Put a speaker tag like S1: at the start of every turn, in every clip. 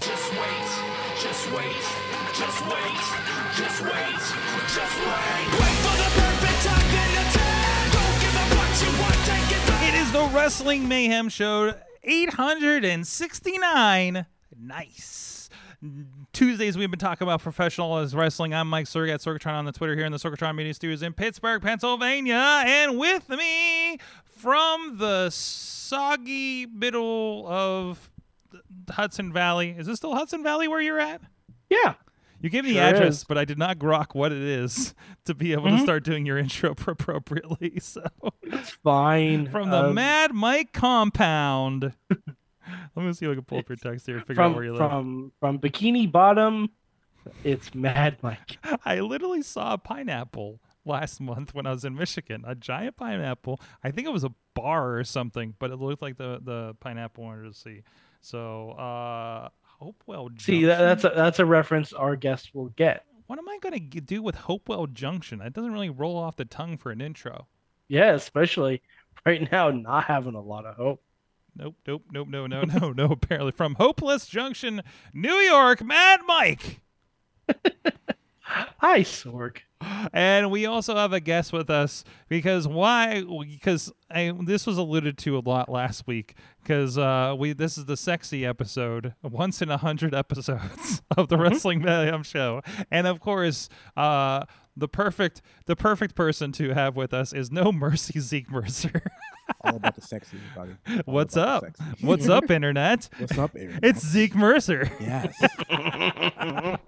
S1: Just wait, just wait, just wait, just wait, just wait. Wait for the perfect time, then attack. Don't give up what you want, take it back.
S2: It is the Wrestling Mayhem Show 869. Nice. Tuesdays, we've been talking about professional as wrestling. I'm Mike Sorg at Sorgatron on the Twitter here in the Sorgatron Media Studios in Pittsburgh, Pennsylvania. And with me from the soggy middle of the Hudson Valley. Is this still Hudson Valley where you're at?
S3: Yeah.
S2: You gave me the
S3: Sure
S2: address,
S3: is. Mm-hmm.
S2: but I did not grok what it is to be able to start doing your intro appropriately. So
S3: Fine.
S2: from the
S3: Um,
S2: Mad Mike compound. Let me see if I can pull up your text here and figure
S3: from,
S2: out where you live.
S3: from from Bikini Bottom, it's Mad Mike.
S2: I literally saw a pineapple last month when I was in Michigan. A giant pineapple. I think it was a bar or something, but it looked like the the pineapple I wanted to see. So uh Hopewell Junction.
S3: See, that, that's a, that's a reference our guest will get.
S2: what am I gonna g- do with Hopewell Junction? That doesn't really roll off the tongue for an intro.
S3: Yeah, especially right now, not having a lot of hope.
S2: Nope, nope, nope, no, no, no, no. Apparently, from Hopeless Junction, New York, Mad Mike,
S3: Hi, Sorg.
S2: and we also have a guest with us because why? Because I, this was alluded to a lot last week because uh, we this is the sexy episode, once in a hundred episodes of the Wrestling Mayhem Show, and of course, uh, the perfect the perfect person to have with us is No Mercy Zeke Mercer.
S4: all about the sexy, buddy. All
S2: What's
S4: about
S2: up?
S4: the sexy.
S2: What's up, Internet?
S4: What's up, Aaron?
S2: It's Zeke Mercer.
S4: yes.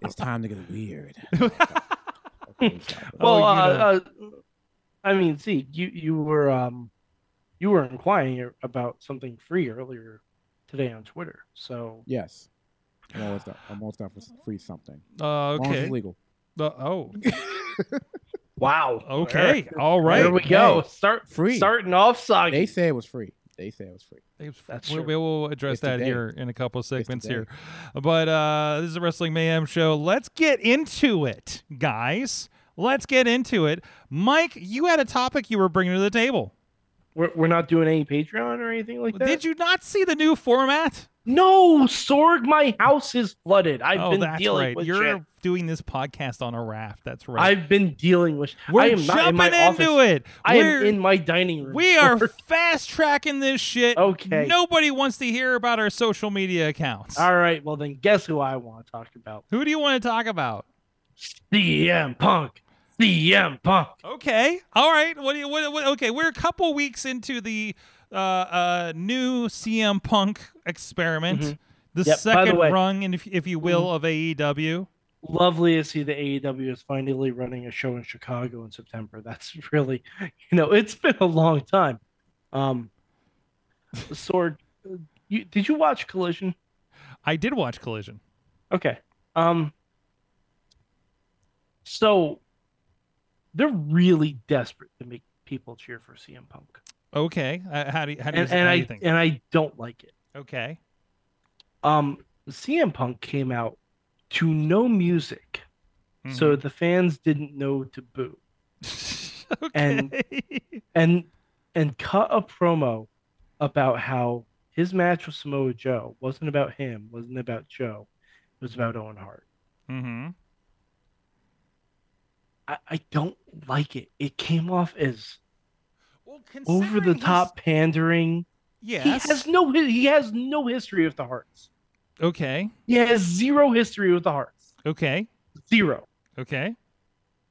S4: it's time to get weird.
S2: Oh,
S3: Well,
S2: you
S3: uh, uh, I mean, Zeke, you you were um, you were inquiring er, about something free earlier today on Twitter. So
S4: yes. I'm always down, I'm always down for s- free something.
S2: Uh,
S4: As long as it's
S2: okay.
S4: legal.
S2: Uh, oh,
S3: wow.
S2: okay. All right.
S3: There we go.
S4: Hey,
S3: Start
S4: free.
S3: starting off soggy.
S4: They say it was free. They say it was free.
S3: That's
S2: we,
S3: true.
S2: we will address
S4: It's
S2: that
S4: today.
S2: here in a couple of segments
S4: today.
S2: here. But uh, this is a Wrestling Mayhem show. Let's get into it, guys. Let's get into it. Mike, you had a topic you were bringing to the table.
S3: We're, we're not doing any Patreon or anything like that.
S2: Did you not see the new format?
S3: No, Sorg, my house is flooded. I've
S2: oh,
S3: been
S2: that's
S3: dealing
S2: right.
S3: with
S2: You're
S3: shit.
S2: doing this podcast on a raft. That's right.
S3: I've been dealing with.
S2: We're
S3: I am
S2: jumping
S3: not in my
S2: into
S3: office.
S2: it.
S3: I
S2: We're-
S3: am in my dining room.
S2: We are
S3: Sorg.
S2: fast tracking this shit.
S3: Okay.
S2: Nobody wants to hear about our social media accounts.
S3: All right. Well, then guess who I want to talk about?
S2: Who do you want to talk about?
S3: CM Punk. CM Punk.
S2: Okay. All right. What do you? What, what, okay. We're a couple weeks into the uh, uh, new CM Punk experiment,
S3: Mhm.
S2: the
S3: Yep, by the
S2: second
S3: way- Mm-hmm.
S2: rung, and if, if you will, of E AEW.
S3: Lovely to see the AEW is finally running a show in Chicago in September. That's really, you know, it's been a long time. Um, Sorg, you, did you watch Collision?
S2: I did watch Collision.
S3: Okay. Um so they're really desperate to make people cheer for CM Punk.
S2: Okay. Uh, how do you, how do you,
S3: And,
S2: how
S3: and
S2: do
S3: I
S2: you think?
S3: and I don't like it.
S2: Okay.
S3: Um CM Punk came out to no music.
S2: Mm-hmm.
S3: So the fans didn't know to boo.
S2: Mhm. okay.
S3: and- And and cut a promo about how his match with Samoa Joe wasn't about him, wasn't about Joe. It was about Owen Hart.
S2: hmm
S3: I, I don't like it. It came off as
S2: well,
S3: over the
S2: considering
S3: top pandering.
S2: he's-
S3: He
S2: Yes.
S3: has no he has no history with the hearts.
S2: okay.
S3: He has zero history with the hearts.
S2: Okay.
S3: Zero.
S2: Okay.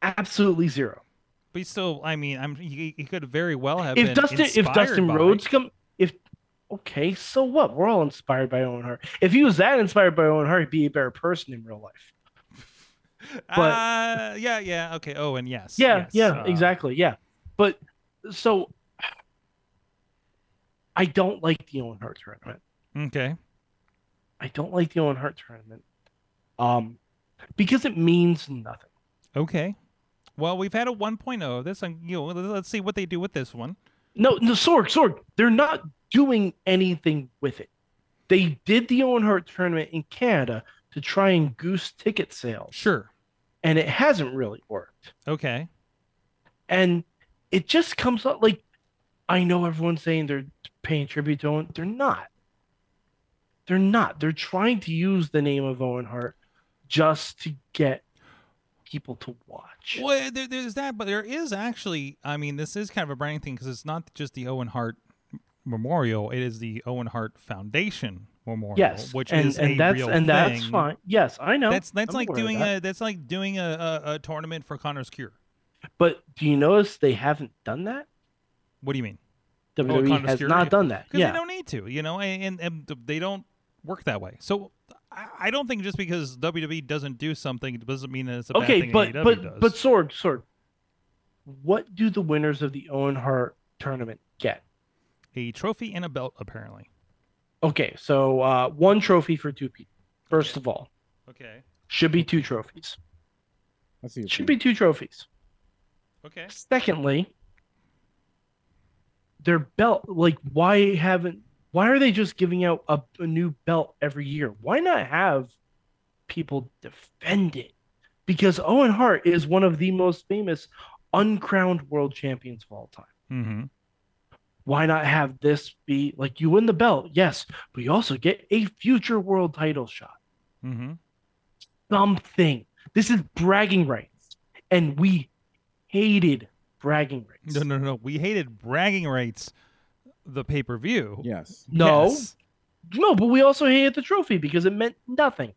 S3: Absolutely zero.
S2: But still, I mean, I'm he, he could very well have
S3: If
S2: been
S3: Dustin if
S2: inspired
S3: Dustin
S2: by-
S3: Rhodes come if okay, so what? We're all inspired by Owen Hart. If he was that inspired by Owen Hart, he'd be a better person in real life. but-
S2: uh, yeah, yeah, okay. Oh, and yes,
S3: Yeah,
S2: yes,
S3: yeah,
S2: uh,
S3: exactly. Yeah. But so I don't like the Owen Hart tournament.
S2: Okay.
S3: I don't like the Owen Hart tournament. Um, because it means nothing.
S2: oh, Okay. Well, we've had a 1.0 of this, and you know, let's- let's see what they do with this one.
S3: No, no, Sorg, Sorg. They're not doing anything with it. They did the Owen Hart tournament in Canada to try and goose ticket sales,
S2: Sure.
S3: and it hasn't really worked.
S2: Okay.
S3: And it just comes up like I know everyone's saying they're paying tribute to Owen. They're not. They're not. They're trying to use the name of Owen Hart just to get people to watch.
S2: Well, there, there's that, but there is actually, I mean, this is kind of a branding thing because it's not just the Owen Hart Memorial; it is the Owen Hart Foundation Memorial.
S3: Yes,
S2: which
S3: and,
S2: is
S3: and
S2: a
S3: that's
S2: real
S3: and that's
S2: thing.
S3: fine. Yes, I know.
S2: That's that's
S3: I'm
S2: like
S3: aware of
S2: doing
S3: that.
S2: a that's like doing a, a, a tournament for Connor's Cure.
S3: But do you notice they haven't done that?
S2: What do you mean? Oh,
S3: WWE
S2: Connor's
S3: has
S2: Cure,
S3: not
S2: yeah.
S3: done that.
S2: Because
S3: Yeah.
S2: they don't need to, you know, and, and and they don't work that way. So I, I don't think just because WWE doesn't do something doesn't mean that it's a bad
S3: okay,
S2: thing
S3: but
S2: that AEW
S3: but
S2: does.
S3: but Sorg, Sorg. What do the winners of the Owen Hart tournament get?
S2: a trophy and a belt apparently.
S3: Okay, so uh, one trophy for two people. First
S2: Okay.
S3: of all,
S2: Okay.
S3: should be two trophies.
S4: I see. your
S3: Should
S4: point.
S3: be two trophies.
S2: Okay.
S3: Secondly, their belt. Like, why haven't? Why are they just giving out a, a new belt every year? Why not have people defend it? Because Owen Hart is one of the most famous uncrowned world champions of all time.
S2: Mm-hmm.
S3: Why not have this be like you win the belt? Yes, but you also get a future world title shot.
S2: Mm-hmm.
S3: Something. This is bragging rights, and we hated bragging rights.
S2: No, no, no. We hated bragging rights. The pay per view.
S4: Yes.
S3: No. No, but we also hated the trophy because it meant nothing.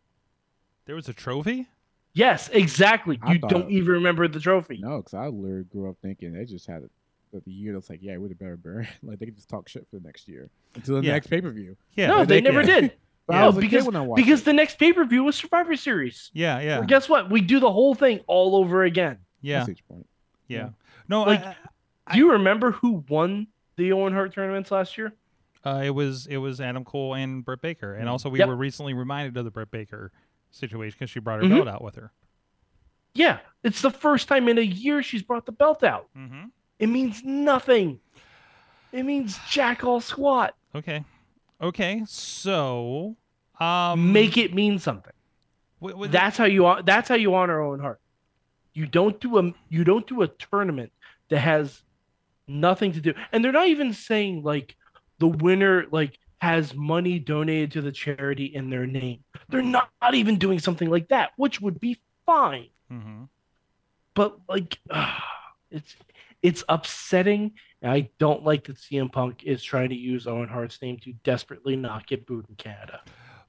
S2: There was a trophy.
S3: Yes, exactly.
S4: I
S3: you
S4: thought-
S3: don't even remember the trophy.
S4: No, because I literally grew up thinking they just had it. That the year that's like, yeah, we're the better bear. like they could just talk shit for the next year until the
S2: Yeah.
S4: next pay per view.
S2: Yeah.
S3: No, they never
S2: yeah.
S3: did.
S4: But
S2: Yeah.
S4: I was a
S3: because-
S4: kid when I watched
S3: Because
S4: it.
S3: the next pay per view was Survivor Series.
S2: Yeah, yeah,
S3: Well, guess what? We do the whole thing all over again.
S4: I
S2: yeah,
S4: see your point.
S2: yeah. No,
S3: Like-
S2: I-
S3: Do you remember who won the Owen Hart tournaments last year?
S2: I- uh, it was it was Adam Cole and Britt Baker, and also we
S3: Mm-hmm. Yep.
S2: were recently reminded of the Britt Baker situation because she brought her
S3: Mhm.
S2: belt out with her.
S3: Yeah, it's the first time in a year she's brought the belt out.
S2: Mm-hmm.
S3: It means nothing. It means jack all squat.
S2: Okay, okay. So, um,
S3: Make it mean something.
S2: w- w-
S3: That's how you hon- that's how you honor Owen Hart. You don't do a you don't do a tournament that has nothing to do. And they're not even saying like the winner like has money donated to the charity in their name. They're not, not even doing something like that, which would be fine.
S2: Mhm.
S3: But like it's it's upsetting. And I don't like that CM Punk is trying to use Owen Hart's name to desperately not get booed in Canada.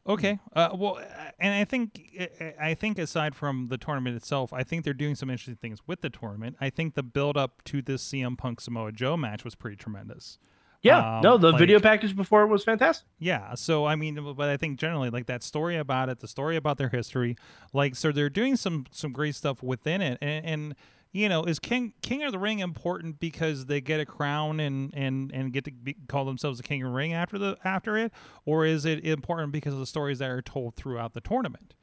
S2: Okay. Uh, well, uh, and I think I- I think aside from the tournament itself, I think they're doing some interesting things with the tournament. I think the build up to this CM Punk Samoa Joe match was pretty tremendous.
S3: Yeah,
S2: Um,
S3: no, the
S2: like-
S3: video package before was fantastic.
S2: Yeah. So I mean, but I think generally, like that story about it, the story about their history, like so they're doing some some great stuff within it, and, and you know, is King King of the Ring important because they get a crown and and and get to be, call themselves the King of the Ring after the after it, or is it important because of the stories that are told throughout the tournament?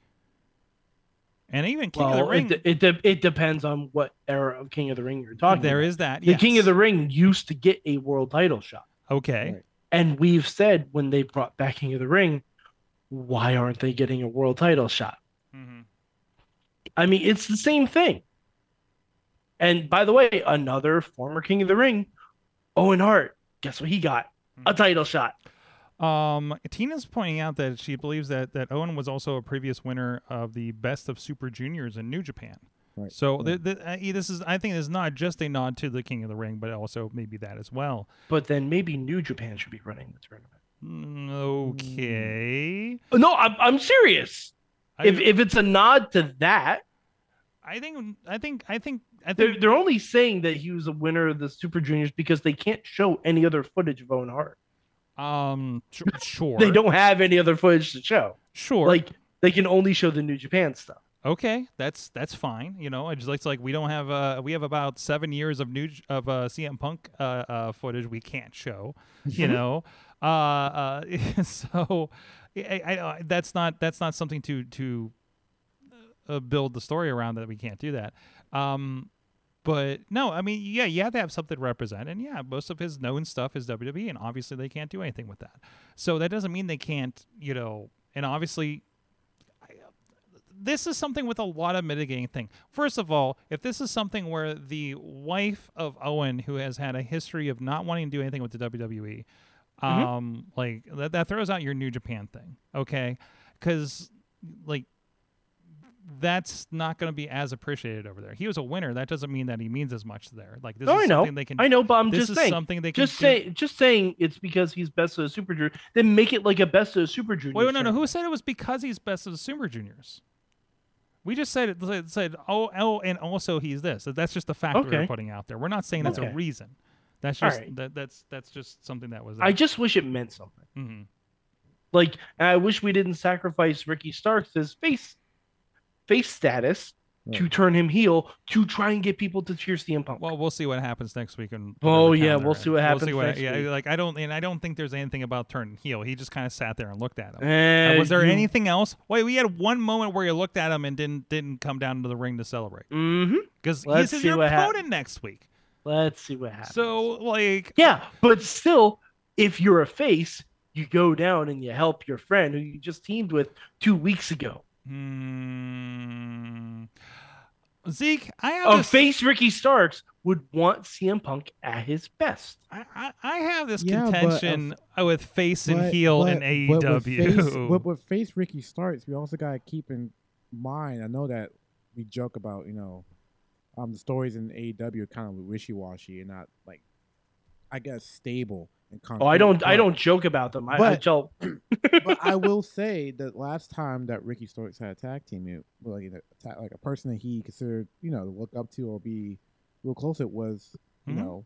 S2: And even King of the
S3: Well,
S2: Ring,
S3: it, de- it, de- it depends on what era of King of the Ring you're talking
S2: there
S3: about.
S2: is that.
S3: The King of
S2: yes.
S3: the Ring used to get a world title shot.
S2: okay.
S4: Right.
S3: And we've said when they brought back King of the Ring, why aren't they getting a world title shot?
S2: Mhm.
S3: I mean, it's the same thing. And by the way, another former King of the Ring, Owen Hart, guess what he got? A title shot.
S2: Um, Tina's pointing out that she believes that that Owen was also a previous winner of the Best of Super Juniors in New Japan.
S4: Right.
S2: So
S4: Yeah.
S2: th- th- uh, yeah, this is, I think, this is not just a nod to the King of the Ring, but also maybe that as well.
S3: But then maybe New Japan should be running the tournament.
S2: Mm, Okay.
S3: No, I'm, I'm serious.
S2: I,
S3: If, if it's a nod to that,
S2: I think I think I think I
S3: They're,
S2: think
S3: they're only saying that he was a winner of the Super Juniors because they can't show any other footage of Owen Hart.
S2: um sh- sure
S3: They don't have any other footage to show.
S2: sure
S3: Like they can only show the New Japan stuff.
S2: okay that's that's fine you know I just like like we don't have uh we have about seven years of new of uh, CM Punk uh, uh footage we can't show you know uh, uh so I, I, I that's not that's not something to to uh, build the story around that we can't do that um But no, I mean, yeah, you have to have something to represent. And yeah, most of his known stuff is WWE, and obviously they can't do anything with that. So that doesn't mean they can't, you know, and obviously this is something with a lot of mitigating thing. First of all, if this is something where the wife of Owen, who has had a history of not wanting to do anything with the WWE,
S3: Mm-hmm.
S2: um, like that, that throws out your New Japan thing, okay? Because like that's not going to be as appreciated over there. He was a winner. That doesn't mean that he means as much there. Like this
S3: no,
S2: is
S3: I know.
S2: something they can.
S3: I know, but I'm
S2: this
S3: just
S2: is
S3: saying.
S2: something they can
S3: just
S2: do.
S3: say, just saying, it's because he's best of the Super Junior. Then make it like a best of the Super Junior.
S2: Wait, no, no. Who said it was because he's best of the Super Juniors? We just said it said oh oh and also he's this. That's just the fact we were
S3: Okay.
S2: putting out there. We're not saying that's a
S3: Okay.
S2: reason. That's
S3: All
S2: just
S3: right.
S2: that, that's that's just something that was.
S3: I just wish it meant something.
S2: Mhm.
S3: Like, and I wish we didn't sacrifice Ricky Starks' face, face status to
S4: Right.
S3: turn him heel to try and get people to cheer CM Punk.
S2: Well, we'll see what happens next week. And
S3: Oh, yeah, we'll see what
S2: we
S3: happens next
S2: yeah,
S3: week.
S2: like I don't and I don't think there's anything about turning heel. He just kind of sat there and looked at him.
S3: Eh,
S2: Uh, was there
S3: you-
S2: anything else? Wait, we had one moment where he looked at him and didn't didn't come down to the ring to celebrate
S3: Mhm.
S2: because
S3: Let's
S2: this is
S3: see
S2: your
S3: what
S2: opponent
S3: happens.
S2: next week.
S3: Let's see what happens.
S2: So like
S3: yeah, but still, if you're a face, you go down and you help your friend who you just teamed with two weeks ago.
S2: Hmm. Zeke, I have
S3: A
S2: this,
S3: Oh, face Ricky Starks would want CM Punk at his best.
S2: I, I- I have this
S4: Yeah, but a f-
S2: contention uh, with face and
S4: But-
S2: heel in E
S4: but- But with, face,
S2: AEW.
S4: but with face Ricky starts, we also gotta keep in mind. I know that we joke about you know, um, the stories in AEW are kind of wishy washy and not like, I guess stable and.
S3: Oh, I
S4: concrete,
S3: don't, I
S4: but-
S3: don't joke about them. I, I
S4: But-
S3: tell
S4: but I will say that last time that Ricky Starks had a tag team, it well, like, a ta- like a person that he considered, you know, to look up to or be real close to was, you
S2: Mhm.
S4: know,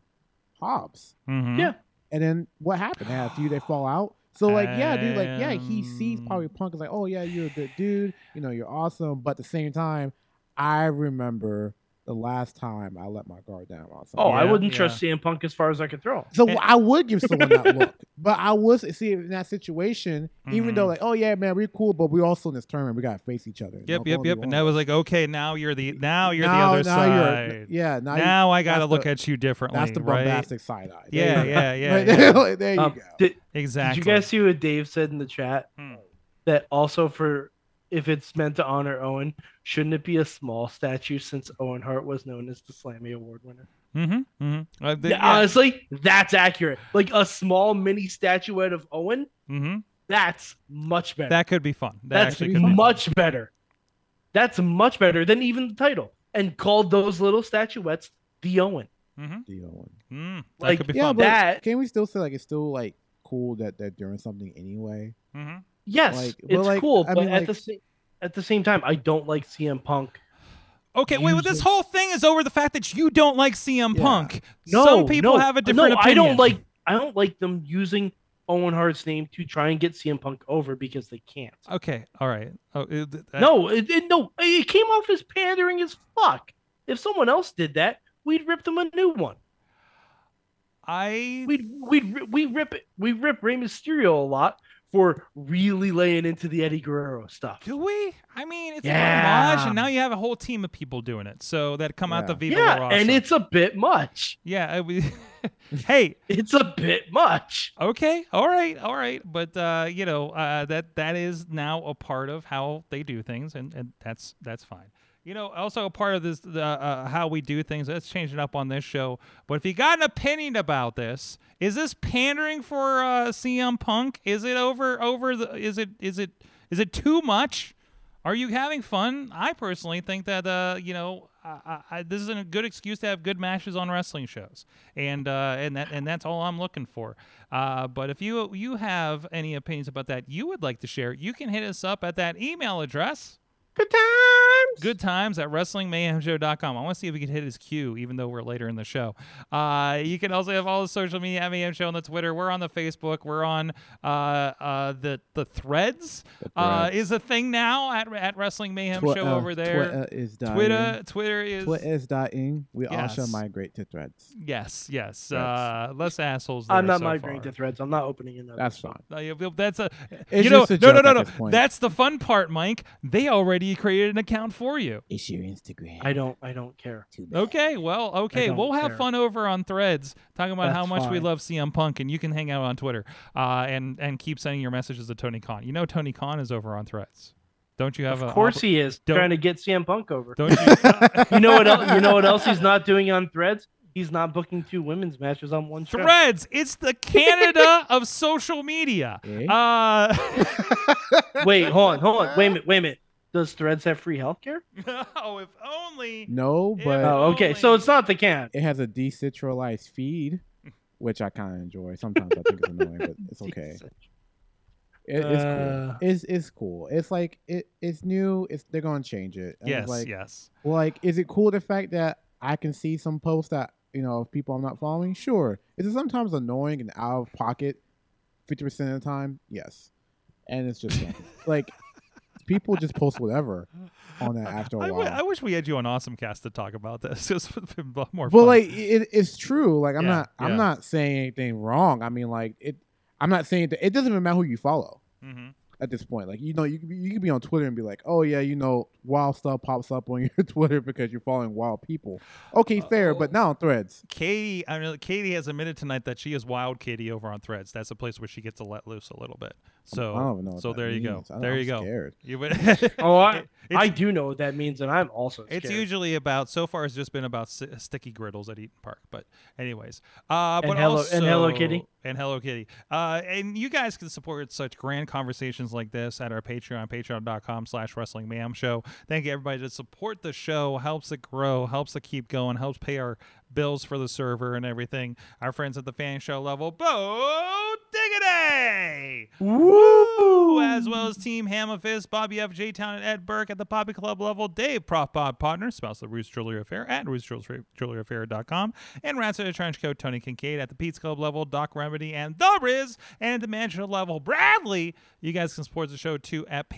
S4: Hobbs.
S2: Mhm.
S3: Yeah.
S4: And then what happened? They had a few they fall out. So like, yeah, dude, like, yeah, he sees
S2: Um.
S4: probably Punk is like, oh yeah, you're a good dude, you know, you're awesome. But at the same time, I remember the last time I let my guard down on something.
S3: Oh, I
S2: Yeah,
S3: wouldn't
S2: yeah.
S3: trust CM Punk as far as I could throw. him.
S4: So
S2: And-
S4: I would give someone that look, but I was see in that situation, even
S2: Mm-hmm.
S4: though like, oh yeah, man, we're cool, but we're also in this tournament, we gotta face each other.
S2: Yep,
S4: No,
S2: yep,
S4: one
S2: yep. And
S4: v one.
S2: that was like, okay, now you're the now you're
S4: Now-
S2: the other
S4: now
S2: side.
S4: you're- yeah, now, you-
S2: now I got to
S4: that's
S2: look
S4: the-
S2: at you differently.
S4: that's the
S2: right?
S4: bombastic side eye. There
S2: Yeah,
S4: you
S2: yeah,
S4: go.
S2: yeah,
S4: Right
S2: yeah.
S4: there, there you
S3: Um,
S4: go.
S3: did, did
S2: Exactly.
S3: you guys see what Dave said in the chat?
S2: Hmm.
S3: That also for if it's meant to honor Owen, shouldn't it be a small statue since Owen Hart was known as the Slammy Award winner?
S2: Mm-hmm. Mm-hmm. Uh, the-
S3: Yeah, Honestly, that's accurate. Like a small mini statuette of Owen,
S2: mhm.
S3: that's much better.
S2: That could be fun. That
S3: that's
S2: actually
S4: pretty
S2: could be fun.
S3: much better. That's much better than even the title. And called those little statuettes the Owen.
S2: Mhm.
S4: Deal one.
S2: Mm. That
S3: Like,
S2: could be
S4: Yeah,
S2: fun.
S4: but
S3: That-
S4: can we still say like it's still like cool that they're doing something anyway?
S2: Mhm.
S3: Yes,
S4: Like, well,
S3: it's
S4: like,
S3: cool,
S4: I
S3: but
S4: mean,
S3: at
S4: like-
S3: the same at the same time, I don't like CM Punk.
S2: Okay, wait. Well, this
S3: Usually-
S2: whole thing is over the fact that you don't like CM
S4: Yeah.
S2: Punk.
S3: No,
S2: Some people
S3: no,
S2: have a different
S3: no,
S2: opinion.
S3: I don't like I don't like them using Owen Hart's name to try and get CM Punk over because they can't.
S2: Okay, all right. Oh, it- th- that-
S3: no, it, it- no, it came off as pandering as fuck. If someone else did that, we'd rip them a new one.
S2: I
S3: We'd we'd ri- we rip it. We rip Rey Mysterio a lot for really laying into the Eddie Guerrero stuff.
S2: do we? I mean, it's
S3: Yeah.
S2: an homage, and now you have a whole team of people doing it. So that come out the
S4: Yeah.
S2: Viva La
S3: yeah,
S2: Raza.
S3: and it's a bit much.
S2: yeah. I- we- hey,
S3: It's a bit much.
S2: okay, all right, all right. But uh, you know uh, that that is now a part of how they do things, and, and that's that's fine. You know, also a part of this the, uh, how we do things. That's changing up on this show. But if you got an opinion about this, is this pandering for uh, CM Punk? Is it over over the? Is it is it is it too much? Are you having fun? I personally think that uh, you know I, I, I- this is a good excuse to have good matches on wrestling shows, and uh, and that and that's all I'm looking for. Uh, but if you you have any opinions about that you would like to share, you can hit us up at that email address.
S3: Good times.
S2: Good times at WrestlingMayhemShow.com. I want to see if we can hit his cue, even though we're later in the show. Uh, you can also have all the social media at Mayhem Show on the Twitter. We're on the Facebook. We're on uh, uh, the the Threads uh, is a thing now at at Wrestling Mayhem
S4: Twi-
S2: Show
S4: uh,
S2: over there.
S4: Twitter is dying.
S2: Twitter, Twitter is
S4: Twitter is dying. We all shall
S2: Yes.
S4: migrate to threads.
S2: yes, yes.
S4: Threads.
S2: Uh, less assholes.
S3: I'm
S2: there
S3: not
S2: so
S3: migrating
S2: far.
S3: to threads. I'm not opening another.
S4: That's fine.
S2: Uh, yeah, well, that's a
S4: It's
S2: you know
S4: just a
S2: no no
S4: joke
S2: no
S4: at
S2: no.
S4: this point.
S2: That's the fun part, Mike. They already already created an account for you.
S4: It's your Instagram.
S3: I don't. I don't care.
S4: Too bad.
S2: Okay, well, okay,
S3: don't
S2: we'll have
S3: care.
S2: fun over on Threads talking about how
S3: That's
S2: much we
S3: fine.
S2: love CM Punk, and you can hang out on Twitter uh, and and keep sending your messages to Tony Khan. You know Tony Khan is over on Threads. Don't you have
S3: Of
S2: a?
S3: course he is
S2: don't-
S3: trying to get CM Punk over.
S2: don't you?
S3: You know what? el- you know what else he's not doing on Threads? He's not booking two women's matches on one show.
S2: Threads. It's the Canada of social media.
S4: Eh?
S2: Uh,
S3: Wait, hold on, hold
S4: Uh,
S3: on. Wait a minute, wait a minute. Does Threads have free healthcare?
S2: oh, if only.
S4: No, but
S2: Uh,
S3: Oh, okay. So it's not the can.
S4: it has a decentralized feed, which I kind of enjoy. Sometimes I think it's annoying, but it's okay. It, it's
S3: Uh.
S4: cool. It's it's cool. It's like it, it's new. It's they're gonna change it. And it's
S2: Yes,
S4: like,
S2: yes.
S4: Like, is it cool the fact that I can see some posts that you know of people I'm not following? Sure. Is it sometimes annoying and out of pocket? Fifty percent of the time, yes. And it's just dumb. like people just post whatever on that after a
S2: I
S4: while.
S2: wi- I wish we had you on Awesome Cast to talk about this. This would have been a lot more
S4: But
S2: fun.
S4: like it, it's true. Like I'm
S2: Yeah,
S4: not
S2: yeah.
S4: I'm not saying anything wrong. I mean like it I'm not saying that it doesn't even matter who you follow
S2: Mhm.
S4: at this point. Like you know you could be, you could be on Twitter and be like, "Oh yeah, you know, wild stuff pops up on your Twitter because you're following wild people." Okay, fair, but not on Threads.
S2: Katie, I know Katie has admitted tonight that she is wild Katie over on Threads. That's a place where she gets to let loose a little bit. So
S4: I don't even know. What
S2: so
S4: that
S2: there you go.
S4: means. I-
S2: There
S4: I'm
S2: you go.
S4: Scared.
S2: You would-
S3: Oh, I,
S2: It- it's-
S3: I do know what that means, and I'm also. Scared.
S2: It's usually about so far. It's just been about s- sticky griddles at Eaton Park. But anyways, uh,
S3: And
S2: but
S3: Hello-
S2: also,
S3: and Hello Kitty.
S2: and Hello Kitty, uh, and you guys can support such grand conversations like this at our Patreon, Patreon.com/slash Wrestling Mayhem Show. Thank you everybody to support the show. Helps it grow, helps it keep going, helps pay our bills for the server and everything. Our friends at the fan show level, Bo Diggity. Woo! As well as Team Hammerfist, Bobby F, J Town, and Ed Burke at the Poppy Club level, Dave Prof Bob Partner, spouse of Roost Jewelry Affair at roostjewelryaffair.com, and Rats at the Trench Coat, Tony Kincaid at the Pete's Club level, Doc Remedy, and The Riz, and at the Mansion level, Bradley. You guys can support the show too at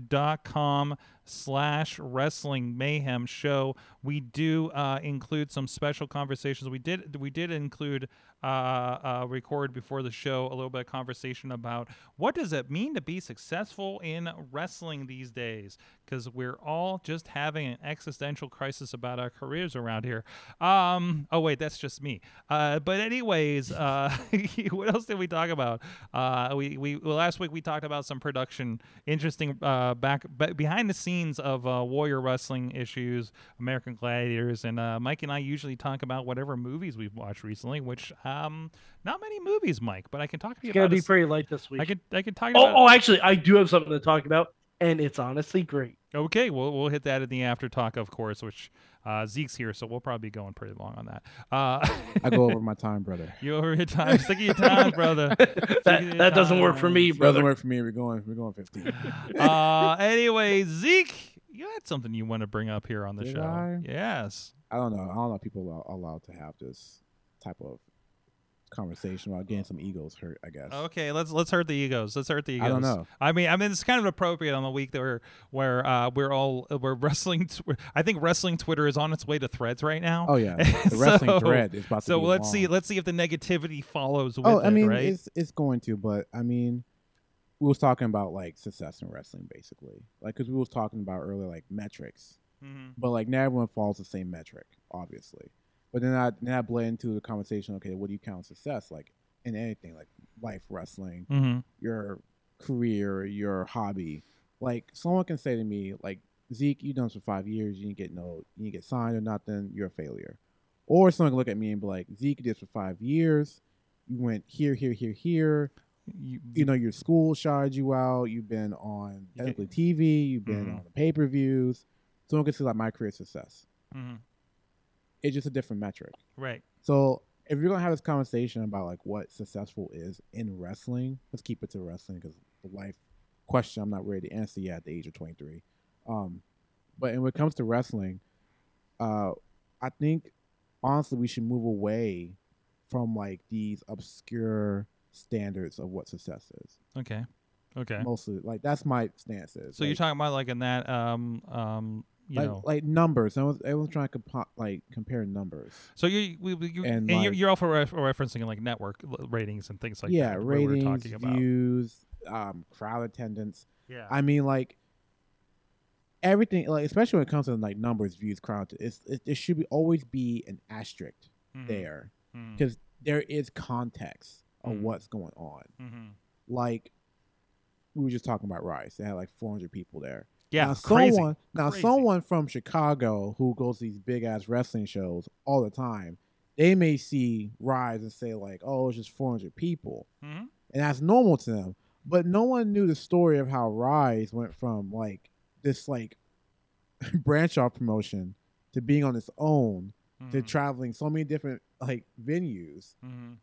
S2: patreon.com slash wrestling mayhem show we do uh, include some special conversations we did we did include uh, uh, record before the show a little bit of conversation about what does it mean to be successful in wrestling these days because we're all just having an existential crisis about our careers around here um oh wait that's just me uh but anyways uh what else did we talk about uh we we well, last week we talked about some production interesting uh back be- behind the scenes of uh warrior wrestling issues american gladiators and uh mike and i usually talk about whatever movies we've watched recently which um not many movies mike but i can talk to you
S3: It's gonna
S2: about
S3: be
S2: a s-
S3: pretty light this week.
S2: i could i could talk
S3: oh,
S2: about
S3: oh, actually, I do have something to talk about, and it's honestly great.
S2: Okay, we'll we'll hit that in the after talk, of course, which uh, Zeke's here, so we'll probably be going pretty long on that. Uh,
S4: I go over my time, brother.
S2: you over your time, stick to your time, brother.
S3: that
S2: your
S3: that doesn't work for me,
S4: It doesn't
S3: brother.
S4: work for me. We're going. We're going 15.
S2: Uh, anyway, Zeke, you had something you want to bring up here on the
S4: Did
S2: show.
S4: I?
S2: Yes.
S4: I don't know. I don't know if people are allowed to have this type of conversation about getting some egos hurt. I guess.
S2: Okay, let's let's hurt the egos. Let's hurt the egos.
S4: I don't know.
S2: I mean, I mean, it's kind of appropriate on the week that we're where uh, we're all we're wrestling. Tw- I think wrestling Twitter is on its way to Threads right now.
S4: Oh yeah, the wrestling
S2: So-
S4: thread is about to.
S2: so
S4: be
S2: let's
S4: long.
S2: see let's see if the negativity follows with
S4: Oh,
S2: it.
S4: I mean,
S2: right?
S4: it's it's going to, but I mean, we was talking about like success in wrestling, basically, like because we was talking about earlier like metrics,
S2: Mhm.
S4: but like now everyone follows the same metric, obviously. But then I then I bled into the conversation. Okay, what do you count success like in anything like life, wrestling,
S2: Mhm.
S4: your career, your hobby. Like someone can say to me, like Zeke, you done this for five years, you didn't get no, you didn't get signed or nothing, you're a failure. Or someone can look at me and be like, Zeke you did this for five years, you went here, here, here, here.
S2: You,
S4: You know your school shouted you out. You've been on
S2: You
S4: technically TV. You've been
S2: Mhm.
S4: on the pay per views. Someone can see like my career success.
S2: mhm.
S4: It's just a different metric.
S2: Right.
S4: So if you're gonna have this conversation about like what successful is in wrestling, let's keep it to wrestling because the life question I'm not ready to answer yet at the age of 23. Um, but when it comes to wrestling, uh, I think honestly we should move away from like these obscure standards of what success is.
S2: Okay. Okay.
S4: Mostly, like that's my stance. Is
S2: so you're
S4: like-
S2: talking about like in that um um you
S4: like,
S2: know.
S4: like numbers. I was, I was trying to compa- like compare numbers.
S2: so you we, we- you and,
S4: and,
S2: you're,
S4: like-
S2: you're also ref- referencing like network l- ratings and things like
S4: yeah,
S2: that. what we were
S4: ratings,
S2: talking about.
S4: views, um, crowd attendance.
S2: Yeah.
S4: I mean, like everything, like especially when it comes to like numbers, views, crowd, it's it, it should be always be an asterisk
S2: Mhm,
S4: there
S2: mhm,
S4: because there is context of
S2: Mhm.
S4: what's going on.
S2: mhm.
S4: Like we were just talking about Rice, they had like 400 people there.
S2: Yeah,
S4: now
S2: crazy.
S4: someone now
S2: Crazy.
S4: someone from Chicago who goes to these big ass wrestling shows all the time, they may see Rise and say like, "Oh, it's just 400 people,"
S2: Mhm.
S4: and that's normal to them. But no one knew the story of how Rise went from like this like branch off promotion to being on its own to
S2: Mhm,
S4: traveling so many different like venues,
S2: mhm,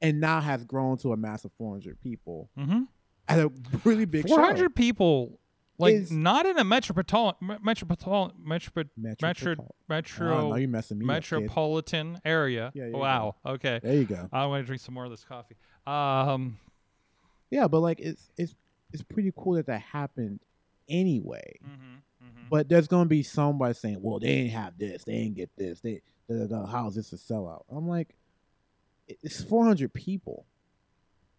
S4: and now has grown to a mass of 400 people
S2: mhm.
S4: at a really big show.
S2: 400 people like
S4: Is-
S2: not in a metropolitan metropolitan metro, metro
S4: Metropol- Oh,
S2: metro
S4: no, you're messing me up. kid.
S2: metropolitan area
S4: Yeah, yeah, yeah.
S2: wow okay
S4: There you go.
S2: i want to drink some more of this coffee um
S4: Yeah, but like it's it's it's pretty cool that that happened anyway.
S2: mhm, mhm.
S4: But there's gonna be somebody saying, "Well, they ain't have this, they ain't get this, they da, da, da, how's this a sellout?" I'm like, it- it's 400 people.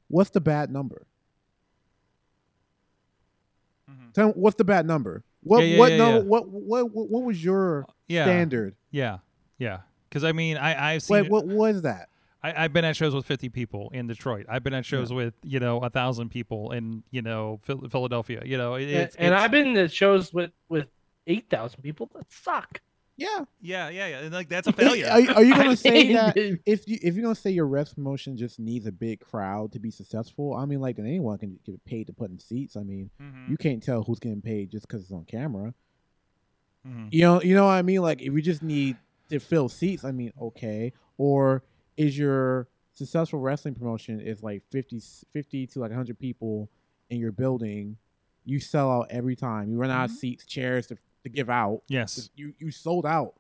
S4: What's the bad number?
S2: Mhm.
S4: Tell me, what's the bad number? What
S2: Yeah, yeah,
S4: what
S2: yeah,
S4: number?
S2: yeah.
S4: What, what what what was your
S2: yeah
S4: standard?
S2: yeah yeah because i mean i i've seen
S4: Like what was that?
S2: I, I've been at shows with 50 people in Detroit. I've been at shows with, you know, a thousand people in, you know, Phil- Philadelphia. You know, it,
S3: and,
S2: it's,
S3: and
S2: it's-
S3: I've been at shows with with eight thousand people that suck.
S4: Yeah,
S2: yeah, yeah, yeah. and, Like that's a
S4: Are,
S2: failure.
S4: you- are you gonna
S3: I
S4: say
S3: mean,
S4: that if you if you're gonna say your reps promotion just needs a big crowd to be successful? I mean, like then anyone can get paid to put in seats. I mean.
S2: Mhm,
S4: you can't tell who's getting paid just because it's on camera.
S2: mhm.
S4: You know, you know what I mean. Like if you just need to fill seats, I mean, okay. Or is your successful wrestling promotion is like 50, 50 to like hundred people in your building? You sell out every time. You run out of seats, chairs to, to give out.
S2: Yes.
S4: You you sold out,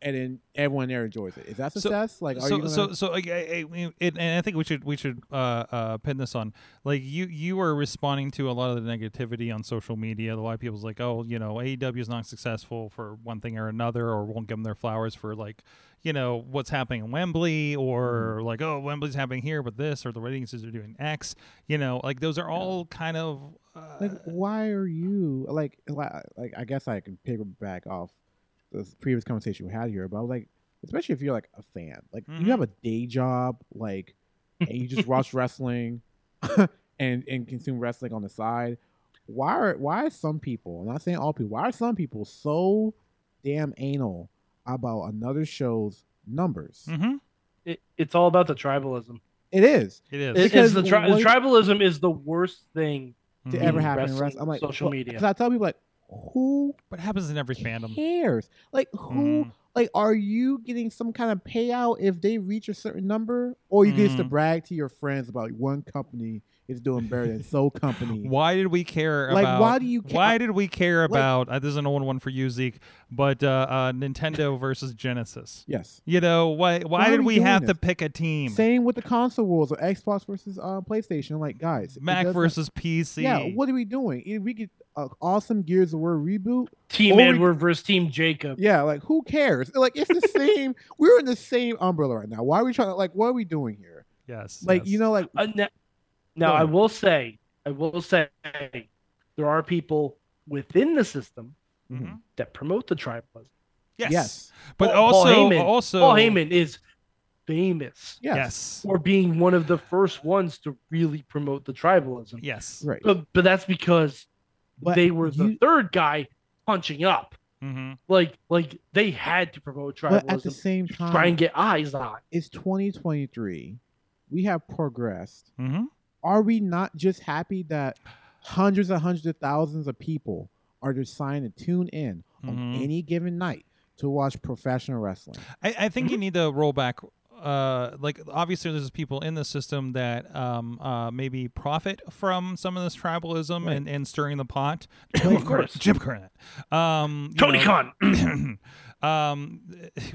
S4: and then everyone there enjoys it. Is that
S2: So-
S4: success? like, are
S2: so,
S4: you gonna,
S2: so, so, like, I, I, it, and I think we should we should uh, uh, pin this on. Like, you you are responding to a lot of the negativity on social media. A lot of people's like, oh, you know, AEW is not successful for one thing or another, or won't give them their flowers for like, you know, what's happening in Wembley, or
S4: Mm-hmm.
S2: like, oh, Wembley's happening here, but this, or the ratings is are doing X. You know, like those are all kind of. Uh,
S4: like why are you like li- like i guess i can pick back off this previous conversation we had here about like especially if you're like a fan like
S2: Mhm.
S4: you have a day job like and you just watch wrestling and and consume wrestling on the side why are why are some people i'm not saying all people why are some people so damn anal about another show's numbers
S2: mhm.
S3: It, it's all about the tribalism.
S4: It is
S2: It is.
S3: It-
S4: Because
S3: it's the, tri- the
S4: what-
S3: tribalism is the worst thing.
S4: to
S2: Mhm.
S4: ever
S3: Mhm.
S4: happen in
S3: Wrestling,
S4: wrestling i'm like
S3: social
S4: well,
S3: media.
S4: 'cause i tell people like who
S2: But it happens in every fandom.
S4: cares like who
S2: Mhm.
S4: like are you getting some kind of payout if they reach a certain number or you get to
S2: Mhm.
S4: brag to your friends about one company is doing better than so company
S2: Why did we care
S4: Like,
S2: about?
S4: why do you ca-
S2: Why did we care
S4: Like-
S2: about? uh, this is an old one for you, Zeke. But uh, uh, Nintendo versus Genesis.
S4: yes
S2: You know why? Why,
S4: are
S2: did
S4: we
S2: we
S4: doing
S2: have to
S4: this?
S2: pick a team?
S4: same with the console rules of xbox versus uh, playstation like guys it
S2: Mac
S4: doesn't-
S2: versus PC.
S4: yeah what are we doing Either we get an awesome gears of war reboot
S3: Team
S4: Or we-
S3: Edward versus Team Jacob.
S4: yeah like who cares like it's the same we're in the same umbrella right now why are we trying to like what are we doing here
S2: Yes.
S4: like you
S2: yes.
S4: know like
S3: Uh, now, now
S4: Go
S3: I
S4: ahead.
S3: will say, I will say, there are people within the system
S2: Mhm.
S3: that promote the tribalism.
S2: Yes.
S4: mm-hmm. yes
S2: But
S3: Paul- Paul
S2: also,
S3: Heyman-
S2: also
S3: Paul Heyman is famous
S4: yes,
S2: Yes.
S3: for being one of the first ones to really promote the tribalism.
S2: Yes.
S4: right
S3: But, but that's because
S4: But
S3: they were the
S4: you-
S3: third guy punching up.
S2: Mhm.
S3: Like like they had to promote
S4: but at the
S3: tribalism
S4: same
S3: to
S4: time
S3: try and get eyes on.
S4: it's 2023. We have progressed.
S2: Mhm.
S4: Are we not just happy that hundreds and hundreds of thousands of people are deciding to tune in on
S2: Mhm.
S3: Mm-hmm.
S4: any given night to watch professional wrestling?
S2: I, I
S4: Mm-hmm.
S2: think you need to roll back. Uh, like obviously, there's people in the system that um, uh, maybe profit from some of this tribalism
S4: Right.
S2: and, and stirring the pot.
S3: Of course.
S2: Jim Cornette. Um, you
S3: Tony
S2: know,
S3: Khan.
S2: um,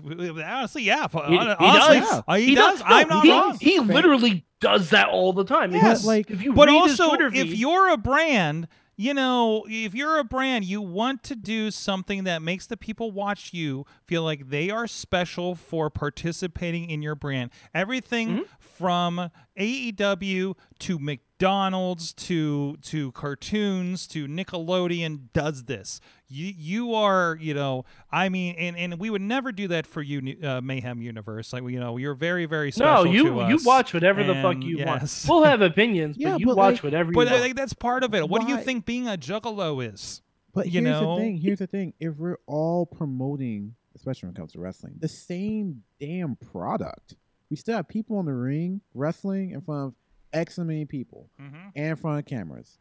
S2: honestly, yeah. Hon-
S3: He- he
S2: honestly,
S4: does.
S2: uh, he, does.
S3: No,
S2: I'm not
S3: he,
S2: wrong.
S3: He literally does that all the time.
S4: But,
S3: Because
S4: like-
S3: if you
S2: But
S3: read his
S2: also,
S3: Twitter
S2: if
S3: feed-
S2: you're a brand, you know, if you're a brand, you want to do something that makes the people watch you feel
S3: Mm-hmm.
S2: like they are special for participating in your brand. Everything from AEW to McDonald's to to cartoons to Nickelodeon does this. You you are you know I mean and and we would never do that for you uh, Mayhem Universe like you know you're very very
S3: No,
S2: special.
S3: you
S2: to
S3: you
S2: us.
S3: watch whatever the fuck
S2: and
S3: you
S2: yes.
S3: want. We'll have opinions,
S4: Yeah,
S3: but you
S4: but,
S3: watch
S4: like-
S3: whatever you
S2: But I
S3: want.
S2: think that's part of it. What do you
S4: Why-
S2: think being a juggalo is?
S4: But
S2: you
S4: here's
S2: know?
S4: the thing. Here's the thing. If we're all promoting, especially when it comes to wrestling, the same damn product, we still have people in the ring wrestling in front of X many people
S2: Mm-hmm.
S4: and in front of cameras.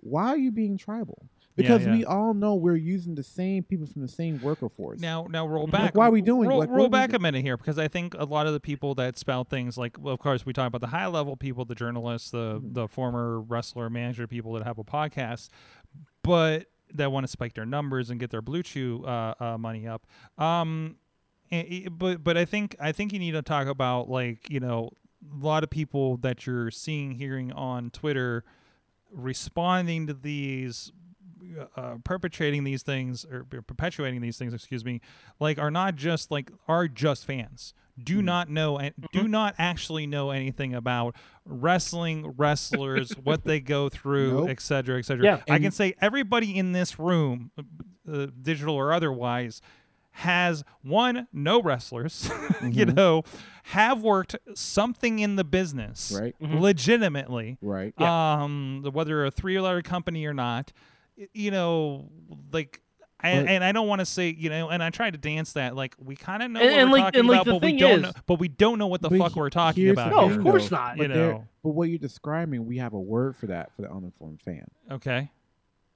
S4: Why are you being tribal? Because
S2: yeah.
S4: we all know we're using the same people from the same worker force.
S2: Now, now roll
S3: Like,
S2: back.
S4: why are we doing-
S2: Roll,
S4: like, what
S2: roll
S4: are we
S2: back
S4: do-
S2: a minute here because I think a lot of the people that spout things like, well, of course, we talk about the high level people, the journalists, the
S4: Mhm.
S2: the former wrestler manager people that have a podcast, but that want to spike their numbers and get their blue chew uh, uh, money up. Um, and- e- but but I think I think you need to talk about like you know a lot of people that you're seeing hearing on Twitter responding to these uh, perpetrating these things or per- perpetuating these things excuse me like are not just like are just fans do
S4: Mm-hmm.
S2: not know and do not actually know anything about wrestling wrestlers what they go through
S4: Nope.
S2: et cetera, et cetera.
S3: Yeah.
S2: i can
S4: And-
S2: say everybody in this room uh, digital or otherwise has one no wrestlers you
S4: Mhm.
S2: know have worked something in the business
S4: Right.
S3: Mhm.
S2: legitimately
S4: Right.
S2: um whether a three letter company or not y- you know like and,
S4: But-
S2: and I don't want to say, you know, and I try to dance that like we kind of know
S3: And-
S2: what
S3: and
S2: we're
S3: like-
S2: talking
S3: and like
S2: about,
S3: the
S2: but we
S3: thing
S2: don't,
S3: is-
S2: know, but we don't know what the
S4: But
S2: fuck
S4: he-
S2: we're talking
S4: here's
S2: about.
S4: the
S3: no,
S2: here,
S3: of
S4: thing,
S3: course
S4: though.
S3: not.
S2: you
S4: But there-
S2: know.
S4: But what you're describing, we have a word for that for the uninformed fan.
S2: Okay,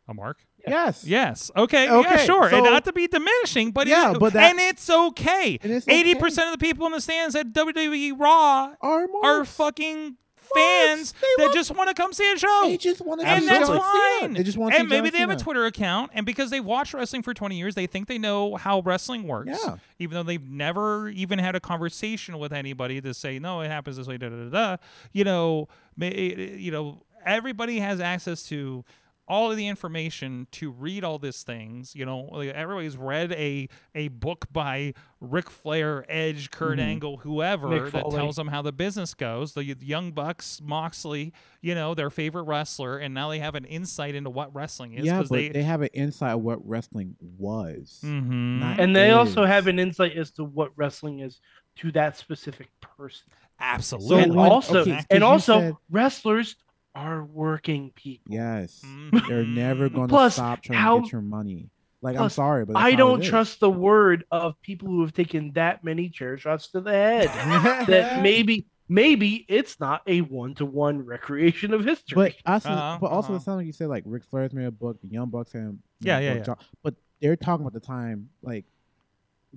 S2: a mark.
S4: Yes.
S2: Yes. Okay. yeah.
S4: Okay,
S2: Sure. and
S4: so-
S2: not to be diminishing, but
S4: Yeah,
S2: it-
S4: but that-
S2: and it's okay.
S4: And it's
S2: Eighty
S4: okay.
S2: percent of the people in the stands at WWE Raw
S4: Our
S2: are
S4: marks.
S2: fucking fans
S4: They
S2: that
S4: love-
S2: just want to come see a show.
S4: They just want to
S2: Oh, and
S4: see
S3: Absolutely.
S2: that's
S4: John
S2: fine.
S4: Cena. They just want to
S2: and
S4: see John
S2: maybe they have a
S4: Cena.
S2: Twitter account, and because they watch wrestling for 20 years, they think they know how wrestling works.
S4: Yeah.
S2: Even though they've never even had a conversation with anybody to say, no, it happens this way, da da da da. You know, ma- eh, you know, everybody has access to all of the information to read all these things. You know, like everybody's read a a book by Ric Flair, Edge, Kurt
S4: Mhm.
S2: Angle, whoever
S3: Mick
S2: that
S3: Foley.
S2: tells them how the business goes. The Young Bucks, Moxley, you know, their favorite wrestler, and now they have an insight into what wrestling is
S4: yeah, but
S2: they.
S4: they, have an insight of what wrestling was.
S2: Mhm.
S4: Not-
S3: and they also
S4: is.
S3: have an insight as to what wrestling is to that specific person.
S2: Absolutely.
S3: and
S4: when-
S3: also,
S4: okay, 'cause
S3: and
S4: you
S3: also,
S4: said-
S3: wrestlers are working people.
S4: Yes,
S2: Mhm.
S4: they're never going to
S3: Plus,
S4: stop trying
S3: how-
S4: to get your money. Like I'm
S3: plus,
S4: sorry, but that's
S3: I
S4: how
S3: don't
S4: it is.
S3: trust the word of people who have taken that many chair shots to the head. that maybe, maybe it's not a one-to-one recreation of history.
S4: But also,
S2: Uh-huh,
S4: but also,
S2: uh-huh.
S4: it sounds like you said like Ric Flair's made a book, the Young Bucks and
S2: Yeah, yeah, yeah.
S4: But they're talking about the time like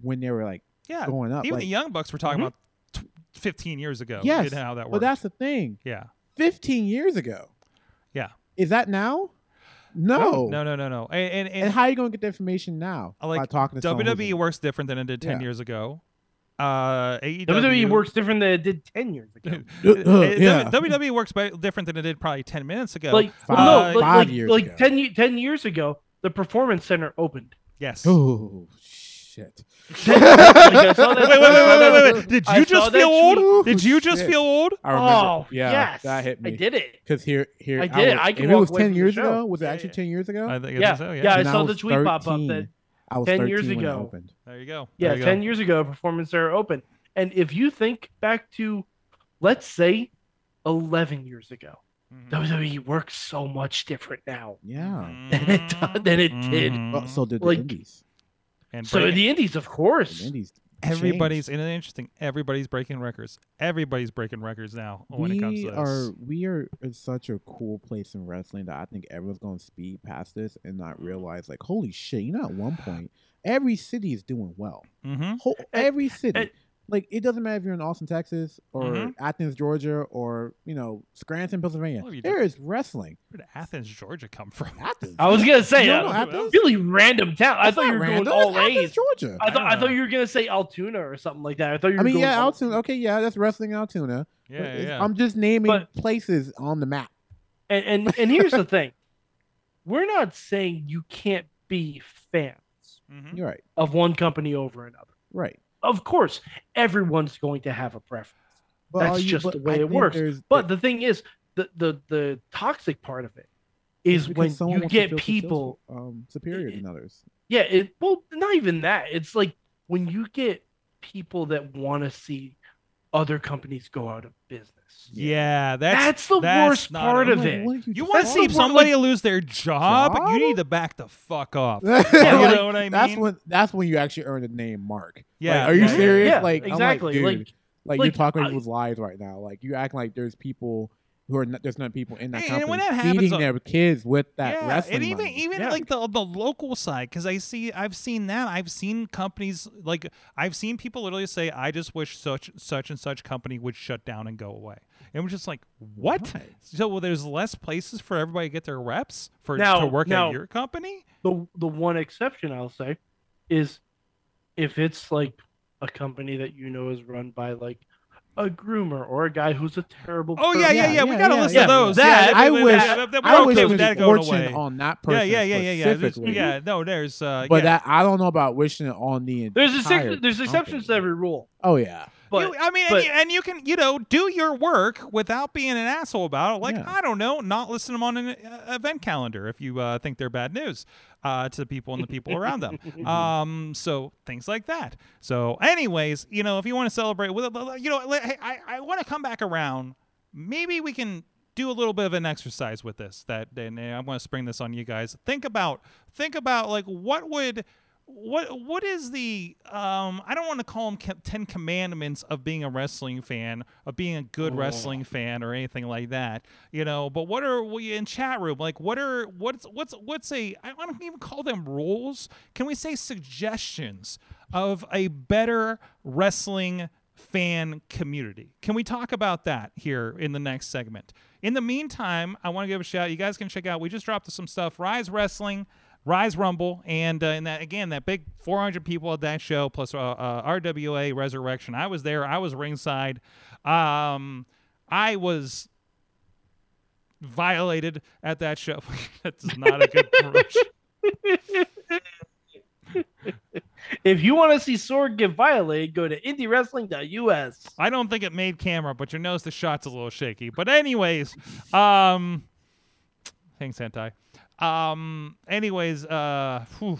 S4: when they were like
S2: yeah.
S4: going up.
S2: Even
S4: like- Mm-hmm.
S2: the Young Bucks were talking
S3: Mhm.
S2: about t- 15 years ago.
S4: Yes,
S2: you know how that worked.
S4: but that's the thing.
S2: yeah.
S4: 15 years ago.
S2: Yeah.
S4: Is that now? No.
S2: No, no, no, no. And, and, and,
S4: And how are you going to get the information now?
S2: I like
S4: by talking to someone who's
S2: WWE
S4: in-
S2: works different than it did 10
S4: Yeah.
S2: years ago. Uh, AEW
S3: WWE E works different than it did ten years ago.
S2: Uh,
S4: yeah.
S2: WWE works be- different than it did probably 10 minutes ago.
S3: Like
S4: Five-
S3: well, no, like,
S4: five
S3: like,
S4: years
S3: like
S4: ago.
S3: 10, ye- 10 years ago, the Performance Center opened.
S2: yes.
S4: Oh shit!
S3: Like, I saw that-
S2: Wait, wait, wait, wait, wait, wait. Did
S3: I
S2: you
S3: saw
S2: just
S3: that
S2: feel
S3: tweet.
S2: old?
S4: tweet.
S2: Did you just
S4: Shit.
S2: feel old?
S4: I
S3: Oh,
S4: yeah,
S3: yes,
S4: that hit me.
S3: I did it.
S4: Because here, here
S3: I did.
S4: Was,
S3: I can
S4: if it
S3: walk
S4: was
S3: away
S4: ten
S3: from the
S4: years
S3: show.
S4: ago, was it
S3: Yeah,
S4: actually
S3: yeah.
S4: ten years ago?
S2: I think
S3: Yeah,
S2: it's so, yeah.
S3: yeah. I
S4: And
S3: saw the
S4: was
S3: tweet pop up
S4: 13.
S3: that
S4: I was
S3: 10 years
S4: 13 when it
S3: ago.
S4: opened.
S2: There you go.
S3: Yeah,
S2: There you go.
S3: ten years ago, Performance Center opened. And if you think back to, let's say, eleven years ago,
S4: Hmm.
S2: Mhm.
S3: WWE works so much different now
S4: Yeah.
S2: Mm-hmm.
S3: than it
S4: Hmm.
S3: do- than it did.
S2: Mhm.
S4: Well, so did the
S3: Like-
S4: Indies.
S2: and
S3: So
S2: breaking-
S3: the indies, of
S4: The
S3: course.
S4: Indies.
S2: everybody's
S4: changed.
S2: and it's interesting. Everybody's breaking records. Everybody's breaking records now when
S4: we
S2: it comes to this.
S4: are we are in such a cool place in wrestling that I think everyone's going to speed past this and not realize like, holy shit! You know, at one point, every city is doing well.
S2: Mhm.
S4: Whole,
S3: Eh,
S4: every city.
S3: and-
S4: like it doesn't matter if you're in Austin, Texas, or
S3: Mm-hmm.
S2: Mhm.
S4: Athens, Georgia, or you know Scranton, Pennsylvania.
S2: Well, you
S4: there
S2: did-
S4: is wrestling.
S2: Where did Athens, Georgia, come from?
S4: Athens.
S3: I was gonna say,
S4: You
S3: that
S4: don't know
S3: was
S4: Athens?
S3: a really random town. I
S4: That's
S3: thought
S4: not
S3: you were
S4: random.
S3: going all
S4: That's Athens,
S3: ways.
S4: Georgia.
S3: I thought
S2: I
S3: I,
S2: don't
S3: thought
S2: know.
S3: you were gonna say Altoona or something like that. I thought you. Were
S4: I mean,
S3: going
S4: yeah,
S3: all-
S4: Altoona. Okay, yeah, that's wrestling in Altoona.
S2: Yeah,
S4: But it's-
S2: yeah.
S4: I'm just naming
S3: But- Mm-hmm.
S4: places on the map.
S3: And and, and here's the thing, we're not saying you can't be fans
S2: Mhm.
S4: You're right.
S3: of one company over another.
S4: Right.
S3: Of course, everyone's going to have a preference.
S4: But are
S3: That's
S4: you-
S3: just
S4: but
S3: the
S4: I
S3: way it
S4: think
S3: works.
S4: there's-
S3: But the thing is, the the the toxic part of it
S4: it's
S3: is
S4: because
S3: when
S4: someone
S3: you
S4: wants to
S3: get
S4: feel successful-
S3: people.
S4: um, superior than others.
S3: Yeah, it well, not even that. It's like when you get people that want to see other companies go out of business.
S2: Yeah, that's,
S3: That's, the
S2: that's
S3: worst
S2: not
S3: part
S2: a-
S4: I'm
S3: of
S4: like,
S3: it.
S4: what are
S2: You want
S3: wanna
S2: to
S4: talking
S2: see
S3: That's the one,
S2: somebody lose their job?
S4: job?
S2: You need to back the fuck off.
S4: about?
S2: you
S3: like,
S2: know what I mean?
S4: That's when that's when you actually earn the name Mark.
S2: yeah.
S4: Like, are you
S2: like-
S4: serious?
S3: Yeah,
S4: like I'm
S3: exactly.
S4: like, dude,
S3: like
S4: like,
S3: like,
S4: you're talking
S3: I-
S4: people's lives right now. Like you acting like there's people who are not, there's not people in that
S2: And-
S4: company
S2: and when that
S4: feeding
S2: happens, uh,
S4: their kids with that
S2: yeah,
S4: wrestling.
S2: and even
S4: money.
S2: even
S3: Yeah.
S2: like the the local side, because I see I've seen that I've seen companies like I've seen people literally say, "I just wish such such and such company would shut down and go away." And we're just like, "What?"
S4: Why?
S2: So well, there's less places for everybody to get their reps for to
S3: Now-
S2: work at
S3: now-
S2: your
S4: Oh,
S2: company.
S3: the the one exception I'll say is if it's like a company that you know is run by like a groomer or a guy who's a terrible
S2: Oh yeah, yeah, yeah.
S4: yeah,
S2: We
S4: yeah,
S2: got a
S4: yeah,
S2: list
S3: yeah.
S2: of those.
S3: That-
S2: yeah,
S4: I
S2: we- we-
S4: wish-
S2: yeah, we- we're
S4: I wish
S2: okay
S4: there
S2: with
S4: was
S2: that going away.
S4: fortune on that
S2: Yeah,
S4: person.
S2: yeah, yeah, yeah, yeah. There's-
S4: specifically.
S2: yeah, no, there's uh,
S4: But
S2: yeah.
S4: that I don't know about wishing it on the entire.
S3: There's a there's exceptions to
S4: company.
S3: every rule,
S4: Oh yeah,
S3: but
S2: You- I mean, and,
S3: but-
S2: you, and you can, you know, do your work without being an asshole about it. Like,
S4: Yeah.
S2: I don't know, not listen to them on an uh, event calendar if you uh, think they're bad news uh, to the people and the people around them.
S3: Mm-hmm.
S2: Um, so things like that. So, anyways, you know, if you want to celebrate with, you know, like, hey, I, I want to come back around. Maybe we can do a little bit of an exercise with this. That, and uh, I'm going to spring this on you guys. Think about, think about, like, what would what what is the um I don't want to call them ten commandments of being a wrestling fan of being a good wrestling fan or anything like that you know but what are we in chat room like what are what's what's what's a I don't even call them rules can we say suggestions of a better wrestling fan community can we talk about that here in the next segment in the meantime I want to give a shout you guys can check out we just dropped some stuff Rise Wrestling. Rise Rumble, and uh, and that again, that big 400 people at that show plus uh, uh, RWA Resurrection. I was there. I was ringside. Um, I was violated at that show. That's not a good approach.
S3: if you want to see Sword get violated, go to indiewrestling.us.
S2: I don't think it made camera, but you notice the shot's a little shaky. But anyways, um, thanks hentai. Um, anyways, uh, phew.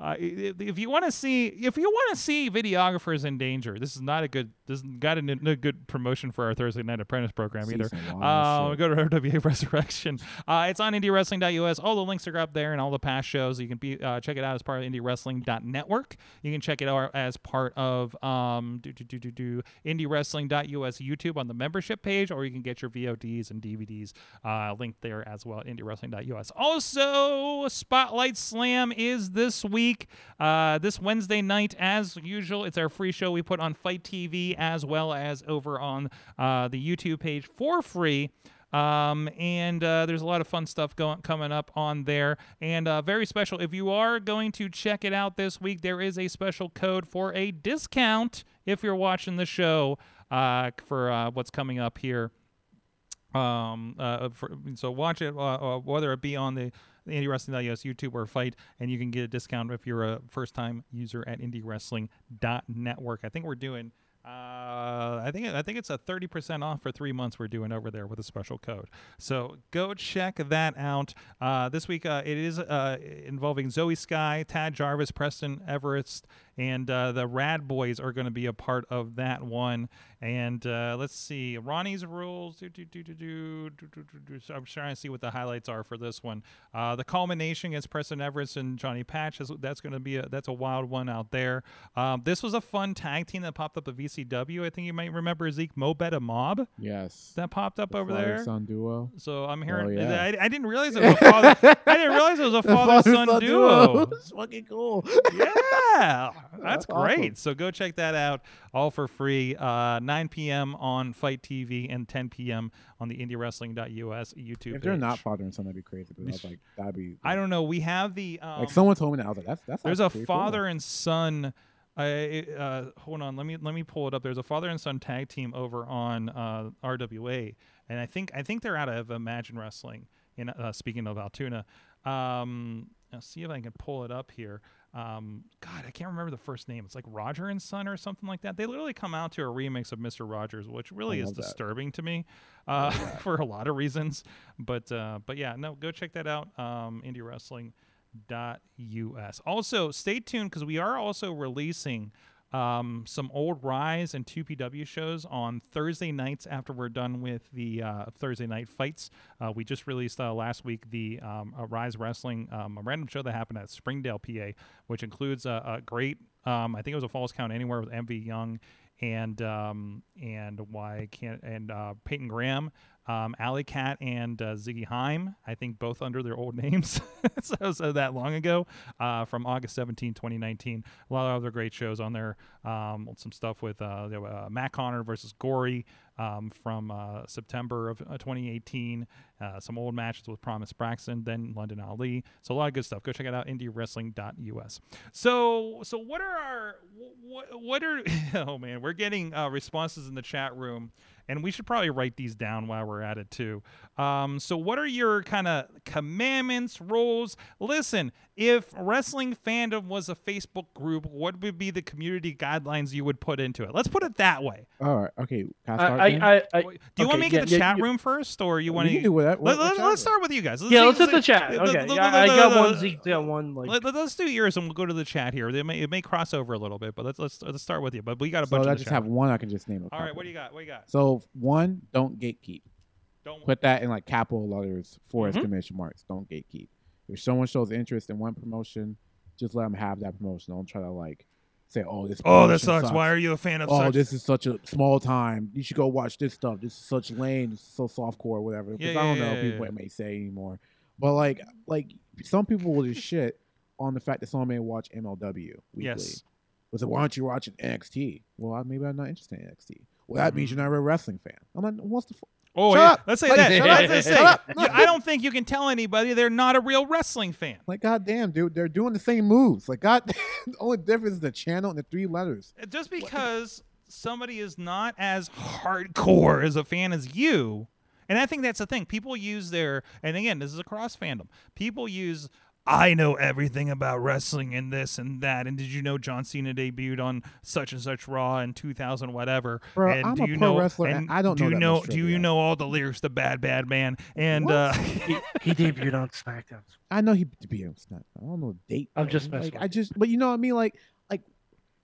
S2: Uh, if if you want to see, if you want to see videographers in danger, this is not a good, this is got a n- no good promotion for our Thursday night apprentice program either.
S4: Season one,
S2: Uh,
S4: shit.
S2: go to RWA Resurrection. Uh, it's on IndieWrestling.us. All the links are up there, and all the past shows you can be uh, check it out as part of IndieWrestling.network. You can check it out as part of um do do do do do IndieWrestling.us YouTube on the membership page, or you can get your VODs and DVDs uh, linked there as well at IndieWrestling.us. Also, Spotlight Slam is this week, uh, this Wednesday night as usual. It's our free show we put on Fight TV as well as over on uh, the YouTube page for free. Um, and uh, there's a lot of fun stuff going coming up on there, and uh, very special. If you are going to check it out this week, there is a special code for a discount if you're watching the show uh, for uh, what's coming up here. Um, uh, for, so watch it, uh, uh, whether it be on the, the IndieWrestling.us YouTube or Fight, and you can get a discount if you're a first-time user at IndieWrestling.network. I think we're doing. Uh, I think I think it's a thirty percent off for three months. We're doing over there with a special code, so go check that out. Uh, this week uh, it is uh, involving Zoe Sky, Tad Jarvis, Preston Everest, and uh, the Rad Boys are going to be a part of that one. And uh, let's see, Ronnie's rules. Do, do, do, do, do, do, do, do, do. So I'm trying to see what the highlights are for this one. Uh, the culmination against Preston Everest and Johnny Patch. Is, that's going to be a that's a wild one out there. Um, this was a fun tag team that popped up at VCW. I think you might remember Zeke Mobetta Mob
S4: yes.
S2: that popped up over there.
S4: Son duo.
S2: So I'm hearing.
S4: yeah.
S2: I, I didn't realize it was a father. I didn't realize it was a father-son duo.
S4: It's fucking cool.
S2: yeah, that's
S4: That's
S2: great.
S4: awesome.
S2: So go check that out, all for free. Uh, 9 p.m. on Fight TV and 10 p.m. on the IndieWrestling.us YouTube.
S4: If they're
S2: page.
S4: not father and son, that'd be crazy. But I was like, that'd be.
S2: I don't know. We have the um,
S4: like someone told me that. I was like, that's that's.
S2: there's a
S4: actually pretty cool.
S2: father and son. I uh, hold on. Let me let me pull it up. There's a father and son tag team over on uh, RWA, and I think I think they're out of Imagine Wrestling. In uh, speaking of Altoona, um, I'll see if I can pull it up here. um, God, I can't remember the first name. It's like Roger and Son or something like that. They literally come out to a remix of Mister Rogers, which really
S4: I
S2: is
S4: love that.
S2: disturbing to me uh, for a lot of reasons. But uh, but yeah, no, go check that out. Um, indie wrestling dot us also stay tuned because we are also releasing um, some old rise and 2pw shows on thursday nights after we're done with the uh, thursday night fights uh, we just released uh, last week the um, uh, rise wrestling um, a random show that happened at springdale pa which includes a, a great um, i think it was a falls count anywhere with mv young and um, and why can't and uh, Peyton Graham, um, Alley Cat, and uh, Ziggy Heim. I think both under their old names, so, so that long ago, uh, from August 17, 2019. A lot of other great shows on there. Um, some stuff with uh, there were, uh, Matt Connor versus Gory um, from uh, September of uh, 2018. Uh, some old matches with Promise Braxton, then London Ali. So a lot of good stuff. Go check it out, indiewrestling.us. So, so what are our what what are oh man, we're getting uh, responses in the chat room, and we should probably write these down while we're at it too. Um, so what are your kind of commandments, rules? Listen, if wrestling fandom was a Facebook group, what would be the community guidelines you would put into it? Let's put it that way.
S4: All right. Okay. Can I start
S3: I,
S4: then?
S3: I, I, I,
S2: Do you want to
S3: okay,
S2: make
S3: yeah,
S2: it the
S3: yeah,
S2: chat
S3: you-
S2: room first, or you
S4: You
S2: want
S4: can
S2: to?
S4: do that.
S2: Let,
S4: What- what
S2: us
S4: genre?
S2: start with you guys.
S3: yeah,
S2: see-
S3: let's hit
S2: see-
S3: the chat.
S2: let-
S3: Okay,
S2: let-
S3: yeah, I,
S2: let-
S3: I got
S2: let-
S3: one.
S2: let-
S3: Zeke's got one. Like,
S2: Let, us do yours, and we'll go to the chat here. They may it may cross over a little bit, but let's let's let's start with you. But we got a bunch
S4: So I
S2: of.
S4: just have one. I can just name.
S2: All right, what do you got? What do you got?
S4: So one, don't gatekeep.
S2: Don't.
S4: Put that in like capital letters, for
S2: Mm-hmm.
S4: exclamation marks. Don't gatekeep. If someone shows interest in one promotion, just let them have that promotion. Don't try to like say, "Oh, this."
S2: Oh, that
S4: promotion
S2: sucks. Why are you a fan of?
S4: Oh,
S2: such?
S4: this is such a small time. You should go watch this stuff. This is such lame. This is so softcore, whatever. Because
S2: Yeah,
S4: I
S2: yeah,
S4: don't
S2: yeah,
S4: know
S2: yeah,
S4: people
S2: yeah.
S4: may say anymore. But like, like some people will just shit on the fact that someone may watch MLW weekly.
S2: Yes.
S4: Was like, why aren't you watching NXT? Well, I- maybe I'm not interested in NXT. Well, that means you're not a wrestling fan. I'm like, what's the? F-?
S2: Oh,
S4: Shut
S2: yeah.
S4: up.
S2: Let's say
S4: Like,
S2: that.
S4: shut
S3: up.
S2: Let's
S3: Shut
S2: say-
S4: up.
S2: You- I don't think you can tell anybody they're not a real wrestling fan.
S4: Like, goddamn, dude, they're doing the same moves. Like, god, the only difference is the channel and the three letters.
S2: Uh, Just because somebody is not as hardcore as a fan as you, and I think that's the thing. People use their, and again, this is across fandom. People use, I know everything about wrestling and this and that. And did you know John Cena debuted on such and such Raw in 2000, whatever?
S4: Bro,
S2: and
S4: I'm
S2: do
S4: a
S2: you
S4: pro
S2: know,
S4: wrestler, and I don't
S2: do
S4: know
S2: You
S4: that
S2: know
S4: much
S2: do you
S4: trivia."
S2: know all the lyrics to Bad Bad Man? And
S4: What?
S2: uh,
S3: he, he debuted on SmackDown.
S4: I know he be on Snap. I don't know the date.
S3: I'm
S4: though.
S3: just messing
S4: like,
S3: with
S4: I just, but you know what I mean. Like, like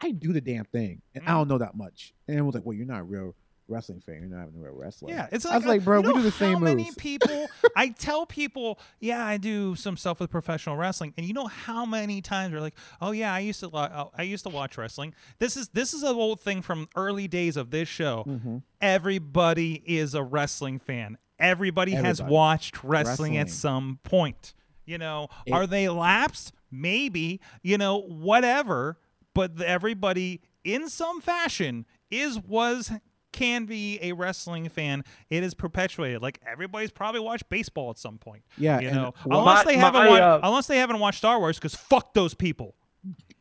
S4: I do the damn thing, and I
S2: Mm.
S4: don't know that much. And it was like, well, you're not a real wrestling fan. You're not having a real wrestler.
S2: Yeah, it's like, uh,
S4: I was like,
S2: you
S4: bro, we
S2: know
S4: do the
S2: how
S4: same
S2: many
S4: moves.
S2: people? I tell people, yeah, I do some stuff with professional wrestling, and you know how many times we're like, oh yeah, I used to, lo- oh, I used to watch wrestling. This is this is an old thing from early days of this show.
S4: Mhm.
S2: Everybody is a wrestling fan. Everybody, has
S4: Everybody.
S2: watched wrestling, at
S4: Wrestling.
S2: some point. You know,
S4: It-
S2: are they lapsed? Maybe. You know, whatever. But the- everybody, in some fashion, is was can be a wrestling fan. It is perpetuated. Like everybody's probably watched baseball at some point.
S4: Yeah,
S2: You
S4: Uh, and
S2: know,
S4: well-
S2: unless
S3: My-
S2: they haven't
S3: my,
S2: watched,
S3: uh,
S2: unless they haven't watched Star Wars, because fuck those people.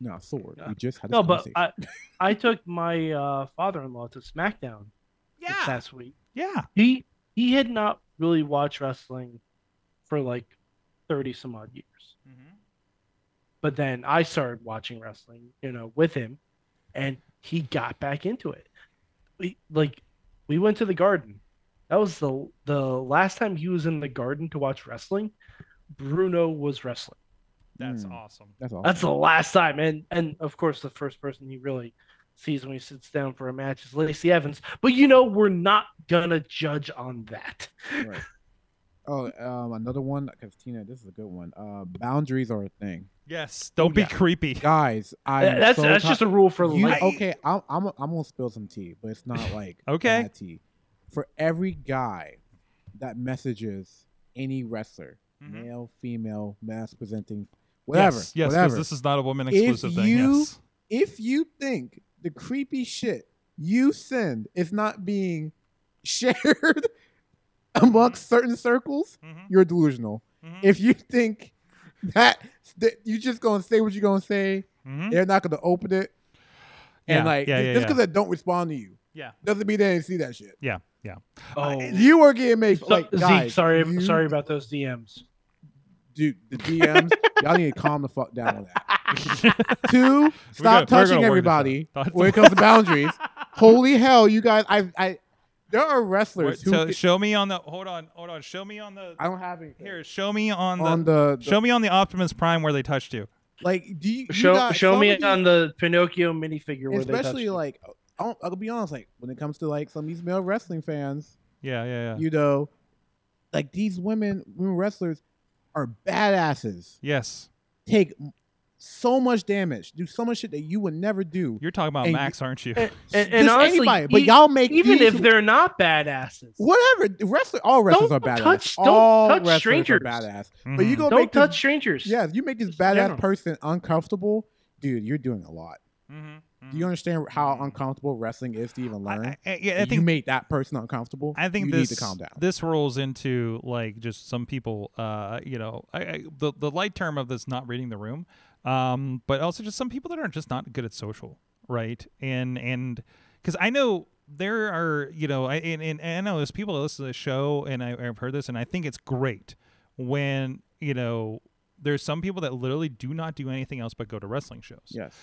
S4: No, sword. We just had this
S3: No, but
S4: conversation.
S3: I, I took my uh, father-in-law to SmackDown this
S2: Yeah,
S3: past week.
S2: yeah.
S3: He he had not really watched wrestling for like thirty some odd years. but then I started watching wrestling, you know, with him, and he got back into it. We like we went to the garden. That was the the last time he was in the garden to watch wrestling. Bruno was wrestling.
S2: That's
S4: Mm.
S2: awesome.
S4: That's all.
S3: That's the last time, and and of course the first person he really sees when he sits down for a match is Lacey Evans. But you know we're not gonna judge on that.
S4: right. Oh, um, another one because Tina, this is a good one. Uh, boundaries are a thing,
S2: Yes. Oh, Don't be
S3: Yeah.
S2: creepy.
S4: guys. I am
S3: that's
S4: so
S3: that's
S4: ti-
S3: just a rule for
S4: You-
S3: life.
S4: okay, I'm, I'm I'm gonna spill some tea, but it's not like
S2: Okay.
S4: bad tea. For every guy that messages any wrestler,
S2: Mhm.
S4: male, female, mask presenting, whatever,
S2: Yes, yes, 'cause
S4: whatever.
S2: this is not a woman
S4: If
S2: exclusive thing.
S4: you-
S2: Yes.
S4: if you think the creepy shit you send is not being shared amongst certain circles,
S2: Mhm,
S4: you're delusional.
S2: mhm,
S4: If you think that, that you just gonna say what you're gonna say
S2: mhm.
S4: they're not going to open it. And
S2: Yeah,
S4: like,
S2: yeah,
S4: just-
S2: yeah,
S4: just
S2: yeah.
S4: because they don't respond to you,
S2: Yeah.
S4: doesn't mean they didn't see that shit.
S2: Yeah, yeah.
S3: Oh,
S4: You are getting made
S3: So-
S4: like guys,
S3: Zeke, sorry,
S4: you-
S3: sorry about those DMs.
S4: dude. The DMs, y'all need to calm the fuck down on that. Two,
S2: gonna- we're
S4: stop
S2: gonna work
S4: touching
S2: this
S4: everybody
S2: out.
S4: when it comes to boundaries. Holy hell, you guys! I, I, there are
S2: Wait,
S4: wrestlers who
S2: so show me on the hold on hold on show me on the
S4: I don't have anything.
S2: here show me on the,
S4: on the, the-
S2: show me on the Optimus Prime where they touched you.
S4: like do you, you
S3: Show
S4: got
S3: show
S4: some
S3: me
S4: of these-
S3: on the Pinocchio minifigure where
S4: especially
S3: they touched it.
S4: like I'll, I'll be honest like when it comes to like some of these male wrestling fans
S2: Yeah, yeah, yeah.
S4: you know like these women women wrestlers are badasses
S2: yes,
S4: take m- so much damage do so much shit that you would never do
S2: you're talking about
S4: And
S2: Max, aren't you?
S3: and,
S4: Just
S3: and, and honestly,
S4: anybody but
S3: e-
S4: y'all make
S3: even
S4: these-
S3: if they're not badasses,
S4: whatever wrestler all wrestlers
S3: Don't
S4: are badass
S3: touch- don't
S4: all
S3: touch
S4: wrestlers
S3: strangers. Mm-hmm.
S4: are badass but you
S2: Mhm.
S4: go
S3: don't
S4: make this-
S3: touch strangers.
S4: yeah if you make this
S3: Just in
S4: badass
S3: general.
S4: person uncomfortable dude you're doing a lot
S2: Mhm,
S4: do
S3: Mm-hmm.
S4: you
S2: mhm.
S4: understand how uncomfortable wrestling is to even
S2: I,
S4: learn
S2: I- I- yeah, I
S4: you
S2: think
S4: made that person uncomfortable.
S2: I think
S4: you
S2: this
S4: need to calm down.
S2: this rolls into like just some people. Uh, you know, I, I, the the light term of this not reading the room, um, but also just some people that are just not good at social, right? And and because I know there are you know I and, and, and I know there's people that listen to the show and I, I've heard this and I think it's great when you know there's some people that literally do not do anything else but go to wrestling shows.
S4: yes,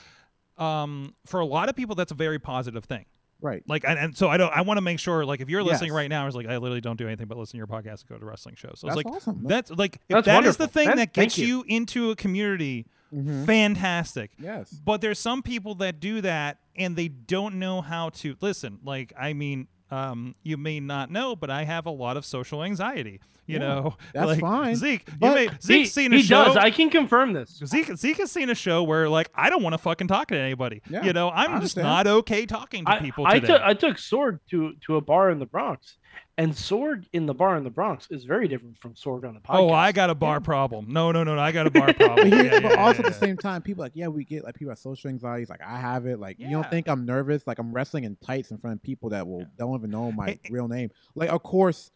S2: Um, for a lot of people, that's a very positive thing
S4: right.
S2: like and, and so i don't i want to make sure like if you're listening
S4: Yes.
S2: right now it's like i literally don't do anything but listen to your podcast and go to wrestling shows so
S4: That's
S2: it's like
S4: awesome.
S2: that's like if
S3: That's
S2: that is the
S3: wonderful.
S2: thing
S3: That-
S2: that
S3: thank
S2: gets
S3: you.
S2: you. into a community
S4: Mhm.
S2: fantastic
S4: Yes,
S2: but there's some people that do that and they don't know how to listen like i mean um, you may not know, but I have a lot of social anxiety. You
S4: Yeah,
S2: know,
S4: that's
S2: like,
S4: fine,
S2: Zeke, you
S4: but-
S2: may,
S3: He,
S2: Zeke's seen a
S3: he
S2: show.
S3: does. I can confirm this.
S2: Zeke, Zeke has seen a show where like I don't want to fucking talk to anybody.
S4: Yeah,
S2: you know,
S4: I
S2: I'm just
S4: understand.
S2: not okay talking to
S3: I,
S2: people
S3: I,
S2: today.
S3: took I took Sword to to a bar in the Bronx, and Sword in the bar in the Bronx is very different from Sword on the podcast.
S2: Oh, I got a bar problem. No, no, no, no. I got a bar problem.
S4: but, here,
S2: Yeah,
S4: but
S2: yeah,
S4: also
S2: yeah,
S4: at the same time, people like yeah, we get like people have social anxieties. Like I have it. Like you
S2: Yeah.
S4: don't think I'm nervous? Like I'm wrestling in tights in front of people that will don't even know my
S2: Hey, hey.
S4: real name. Like of course,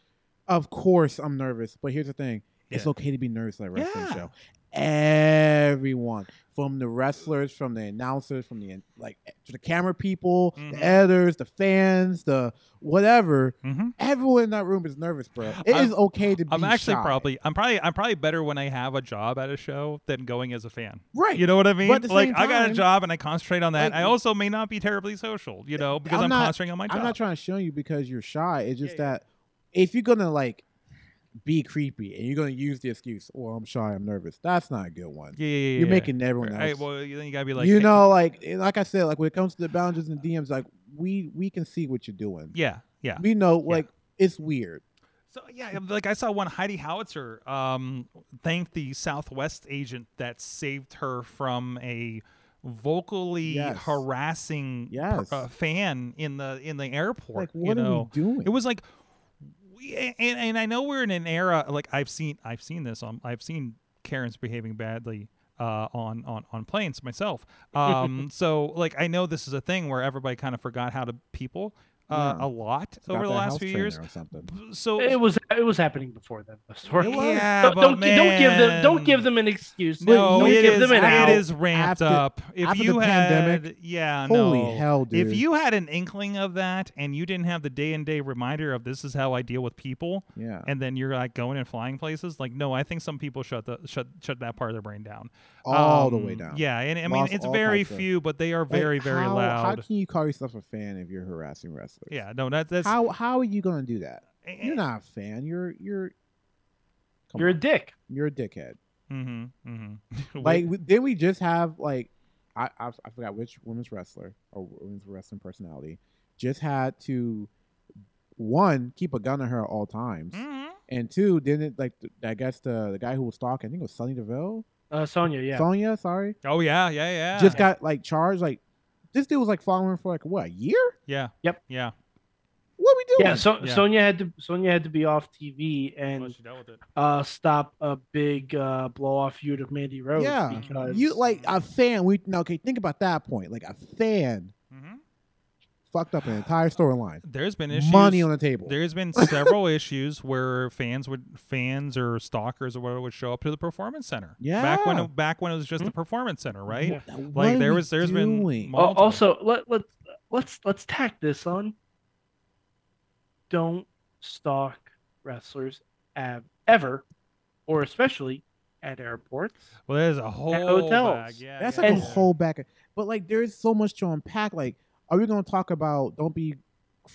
S4: of course I'm nervous. But here's the thing: it's
S2: Yeah.
S4: okay to be nervous at a wrestling
S2: Yeah.
S4: show. Everyone, from the wrestlers, from the announcers, from the like eh, to the camera people,
S2: Mhm.
S4: the editors, the fans, the whatever.
S2: yeah. Mhm.
S4: Everyone in that room is nervous, bro. It is
S2: I'm-
S4: okay to be.
S2: I'm actually
S4: shy.
S2: probably I'm probably I'm probably better when I have a job at a show than going as a fan.
S4: right.
S2: You know what I mean?
S4: But at the
S2: like
S4: same
S2: I got a
S4: time-
S2: job and I concentrate on that.
S4: Like-
S2: I also may not be terribly social, you know, because I'm,
S4: I'm not-
S2: concentrating on my job.
S4: I'm not trying to shun you because you're shy. It's just
S2: Yeah, yeah.
S4: that if you're gonna like be creepy and you're gonna use the excuse, "Well, I'm shy, I'm nervous," that's not a good one.
S2: yeah, yeah, yeah.
S4: you're
S2: yeah.
S4: making everyone else.
S2: Hey, well, you- then you gotta be like,
S4: you
S2: hey-
S4: know, like like I said, like when it comes to the boundaries and DMs, like we we can see what you're doing.
S2: yeah, yeah.
S4: We know, like it's weird.
S2: So yeah, like I saw one Heidi Howitzer um, thank the Southwest agent that saved her from a vocally
S4: Yes.
S2: harassing per-
S4: Yes.
S2: uh, fan in the in the airport.
S4: Like what
S2: you
S4: are
S2: know,
S4: we doing?
S2: it was like, we, and and I know we're in an era like I've seen I've seen this on I've seen Karens behaving badly uh, on on on planes myself. Um, so like I know this is a thing where everybody kind of forgot how to people uh,
S4: Yeah.
S2: a lot
S4: Got
S2: over the
S4: that
S2: last
S4: house
S2: few
S4: trainer
S2: years.
S4: or something.
S2: So
S3: It was it was happening before then. the Sword.
S2: Yeah,
S3: Don't,
S2: but
S3: don't, gi- don't give them
S2: man.
S3: don't give them an excuse.
S2: No,
S3: don't
S2: it
S3: give
S2: is,
S3: them an out.
S2: it is ramped
S4: After-
S2: up. If
S4: after the
S2: you had,
S4: pandemic,
S2: yeah,
S4: Holy
S2: no.
S4: hell, dude!
S2: If you had an inkling of that and you didn't have the day and day reminder of this is how I deal with people,
S4: yeah,
S2: and then you're like going and flying places, like no, I think some people shut the shut shut that part of their brain down
S4: all the
S2: Um,
S4: way down.
S2: Yeah, and I mean
S4: Lost
S2: it's
S4: all
S2: very
S4: types of-
S2: few, but they are
S4: Like,
S2: very very
S4: how- How
S2: loud.
S4: can you call yourself a fan if you're harassing wrestlers?
S2: yeah, no, that, that's
S4: How how are you gonna do that?
S2: eh,
S4: You're not a fan. You're you're come
S3: You're a
S4: on.
S3: dick.
S4: you're a dickhead.
S2: mhm, mhm.
S4: Like w- did we just have like I, I I forgot which women's wrestler or women's wrestling personality just had to one keep a gun on her at all times
S3: Hmm?
S2: Mhm.
S4: and two didn't like th- I guess the the guy who was stalking I think it was Sonny Deville
S3: Uh, Sonya, yeah.
S4: Sonya sorry
S2: oh yeah, yeah, yeah.
S4: just got like charged like this dude was like following her for like what a year
S2: yeah,
S3: Yep.
S2: yeah.
S4: what we doing
S3: yeah, so,
S2: Yeah.
S3: Sonya had to Sonya had to be off TV
S2: Well,
S3: and
S2: she dealt with it.
S3: uh, stop a big uh, blow off feud of Mandy Rose.
S4: Yeah.
S3: because
S4: you like a fan we now okay think about that point like a fan
S2: Mhm.
S4: fucked up an entire storyline
S2: There's been issues.
S4: money on the table
S2: There's been several issues where fans would fans or stalkers or whatever would show up to the performance center. Back when
S4: Yeah.
S2: it, back when it was just the performance center, right?
S3: Hmm? Yeah.
S4: Now, what
S2: Like
S4: are
S2: there
S4: we
S2: was there's been
S4: doing?
S3: Al-
S2: multiple-
S3: Oh, also let let let's let's tack this on. Don't stalk wrestlers ab- ever, or especially at airports.
S2: Well, there's a whole
S3: hotels.
S2: bag. Yeah,
S4: That's
S2: yeah,
S4: like
S3: And-
S4: a whole back. But like, there's so much to unpack. Like, are we gonna talk about don't be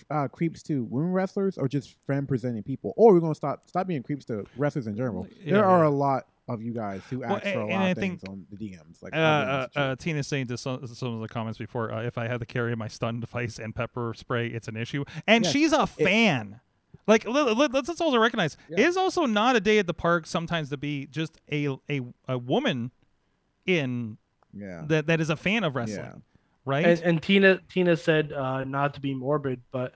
S4: uh, creeps to women wrestlers or just friend presenting people, or we're gonna stop stop being creeps to wrestlers in general?
S2: Yeah.
S4: There are a lot of you guys who
S2: Well,
S4: ask for a
S2: and-
S4: lot
S2: and
S4: of
S2: I
S4: things
S2: think-
S4: on the DMs. Like,
S2: Uh,
S4: I'll be
S2: uh,
S4: honest with you.
S2: uh, Tina's saying to some, some of the comments before, uh, if I had to carry my stun device and pepper spray, it's an issue. And
S4: Yes.
S2: she's a
S4: It-
S2: fan. like let, let, let's, let's also recognize
S4: Yeah.
S2: it is also not a day at the park sometimes to be just a a, a woman in
S4: yeah,
S2: that that is a fan of wrestling,
S4: Yeah.
S2: right?
S3: And, and Tina Tina said uh, not to be morbid, but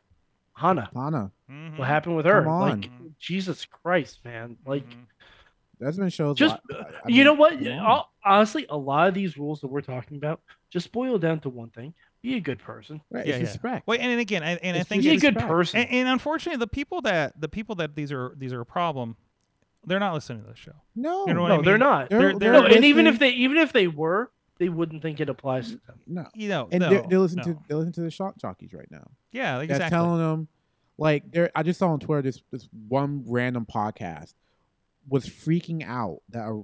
S3: Hana,
S4: Lana,
S2: Mhm.
S3: what happened with her?
S4: Mm-hmm. Come on. Mm-hmm.
S3: Like Jesus Christ, man! Like
S2: Mhm.
S4: there's been shows.
S3: Just-
S4: I- I- I
S3: you
S4: mean,
S3: know what?
S4: come on.
S3: Hon- Honestly, a lot of these rules that we're talking about just boil down to one thing: be a good person.
S4: Right,
S2: Yeah,
S4: it's
S2: yeah.
S4: respect.
S2: Wait, and, and again, and, and I
S4: It's
S2: think
S4: just
S3: Be a
S2: it's-
S3: good
S4: respect.
S3: person.
S2: and, and unfortunately, the people that the people that these are these are a problem, they're not listening to the show.
S4: no,
S2: You know what
S3: no,
S2: I mean?
S3: they're not.
S2: They're- they're
S3: no, and even
S4: listening-
S3: if they even if they were, they wouldn't think it applies to them.
S4: no,
S2: You know,
S4: and
S2: no,
S4: they're, they listen
S2: no.
S4: to they listen to the shock jockeys right now.
S2: yeah, like,
S4: that's
S2: exactly.
S4: telling them like there I just saw on Twitter this this one random podcast was freaking out that a,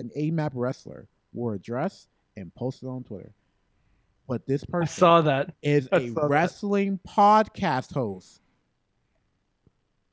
S4: an AMAP wrestler wore a dress and posted on Twitter. But this
S3: I
S4: person
S3: saw that.
S4: is
S3: I
S4: a
S3: saw that.
S4: wrestling podcast host.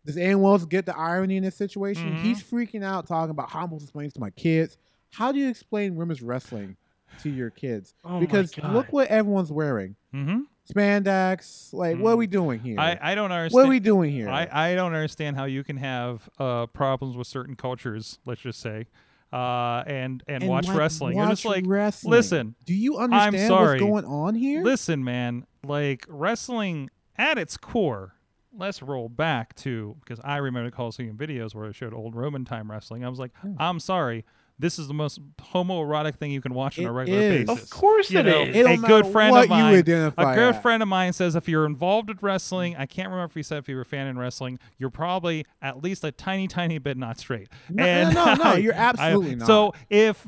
S4: Does anyone else get the irony in this situation?
S3: Mm-hmm.
S2: Mhm.
S4: He's freaking out talking about how I'm supposed to explain this to my kids. How do you explain women's wrestling to your kids?
S3: Oh
S4: because
S3: my God.
S4: look what everyone's wearing.
S2: hmm
S4: Spandex, like
S2: Mhm.
S4: what are
S3: Mm-hmm.
S4: we doing here?
S2: I, I don't understand.
S4: What are we doing here?
S2: I, I don't understand how you can have uh, problems with certain cultures, let's just say, uh, and, and
S4: And,
S2: watch
S4: like,
S2: wrestling. You're just
S4: watch
S2: like,
S4: wrestling.
S2: listen,
S4: Do you understand
S2: sorry.
S4: what's going on here?
S2: listen, man. Like wrestling at its core. Let's roll back to because I remember Coliseum videos where it showed old Roman time wrestling. I was like,
S4: Yeah.
S2: I'm sorry, this is the most homoerotic thing you can watch on
S4: It
S2: a regular
S4: is.
S2: basis.
S3: Of course
S2: You
S3: it
S2: know,
S3: is.
S4: It don't
S2: a good
S4: matter
S2: friend
S4: what
S2: of mine-
S4: You identify
S2: A good
S4: as.
S2: friend of mine says if you're involved with wrestling, I can't remember if he said if you were a fan in wrestling, you're probably at least a tiny, tiny bit not straight.
S4: No,
S2: And
S4: no, no, no,
S2: I-
S4: you're
S2: I-
S4: absolutely not.
S2: So if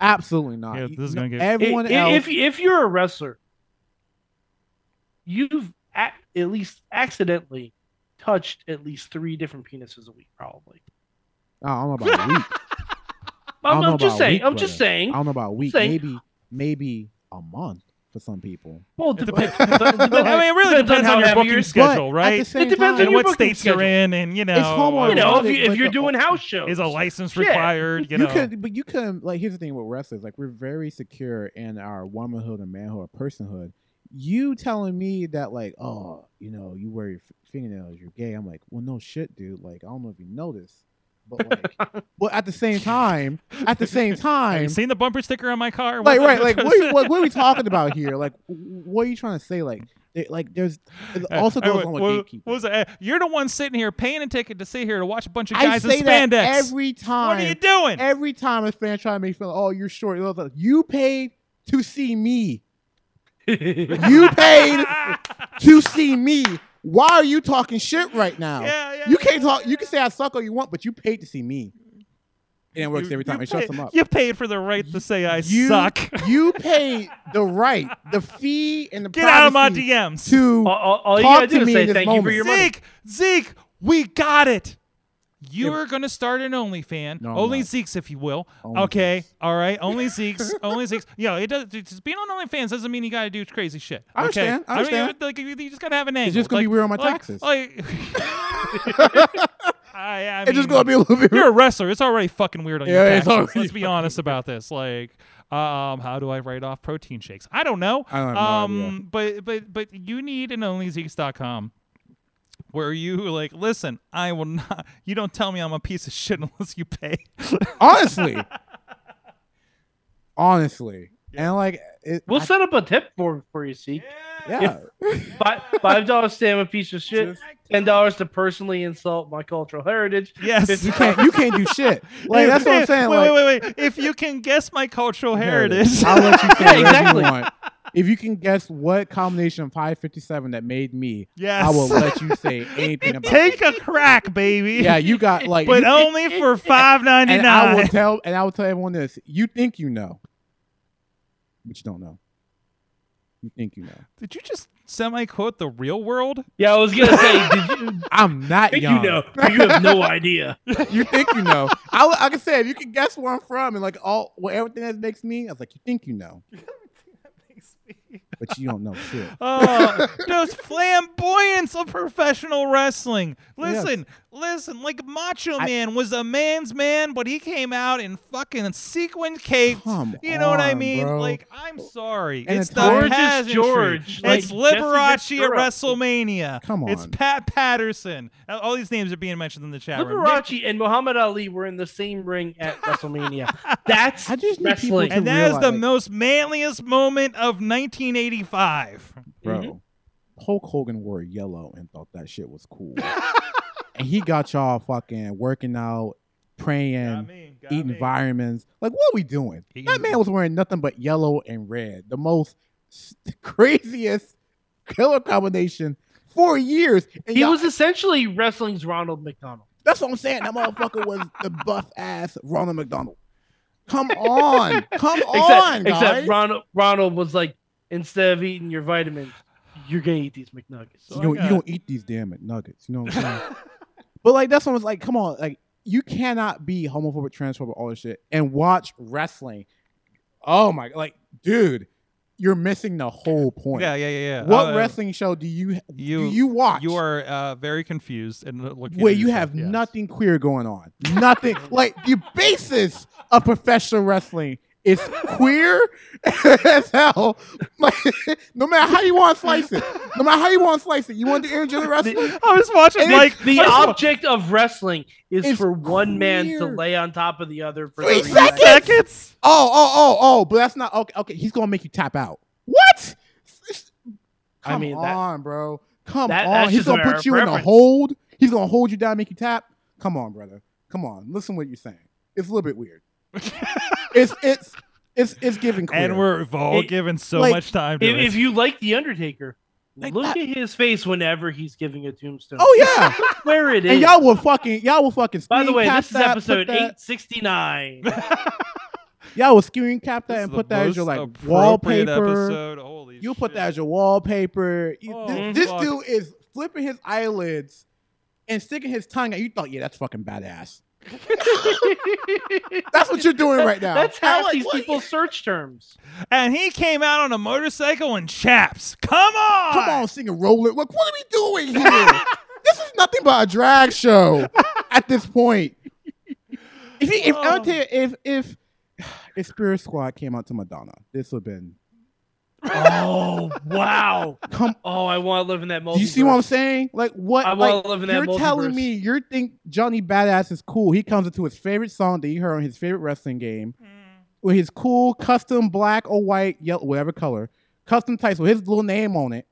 S4: Absolutely not.
S2: Yeah,
S4: You-
S2: this is
S4: no,
S2: gonna get-
S4: everyone
S3: I- i-
S4: else.
S3: If if you're a wrestler, you've at, at least accidentally touched at least three different penises a week, probably.
S4: oh, I don't know about weak. I
S3: I'm,
S4: don't know
S3: I'm just
S4: about
S3: saying.
S4: weak,
S3: I'm just
S4: brother.
S3: saying.
S4: I don't know about weak.
S3: Saying-
S4: Maybe, maybe a month for some people.
S3: Well,
S2: It
S3: it
S2: depends-
S3: depends. depends-
S2: I mean, it really
S3: depends
S2: depends
S3: how
S2: on your
S3: heavy
S2: booking
S3: you're-
S2: schedule,
S4: But At
S2: right?
S4: the same
S3: It depends
S4: time,
S3: on
S2: And
S3: your
S2: what
S3: booking
S2: states you're in, and you know,
S4: homo-
S3: you know, if, you,
S4: But
S3: if you're
S4: the-
S3: doing house shows,
S2: is a license
S3: Oh, Shit.
S2: required? You
S4: you
S2: know,
S4: could, but you could like. Here's the thing with wrestlers: like, we're very secure in our womanhood and manhood, personhood. You telling me that, like, oh, you know, you wear your f- fingernails, you're gay. I'm like, well, no shit, dude. Like, I don't know if you noticed, but like, but at the same time, at the same
S2: have you
S4: time,
S2: seen the bumper sticker on my car?
S4: like,
S2: What-
S4: right, like, what, are you- what, what are we talking about here? Like, what are you trying to say? Like, there- like, there's it
S2: Uh,
S4: also
S2: I
S4: goes
S2: went,
S4: on with
S2: what-
S4: gatekeepers.
S2: what was it? Uh, You're the one sitting here paying a ticket to sit here to watch a bunch of
S4: I
S2: guys
S4: say
S2: in
S4: that
S2: spandex.
S4: every time.
S2: what are you doing?
S4: every time a fan try to make feel like, oh, you're short. blah, blah, blah. You paid to see me. You paid to see me. Why are you talking shit right now?
S2: Yeah, yeah,
S4: you can't
S2: yeah,
S4: talk.
S2: yeah.
S4: You can say I suck all you want, but you paid to see me. And it works every time. It shuts
S2: paid-
S4: them up.
S2: You paid for the right to say I
S4: You-
S2: suck.
S4: You paid the right, the fee, and the
S2: Get out of my
S4: privacy
S2: DMs.
S4: to.
S3: all, all- all you
S4: Talk
S3: gotta
S4: to
S3: do is
S4: me in
S3: say
S4: this
S3: thank you for
S4: moment.
S3: your money.
S2: Zeke, Zeke, we got it. You're gonna start an OnlyFan,
S4: No, I'm
S2: only
S4: not.
S2: Zeke's, if you will.
S4: Only
S2: okay,
S4: Zeke's.
S2: all right, only Zeke's, only Zeke's. Yeah, it does. dude, Just being on OnlyFans doesn't mean you gotta do crazy shit.
S4: I
S2: okay?
S4: understand, I
S2: mean, you-
S4: understand.
S2: like, you you just gotta have an angle.
S4: just gonna
S2: like,
S4: be weird on my
S2: like-
S4: taxes.
S2: Like, I, I
S4: it's
S2: mean,
S4: just gonna be a little bit.
S2: you're a wrestler. It's already fucking weird on your
S4: Yeah,
S2: taxes.
S4: it's already
S2: Let's be honest about this. Like, um, how do I write off protein shakes? I don't know.
S4: I have no
S2: um, but but but you need an onlyzeeks.com where you like listen. I will not. You don't tell me I'm a piece of shit unless you pay.
S4: honestly, honestly, and like it.
S3: We'll
S4: I-
S3: set up a tip for for you, Zeke.
S4: yeah,
S3: Five five dollars to am a piece of shit.
S4: Just-
S3: Ten dollars to personally insult my cultural heritage.
S2: yes.
S4: you can't. You can't do shit. Like that's what I'm saying.
S2: Wait,
S4: like,
S2: wait, wait, wait. If you can guess my cultural heritage,
S4: I'll let you say whatever
S3: exactly.
S4: you want. If you can guess what combination of High 57 that made me,
S2: yes,
S4: I will let you say anything about
S2: take
S4: it.
S2: a crack, baby.
S4: Yeah, you got like.
S2: but
S4: you-
S2: only for five ninety
S4: and I will
S2: nine.
S4: tell and I will tell everyone this: you think you know, but you don't know. You think you know?
S2: Did you just semi quote the real world?
S3: Yeah, I was gonna say, did you
S4: I'm not
S3: think
S4: young.
S3: you know? but You have no idea.
S4: you think you know. I, like I said, you can guess where I'm from and like all well, everything that makes me. I was like, you think you know, but you don't know shit.
S2: Oh, those flamboyance of professional wrestling. Listen, listen, like Macho
S4: I-
S2: Man was a man's man, but he came out in fucking sequin capes.
S4: Come
S2: you know what I
S4: on,
S2: mean?
S4: bro.
S2: Like, I'm sorry.
S4: And
S2: it's
S4: a
S2: the
S4: gorgeous
S2: pageantry.
S3: George,
S2: It's
S3: like
S2: Liberace
S3: Jessica
S2: at
S3: Stirrup.
S2: WrestleMania.
S4: Come
S2: It's
S4: on.
S2: Pat Patterson. Uh, All these names are being mentioned in the chat room. Nick-
S3: Liberace and Muhammad Ali were in the same ring at WrestleMania. That's
S4: I just need
S3: wrestling.
S4: people
S2: And that is
S4: realize-
S2: the most manliest moment of 1985.
S4: bro. Hulk Hogan wore yellow and thought that shit was cool, and he got y'all fucking working out, praying,
S2: me, got
S4: eating
S2: me.
S4: vitamins. Like, what we doing?
S2: Eating-
S4: That man was wearing nothing but yellow and red. The most s- craziest color combination for years. And
S3: He
S4: y'all-
S3: was essentially wrestling's Ronald McDonald.
S4: That's what I'm saying. That motherfucker was the buff ass Ronald McDonald. Come on, come
S3: except,
S4: on, guys.
S3: except Ronald Ronald was like, instead of eating your vitamins, you're gonna eat these McNuggets.
S4: you don't, you don't eat these damn nuggets. You know what I'm saying? but like that's what I was like. Come on, like you cannot be homophobic, transphobic, all this shit, and watch wrestling. Oh my, like dude, you're missing the whole point.
S2: Yeah, yeah, yeah. yeah.
S4: What
S2: Uh,
S4: wrestling show do you
S2: you-
S4: do you watch?
S2: You are uh, very confused and looking.
S4: where
S2: at
S4: you
S2: yourself,
S4: have
S2: yes.
S4: nothing queer going on. Nothing. like the basis of professional wrestling is queer as hell. Like, no matter how you want to slice it, no matter how you want to slice it, you want to do intergender wrestling.
S2: I was watching
S4: And
S2: like
S3: the
S2: I was wa-
S3: object of wrestling is
S4: It's
S3: for one man to
S4: clear.
S3: lay on top of the other for
S4: Three
S3: three
S4: seconds.
S3: seconds.
S2: seconds.
S4: Oh, oh, oh, oh! But that's not okay. Okay, he's gonna make you tap out. What?
S3: I
S4: Come
S3: mean, that-
S4: on, bro. Come
S3: that-
S4: on.
S3: that's
S4: He's
S3: just
S4: gonna
S3: a matter
S4: put
S3: of
S4: you in a
S3: preference.
S4: hold. He's gonna hold you down, make you tap. Come on, brother. Come on. Listen what you're saying. It's a little bit weird. it's it's it's it's giving queer.
S2: And we're we've all
S3: It-
S2: given so
S4: like,
S2: much time to
S3: If,
S2: it.
S3: if you like the Undertaker,
S4: Like
S3: look
S4: that.
S3: at his face whenever he's giving a tombstone.
S4: Oh yeah,
S3: where it is.
S4: and y'all will fucking y'all will fucking.
S3: By the
S4: screen
S3: way,
S4: cap
S3: this is
S4: that, put
S3: episode
S4: that-
S3: eight sixty nine.
S4: Y'all will screen cap that
S2: This is
S4: and
S2: the
S4: put that as your
S2: most
S4: like
S2: appropriate
S4: wallpaper.
S2: Episode. Holy
S4: You put
S2: shit.
S4: that as your wallpaper. You-
S2: Oh,
S4: this this
S2: fuck.
S4: dude is flipping his eyelids and sticking his tongue out. You thought, yeah, that's fucking badass. That's what you're doing right now.
S3: That's
S4: how
S3: half these people's search terms.
S2: And he came out on a motorcycle and chaps. Come on.
S4: Come on, singing roller. Like, what are we doing here? this is nothing but a drag show at this point. If he,
S2: Oh.
S4: if, I'll tell you, if if if Spirit Squad came out to Madonna, this would have been
S3: Oh wow!
S4: come.
S3: Oh, I want to live in that multiverse.
S4: Do you see what I'm saying? Like what?
S3: I wanna
S4: like,
S3: live in that
S4: you're telling
S3: multiverse.
S4: me you think Johnny Badass is cool? He comes into his favorite song that he heard on his favorite wrestling game with his cool custom black or white, yellow, whatever color, custom tights with his little name on it,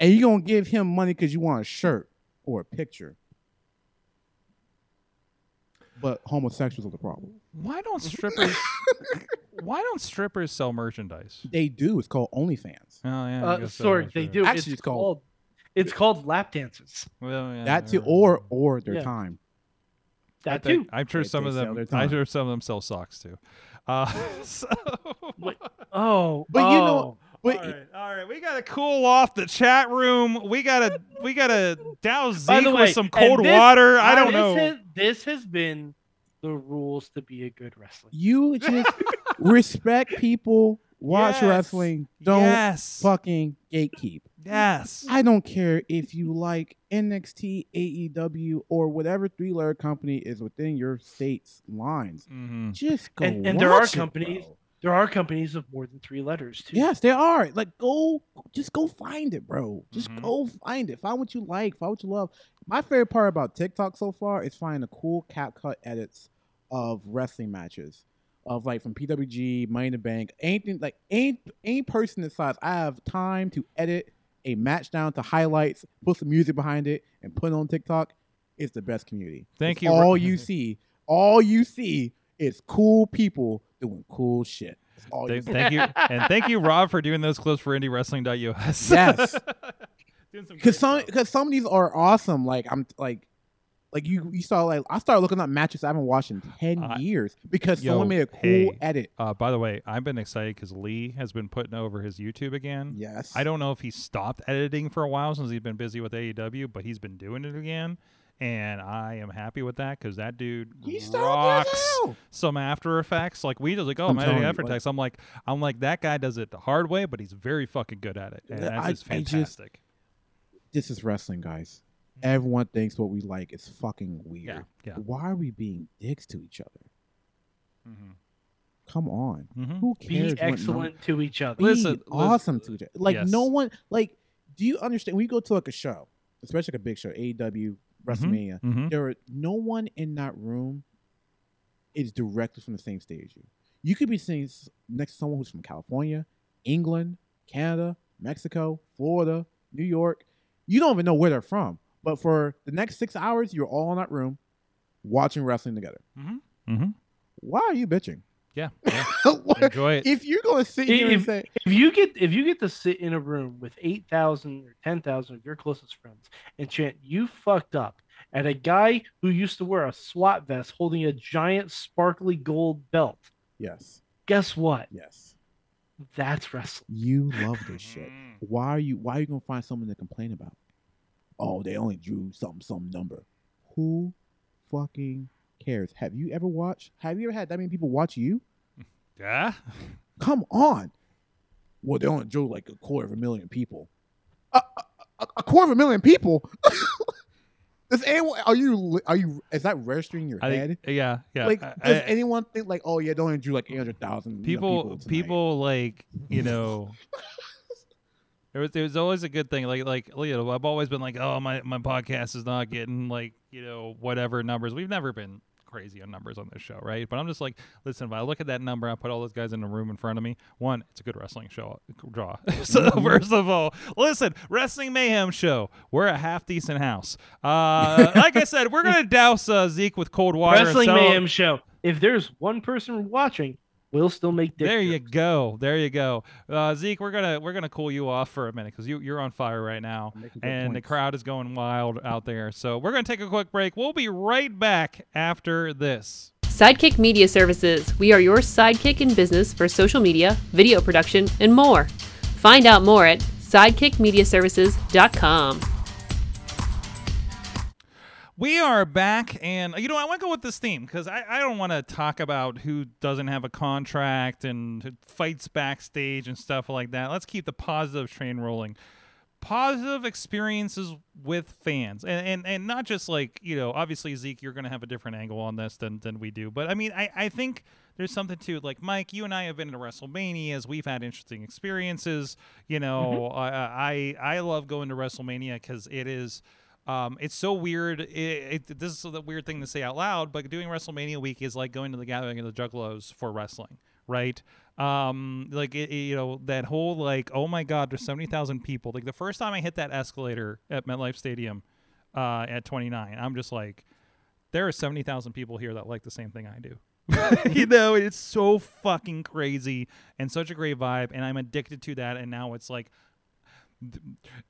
S4: and you gonna give him money because you want a shirt or a picture. But homosexuals are the problem.
S2: Why don't strippers? why don't strippers sell merchandise?
S4: They do. It's called OnlyFans.
S2: Oh yeah. I
S3: Uh,
S2: guess so,
S3: sorry,
S2: that's
S3: they
S2: right.
S3: do.
S4: Actually,
S3: it's
S4: it's called-
S3: called. It's called lap dances.
S2: Well, yeah,
S4: That too,
S2: they're-
S4: or or their
S3: Yeah.
S4: time.
S3: That
S2: They-
S3: too.
S2: I'm sure
S4: They-
S2: some
S4: they
S2: of
S4: sell
S2: them.
S4: their
S2: I'm
S4: time.
S2: sure some of them sell socks too. Uh, so,
S3: Wait, Oh,
S4: But you know,
S3: oh.
S4: but
S2: all right, all right, we gotta cool off the chat room. We gotta, we gotta douse
S3: By
S2: Zeke
S3: the
S2: with
S3: way,
S2: some
S3: and
S2: cold
S3: this-
S2: water. I don't
S3: this
S2: know.
S3: Has, this has been the rules to be a good wrestler.
S4: You just respect people, watch
S2: Yes.
S4: wrestling, don't
S2: yes,
S4: fucking gatekeep.
S2: yes.
S4: I don't care if you like NXT, AEW, E or whatever three letter company is within your state's lines.
S2: Mhm.
S4: Just go.
S3: Mm. And- and there are
S4: watch it,
S3: companies-
S4: bro.
S3: There are companies of more than three letters too.
S4: Yes, there are. Like, go, just go find it, bro. Just
S2: Mhm.
S4: go find it. Find what you like. Find what you love. My favorite part about TikTok so far is finding the cool cap cut edits of wrestling matches, of like from PWG, Money in the Bank, anything like any any person this size. I have time to edit a match down to highlights, put some music behind it, and put it on TikTok. It's the best community.
S2: Thank
S4: It's
S2: you,
S4: All
S2: Ri-
S4: you see, all you see is cool people doing cool shit. That's all you
S2: Th-
S4: see.
S2: thank you, and thank you, Rob, for doing those clips for IndieWrestling.us.
S4: Yes.
S2: Doing some
S4: because
S2: great
S4: some
S2: stuff.
S4: because some of these are awesome. Like I'm like Like you, you saw like I started looking up matches I haven't watched in ten
S2: I-
S4: years because
S2: Yo,
S4: someone made a cool
S2: hey.
S4: edit.
S2: Uh, by the way, I've been excited because Lee has been putting over his YouTube again.
S4: Yes,
S2: I don't know if he stopped editing for a while since he's been busy with AEW, but he's been doing it again, and I am happy with that because that dude
S4: He's so good
S2: rocks
S4: now.
S2: some After Effects. Like we just like, oh,
S4: I'm
S2: I'm, editing
S4: telling you,
S2: After
S4: like-
S2: Effects. I'm like, I'm like that guy does it the hard way, but he's very fucking good at it, and
S4: Yeah,
S2: that's
S4: I-
S2: just
S4: I just-
S2: fantastic.
S4: This is wrestling, guys. Everyone thinks what we like is fucking weird.
S2: Mm. yeah, yeah.
S4: Why are we being dicks to each other?
S2: Mm-hmm.
S4: Come on.
S2: Mm-hmm.
S4: Who cares?
S3: Be
S4: what number-
S3: excellent to each other.
S4: Be
S2: Listen, listen-
S4: awesome to each other. Like
S2: Yes.
S4: no one. Like, do you understand? When you go to like a show, especially like a big show, AEW, WrestleMania,
S2: Mm-hmm.
S4: there are no one in that room is directly from the same state as you. You could be sitting s- next to someone who's from California, England, Canada, Mexico, Florida, New York. You don't even know where they're from. But for the next six hours, you're all in that room watching wrestling together.
S2: Mm-hmm.
S4: Why are you bitching?
S2: Yeah, yeah.
S4: Why-
S2: enjoy it.
S4: if you're going to sit here and
S3: If-
S4: say,
S3: If you get if you get to sit in a room with eight thousand or ten thousand of your closest friends and chant "You fucked up" at a guy who used to wear a SWAT vest holding a giant sparkly gold belt,
S4: yes,
S3: guess what?
S4: yes,
S3: That's wrestling.
S4: you love this shit.
S2: Mm.
S4: Why are you? Why are you going to find something to complain about? Oh, they only drew some some number. Who fucking cares? Have you ever watched? Have you ever had that many people watch you?
S2: Yeah.
S4: Come on. Well, they only drew like a quarter of a million people. A, a, a- a quarter of a million people. Does anyone? Are you? li- Are you? Is that registering in your
S2: I
S4: head?
S2: think, yeah, yeah.
S4: like,
S2: I-
S4: does
S2: I-
S4: anyone think like, oh yeah, they only drew like eight hundred thousand
S2: people
S4: people, tonight.
S2: people like you know there was, there was always a good thing like like you know i've always been like oh my my podcast is not getting like you know whatever numbers we've never been crazy on numbers on this show right but i'm just like listen if i look at that number i put all those guys in the room in front of me one it's a good wrestling show draw so first of all listen wrestling mayhem show we're a half decent house uh like i said we're gonna douse uh, zeke with cold water and
S3: Wrestling
S2: sell-
S3: Mayhem show. If there's one person watching, we'll still make dick
S2: There you
S3: jokes.
S2: go. There you go. Uh, Zeke, we're gonna we're gonna cool you off for a minute because you you're on fire right now,
S4: I'm making good
S2: and the
S4: points.
S2: crowd is going wild out there. So we're gonna take a quick break. We'll be right back after this.
S5: Sidekick Media Services. We are your sidekick in business for social media, video production, and more. Find out more at sidekickmediaservices.com.
S2: We are back, and you know I want to go with this theme because I, I don't want to talk about who doesn't have a contract and who fights backstage and stuff like that. Let's keep the positive train rolling. Positive experiences with fans, and and, and not just like you know, obviously Zeke, you're going to have a different angle on this than than we do. But I mean, I I think there's something to it. like Mike. You and I have been to WrestleManias. We've had interesting experiences. You know, I, I I love going to WrestleMania because it is. Um, it's so weird. It, it, this is the weird thing to say out loud, but doing WrestleMania week is like going to the gathering of the Juggalos for wrestling, right? Um, like it, it- you know that whole like, oh my God, there's seventy thousand people. Like the first time I hit that escalator at MetLife Stadium uh, at 29, I'm just like, there are seventy thousand people here that like the same thing I do. you know, it's so fucking crazy and such a great vibe, and I'm addicted to that. And now it's like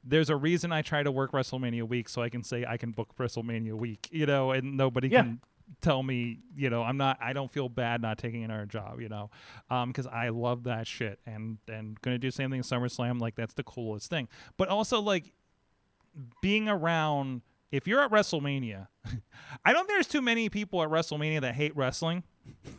S2: there's a reason I try to work WrestleMania week so I can say I can book WrestleMania week, you know, and nobody
S3: Yeah.
S2: can tell me, you know, I'm not I don't feel bad not taking another job, you know. Um cuz I love that shit and and going to do the same thing at SummerSlam like that's the coolest thing. But also like being around if you're at WrestleMania, I don't think there's too many people at WrestleMania that hate wrestling.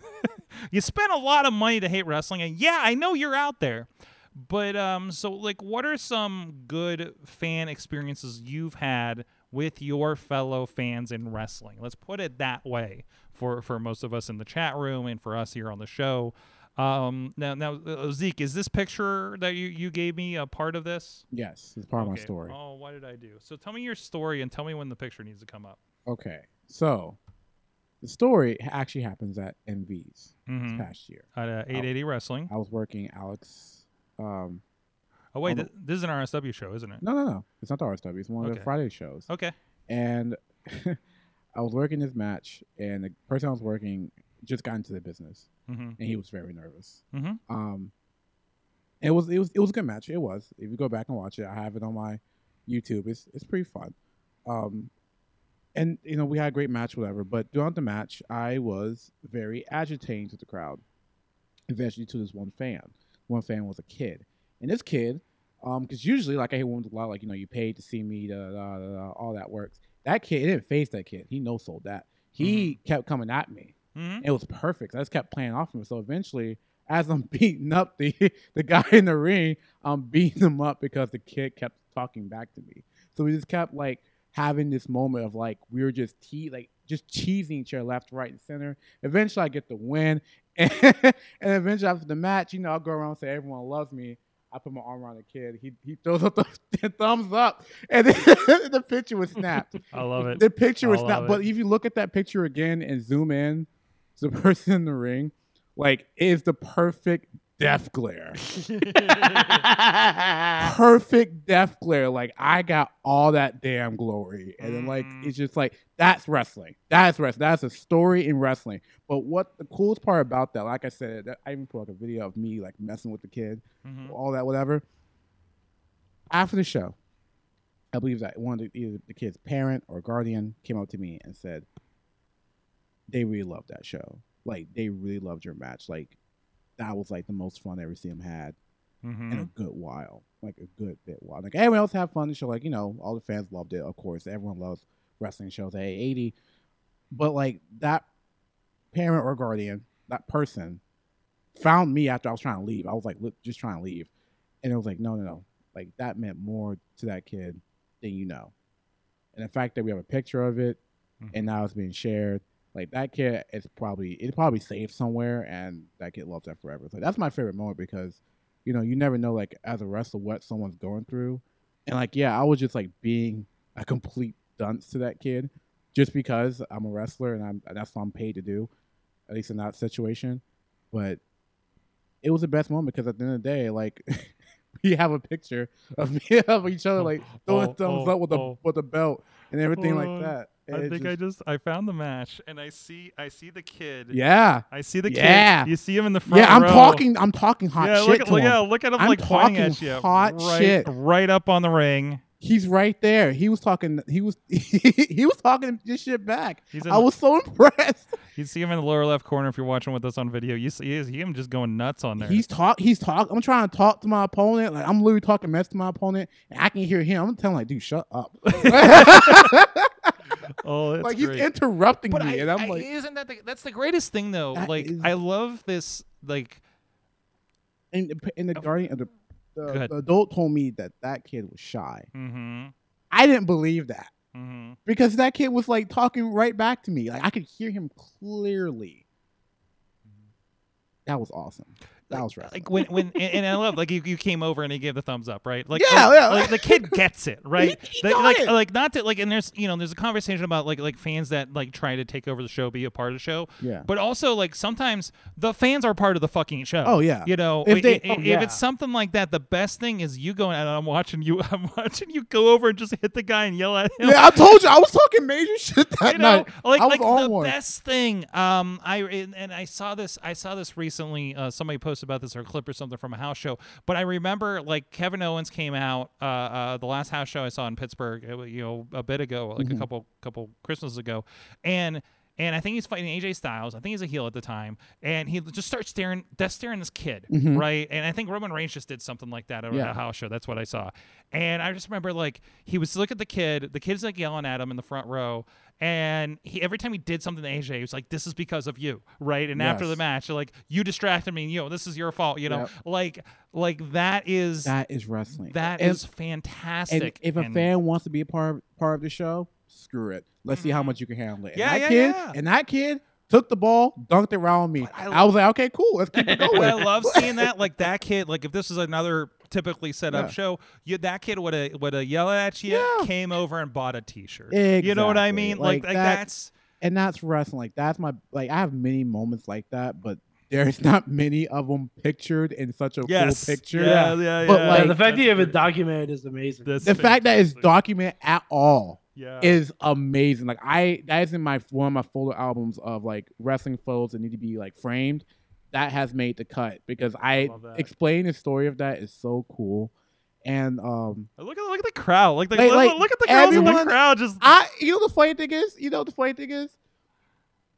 S2: you spend a lot of money to hate wrestling and yeah, I know you're out there. But um, so like, what are some good fan experiences you've had with your fellow fans in wrestling? Let's put it that way for for most of us in the chat room and for us here on the show. Um, now now uh, Zeke, is this picture that you you gave me a part of this?
S4: Yes, it's part of
S2: Okay.
S4: my story.
S2: Oh, what did I do? So tell me your story and tell me when the picture needs to come up.
S4: Okay, so the story actually happens at MV's this
S2: Mhm.
S4: past year.
S2: At uh, 880 Wrestling.
S4: I was working Alex. Um,
S2: Oh wait,
S4: I'll-
S2: th- this is an RSW show, isn't it?
S4: no, no, no. It's not the RSW. It's one of
S2: Okay. Oh.
S4: the Friday shows.
S2: Okay.
S4: And I was working this match, and the person I was working just got into the business,
S2: Mm-hmm.
S4: and he was very nervous.
S2: Mhm.
S4: Um, it was it was it was a good match. It was. If you go back and watch it, I have it on my YouTube. It's it's pretty fun. Um, and you know we had a great match, whatever. But throughout the match, I was very agitating to the crowd. Eventually, to this one fan. One fan was a kid, and this kid, um, because usually like I hear women a lot, like you know you paid to see me, da, da, da, da, da, all that works. That kid, it didn't face that kid. He no sold that. He kept coming at me.
S2: Mhm.
S4: It was perfect. I just kept playing off him. So eventually, as I'm beating up the the guy in the ring, I'm beating him up because the kid kept talking back to me. So we just kept like having this moment of like we were just te- like just cheesing each other left, right, and center. Eventually, I get the win, and, and eventually after the match, you know, I'll go around and say everyone loves me. I put my arm around the kid. He he throws up the thumbs up, and then the picture was snapped.
S2: I love it.
S4: The picture was
S2: I
S4: not.
S2: love
S4: But
S2: it.
S4: if you look at that picture again and zoom in to the person in the ring, like it is the perfect death glare.
S3: Uh, Ah.
S4: perfect death glare. Like I got all that damn glory, and then like
S2: Mm.
S4: it's just like that's wrestling. That's wrestling. That's a story in wrestling. But what the coolest part about that, like I said, that- I even put like a video of me like messing with the kid,
S2: Mhm.
S4: all that, whatever. After the show, I believe that one of the, either the kid's parent or guardian came up to me and said, "They really loved that show. Like they really loved your match. Like that was like the most fun I ever seen them had."
S2: Mhm.
S4: in a good while, like a good bit while. Like everyone else had fun. The show, like you know, all the fans loved it. Of course, everyone loves wrestling shows at eighty, but like that parent or guardian, that person, found me after I was trying to leave. I was like li- just trying to leave, and it was like no, no, no. Like that meant more to that kid than you know, and the fact that we have a picture of it, and now it's being shared. Like that kid is probably it probably saved somewhere, and that kid loves that forever. So that's my favorite moment because you know, you never know, like, as a wrestler, what someone's going through. And, like, yeah, I was just, like, being a complete dunce to that kid just because I'm a wrestler and I'm, that's what I'm paid to do, at least in that situation. But it was the best moment because at the end of the day, like, we have a picture of me of each other, like, throwing
S2: Oh,
S4: thumbs
S2: oh,
S4: up with, the
S2: oh.
S4: with the belt and everything
S2: Oh,
S4: like that.
S2: I
S4: And it
S2: think I
S4: just-
S2: just I found the match and I see I see the kid.
S4: Yeah.
S2: I see the
S4: Yeah.
S2: kid. You see him in the front.
S4: Yeah, I'm
S2: row.
S4: talking. I'm talking hot
S2: yeah,
S4: shit
S2: look, at-
S4: to him.
S2: yeah, look at him
S4: I'm
S2: like pointing
S4: talking
S2: at you.
S4: hot
S2: right,
S4: shit.
S2: right up on the ring.
S4: He's right there. He was talking. He was he was talking this shit back.
S2: He's in
S4: I
S2: the-
S4: was so impressed.
S2: You see him in the lower left corner if you're watching with us on video. You see you see him just going nuts on there.
S4: He's talk. He's talk. I'm trying to talk to my opponent. Like I'm literally talking mess to my opponent, and I can hear him. I'm telling like, dude, shut up.
S2: oh, that's
S4: like he's
S2: great.
S4: interrupting
S2: but
S4: me,
S2: I,
S4: and I'm
S2: I-
S4: like,
S2: isn't that the, that's the greatest thing though?
S4: That
S2: Like
S4: is-
S2: I love this. Like
S4: and, the- and the guardian, the,
S2: Go
S4: the,
S2: ahead.
S4: the adult told me that that kid was shy.
S2: mm-hmm,
S4: I didn't believe that
S2: mm-hmm.
S4: because that kid was like talking right back to me. Like I could hear him clearly. That was awesome. That was right.
S2: Mm-hmm. like when when and, and I love like you, you came over and he gave the thumbs up, right? Like
S4: Yeah,
S2: like,
S4: yeah.
S2: like, the kid gets it, right?
S4: He-
S2: Like-
S4: he got
S2: like
S4: it.
S2: like not to like and there's you know there's a conversation about like like fans that like try to take over the show, be a part of the show,
S4: Yeah.
S2: but also like sometimes the fans are part of the fucking show.
S4: Oh, yeah.
S2: you know
S4: If
S2: i- i-
S4: they- oh,
S2: if
S4: yeah.
S2: it's something like that, the best thing is you going and I'm watching you I'm watching you go over and just hit the guy and yell at him.
S4: Yeah, I told you I was talking major shit that
S2: you know,
S4: night.
S2: like,
S4: I was
S2: like
S4: on
S2: the
S4: one.
S2: best thing. Um, I and, and I saw this. I saw this recently. Uh, somebody posted about this or a clip or something from a house show. But I remember like Kevin Owens came out. Uh, uh the last house show I saw in Pittsburgh, uh, you know, a bit ago, like
S4: Mm-hmm.
S2: a couple couple Christmases ago, and. And I think he's fighting AJ Styles. I think he's a heel at the time, and he just starts staring, just staring this kid,
S4: Mm-hmm.
S2: right? And I think Roman Reigns just did something like that at
S4: Yeah.
S2: a house show. That's what I saw, and I just remember like he was look at the kid. The kid's like yelling at him in the front row, and he every time he did something to AJ, he was like, "This is because of you," right? And after the
S4: Yes.
S2: match, they're like, "You distracted me. and, You know, this is your fault." You know,
S4: Yep.
S2: like like that is
S4: That is wrestling.
S2: that
S4: And-
S2: is
S4: and
S2: fantastic.
S4: if a
S2: and-
S4: fan wants to be a part of, part of the show, screw it. Let's see how much you can handle it.
S2: Mm-hmm.
S4: And
S2: Yeah,
S4: that
S2: yeah,
S4: kid,
S2: yeah.
S4: And that kid took the ball, dunked it around me.
S2: I-
S4: I, was like, okay, cool. Let's keep it
S2: But I
S4: going.
S2: love seeing that. Like that kid. Like if this was another typically set up
S4: Yeah.
S2: show, you, that kid would have would have yelled at you,
S4: Yeah.
S2: came over and bought a T-shirt. You know what I
S4: Exactly.
S2: mean? Like, like
S4: Like that-
S2: that's
S4: and that's wrestling. Like that's my like. I have many moments like that, but there's not many of them pictured in such a
S2: yes.
S4: cool picture.
S2: Yeah, yeah,
S4: But,
S2: yeah.
S4: like-
S3: Yeah, the fact that
S2: That's
S3: you have it
S2: great.
S3: documented is amazing.
S2: That's
S4: The fact that it's
S2: fantastic.
S4: documented at all
S2: yeah.
S4: is amazing. Like I that is in my one of my photo albums of like wrestling photos that need to be like framed. That has made the cut because I,
S2: love that.
S4: explain the story of that is so cool. and um
S2: Look at look at the crowd. Like, the,
S4: Like-
S2: look,
S4: like,
S2: look at the girls in the
S4: everyone-
S2: crowd. Just
S4: I you know the funny thing is, you know what the funny thing is,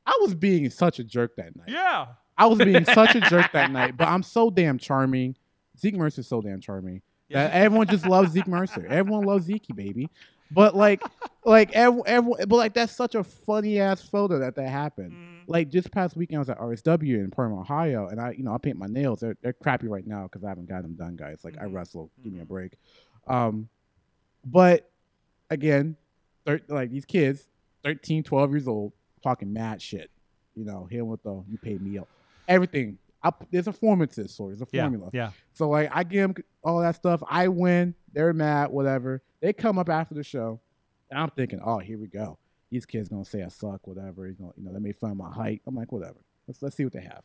S4: I was being such a jerk that night.
S2: yeah.
S4: I was being such a jerk that night, but I'm so damn charming. Zeke Mercer's so damn charming.
S2: Yeah.
S4: That everyone just loves Zeke Mercer. Everyone loves Zeke, baby. But like, like everyone, everyone, but like that's such a funny ass photo that that happened.
S2: Mm-hmm.
S4: Like this past weekend, I was at RSW in Perm, Ohio, and I, you know, I paint my nails. They're they're crappy right now because I haven't got them done, guys. Like I
S2: Mhm.
S4: wrestle. Give me a
S2: Mhm.
S4: break. Um, but again, thir- like these kids, 13, 12 years old, talking mad shit. You know, him with the you paid me up. Everything. I, there's a formances, so there's a
S2: Yeah.
S4: formula.
S2: Yeah.
S4: So like I give them all that stuff. I win. They're mad. Whatever. They come up after the show, and I'm thinking, oh, here we go. These kids gonna say I suck. Whatever. You know, you know they may find my height. I'm like, whatever. Let's let's see what they have.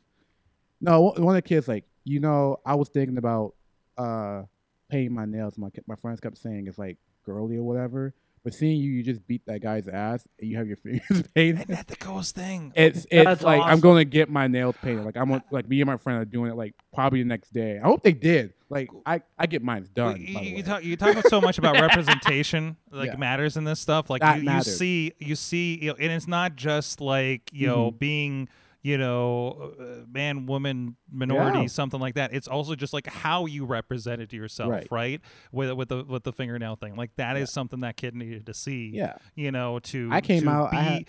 S4: No, one one of the kids like, you know, I was thinking about uh painting my nails. My my friends kept saying it's like girly or whatever. But seeing you, you just beat that guy's ass, and you have your fingers painted.
S2: Isn't that the coolest thing?
S4: It's it's
S3: That's
S4: like I'm
S3: awesome.
S4: gonna get my nails painted. Like I'm gonna- like me and my friend are doing it like probably the next day. I hope they did. Like I I get mine done.
S2: Well,
S4: by the
S2: you,
S4: way.
S2: you talk you talk about so much about representation like
S4: Yeah.
S2: matters in this stuff like
S4: That
S2: you, you
S4: matters.
S2: see you see you know, and it's not just like you know
S4: Mm-hmm.
S2: being you know uh, man woman minority
S4: Yeah.
S2: something like that it's also just like how you represented yourself right,
S4: Right.
S2: with with the with the fingernail thing like that is
S4: Yeah.
S2: something that kid needed to see
S4: yeah,
S2: you know to
S4: I came
S2: to
S4: out-
S2: be,
S4: I had-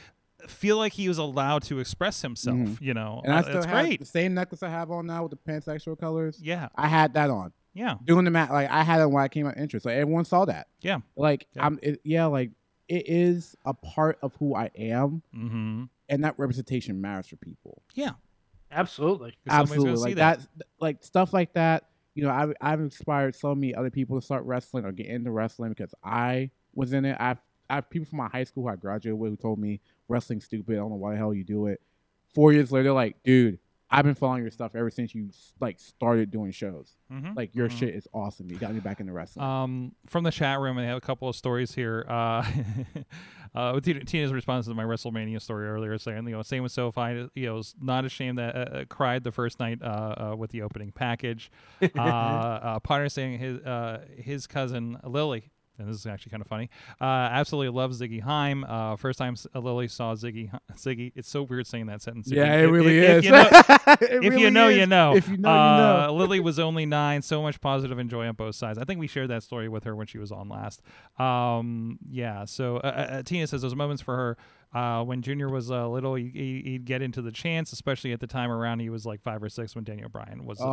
S2: feel like he was allowed to express himself
S4: Mhm.
S2: you know
S4: and
S2: uh,
S4: I still
S2: that's
S4: have
S2: great
S4: the same necklace I have on now with the pansexual colors.
S2: yeah
S4: I had that on
S2: yeah
S4: doing the mat. Like I had it when I came out interest. Like everyone saw that.
S2: Yeah.
S4: Like
S2: Yeah.
S4: I'm it, yeah. Like it is a part of who I am,
S2: mm-hmm
S4: and that representation matters for people.
S3: Absolutely.
S4: Absolutely, like that. like stuff like that. You know, I've I've inspired so many other people to start wrestling or get into wrestling because I was in it. I've I have people from my high school who I graduated with who told me wrestling's stupid. I don't know why the hell you do it. Four years later, they're like, dude, I've been following your stuff ever since you like started doing shows.
S2: mm-hmm
S4: Like your
S2: Mhm.
S4: shit is awesome. You got me back into wrestling.
S2: Um, from the chat room, I have a couple of stories here. Uh, uh, with Tina- Tina's response to my WrestleMania story earlier, saying, you know, same with SoFi, you know, was not ashamed that uh, uh, cried the first night uh, uh, with the opening package. Uh, uh, Potter saying his uh, his cousin Lily. And this is actually kind of funny. Uh, absolutely loves Ziggy Heim. Uh, first time S- uh, Lily saw Ziggy, Hi- Ziggy. It's so weird saying that sentence. If
S4: yeah,
S2: you-
S4: it,
S2: if-
S4: really
S2: if-
S4: is.
S2: If you know,
S4: It
S2: if you
S4: really
S2: know,
S4: is.
S2: you know.
S4: If you know,
S2: uh,
S4: you know.
S2: Lily was only nine. So much positive and joy on both sides. I think we shared that story with her when she was on last. Um, yeah. So uh, uh, uh, Tina says those moments for her uh, when Junior was uh, little, he, he, he'd get into the chance, especially at the time around he was like five or six when Daniel Bryan was. uh,
S4: Oh,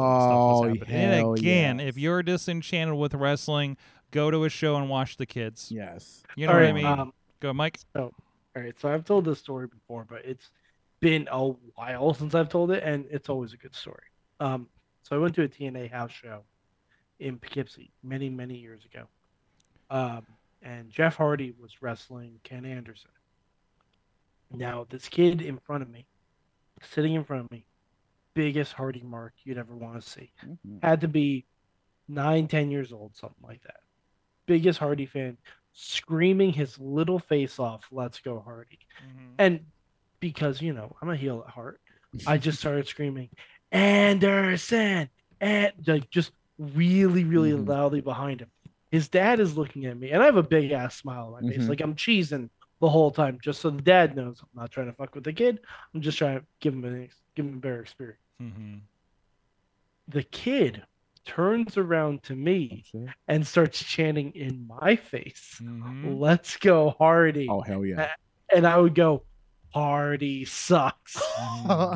S2: stuff was happening.
S4: hell
S2: And again,
S4: yes.
S2: if you're disenchanted with wrestling, go to a show and watch the kids.
S4: Yes.
S2: You know
S3: All
S2: what I
S3: right,
S2: mean?
S3: um,
S2: go, Mike.
S3: All right, so I've told this story before, but it's been a while since I've told it, and it's always a good story. Um, so I went to a TNA house show in Poughkeepsie many, many years ago, um, and Jeff Hardy was wrestling Ken Anderson. Now this kid in front of me, sitting in front of me, biggest Hardy mark you'd ever want to see
S4: Mhm.
S3: had to be nine, ten years old, something like that. Biggest Hardy fan, screaming his little face off, "Let's go Hardy!"
S2: Mm-hmm.
S3: And because you know I'm a heel at heart, I just started screaming, "Anderson!" and like just really, really
S4: Mhm.
S3: loudly behind him. His dad is looking at me, and I have a big ass smile on my face,
S4: Mhm.
S3: like I'm cheesing the whole time, just so the dad knows I'm not trying to fuck with the kid. I'm just trying to give him an ex- give him a better experience.
S2: Mm-hmm.
S3: The kid turns around to me
S4: Shit.
S3: and starts chanting in my face,
S2: Mm-hmm.
S3: "Let's go Hardy!"
S4: Oh hell yeah.
S3: And I would go, "Hardy sucks,"
S2: Mm-hmm.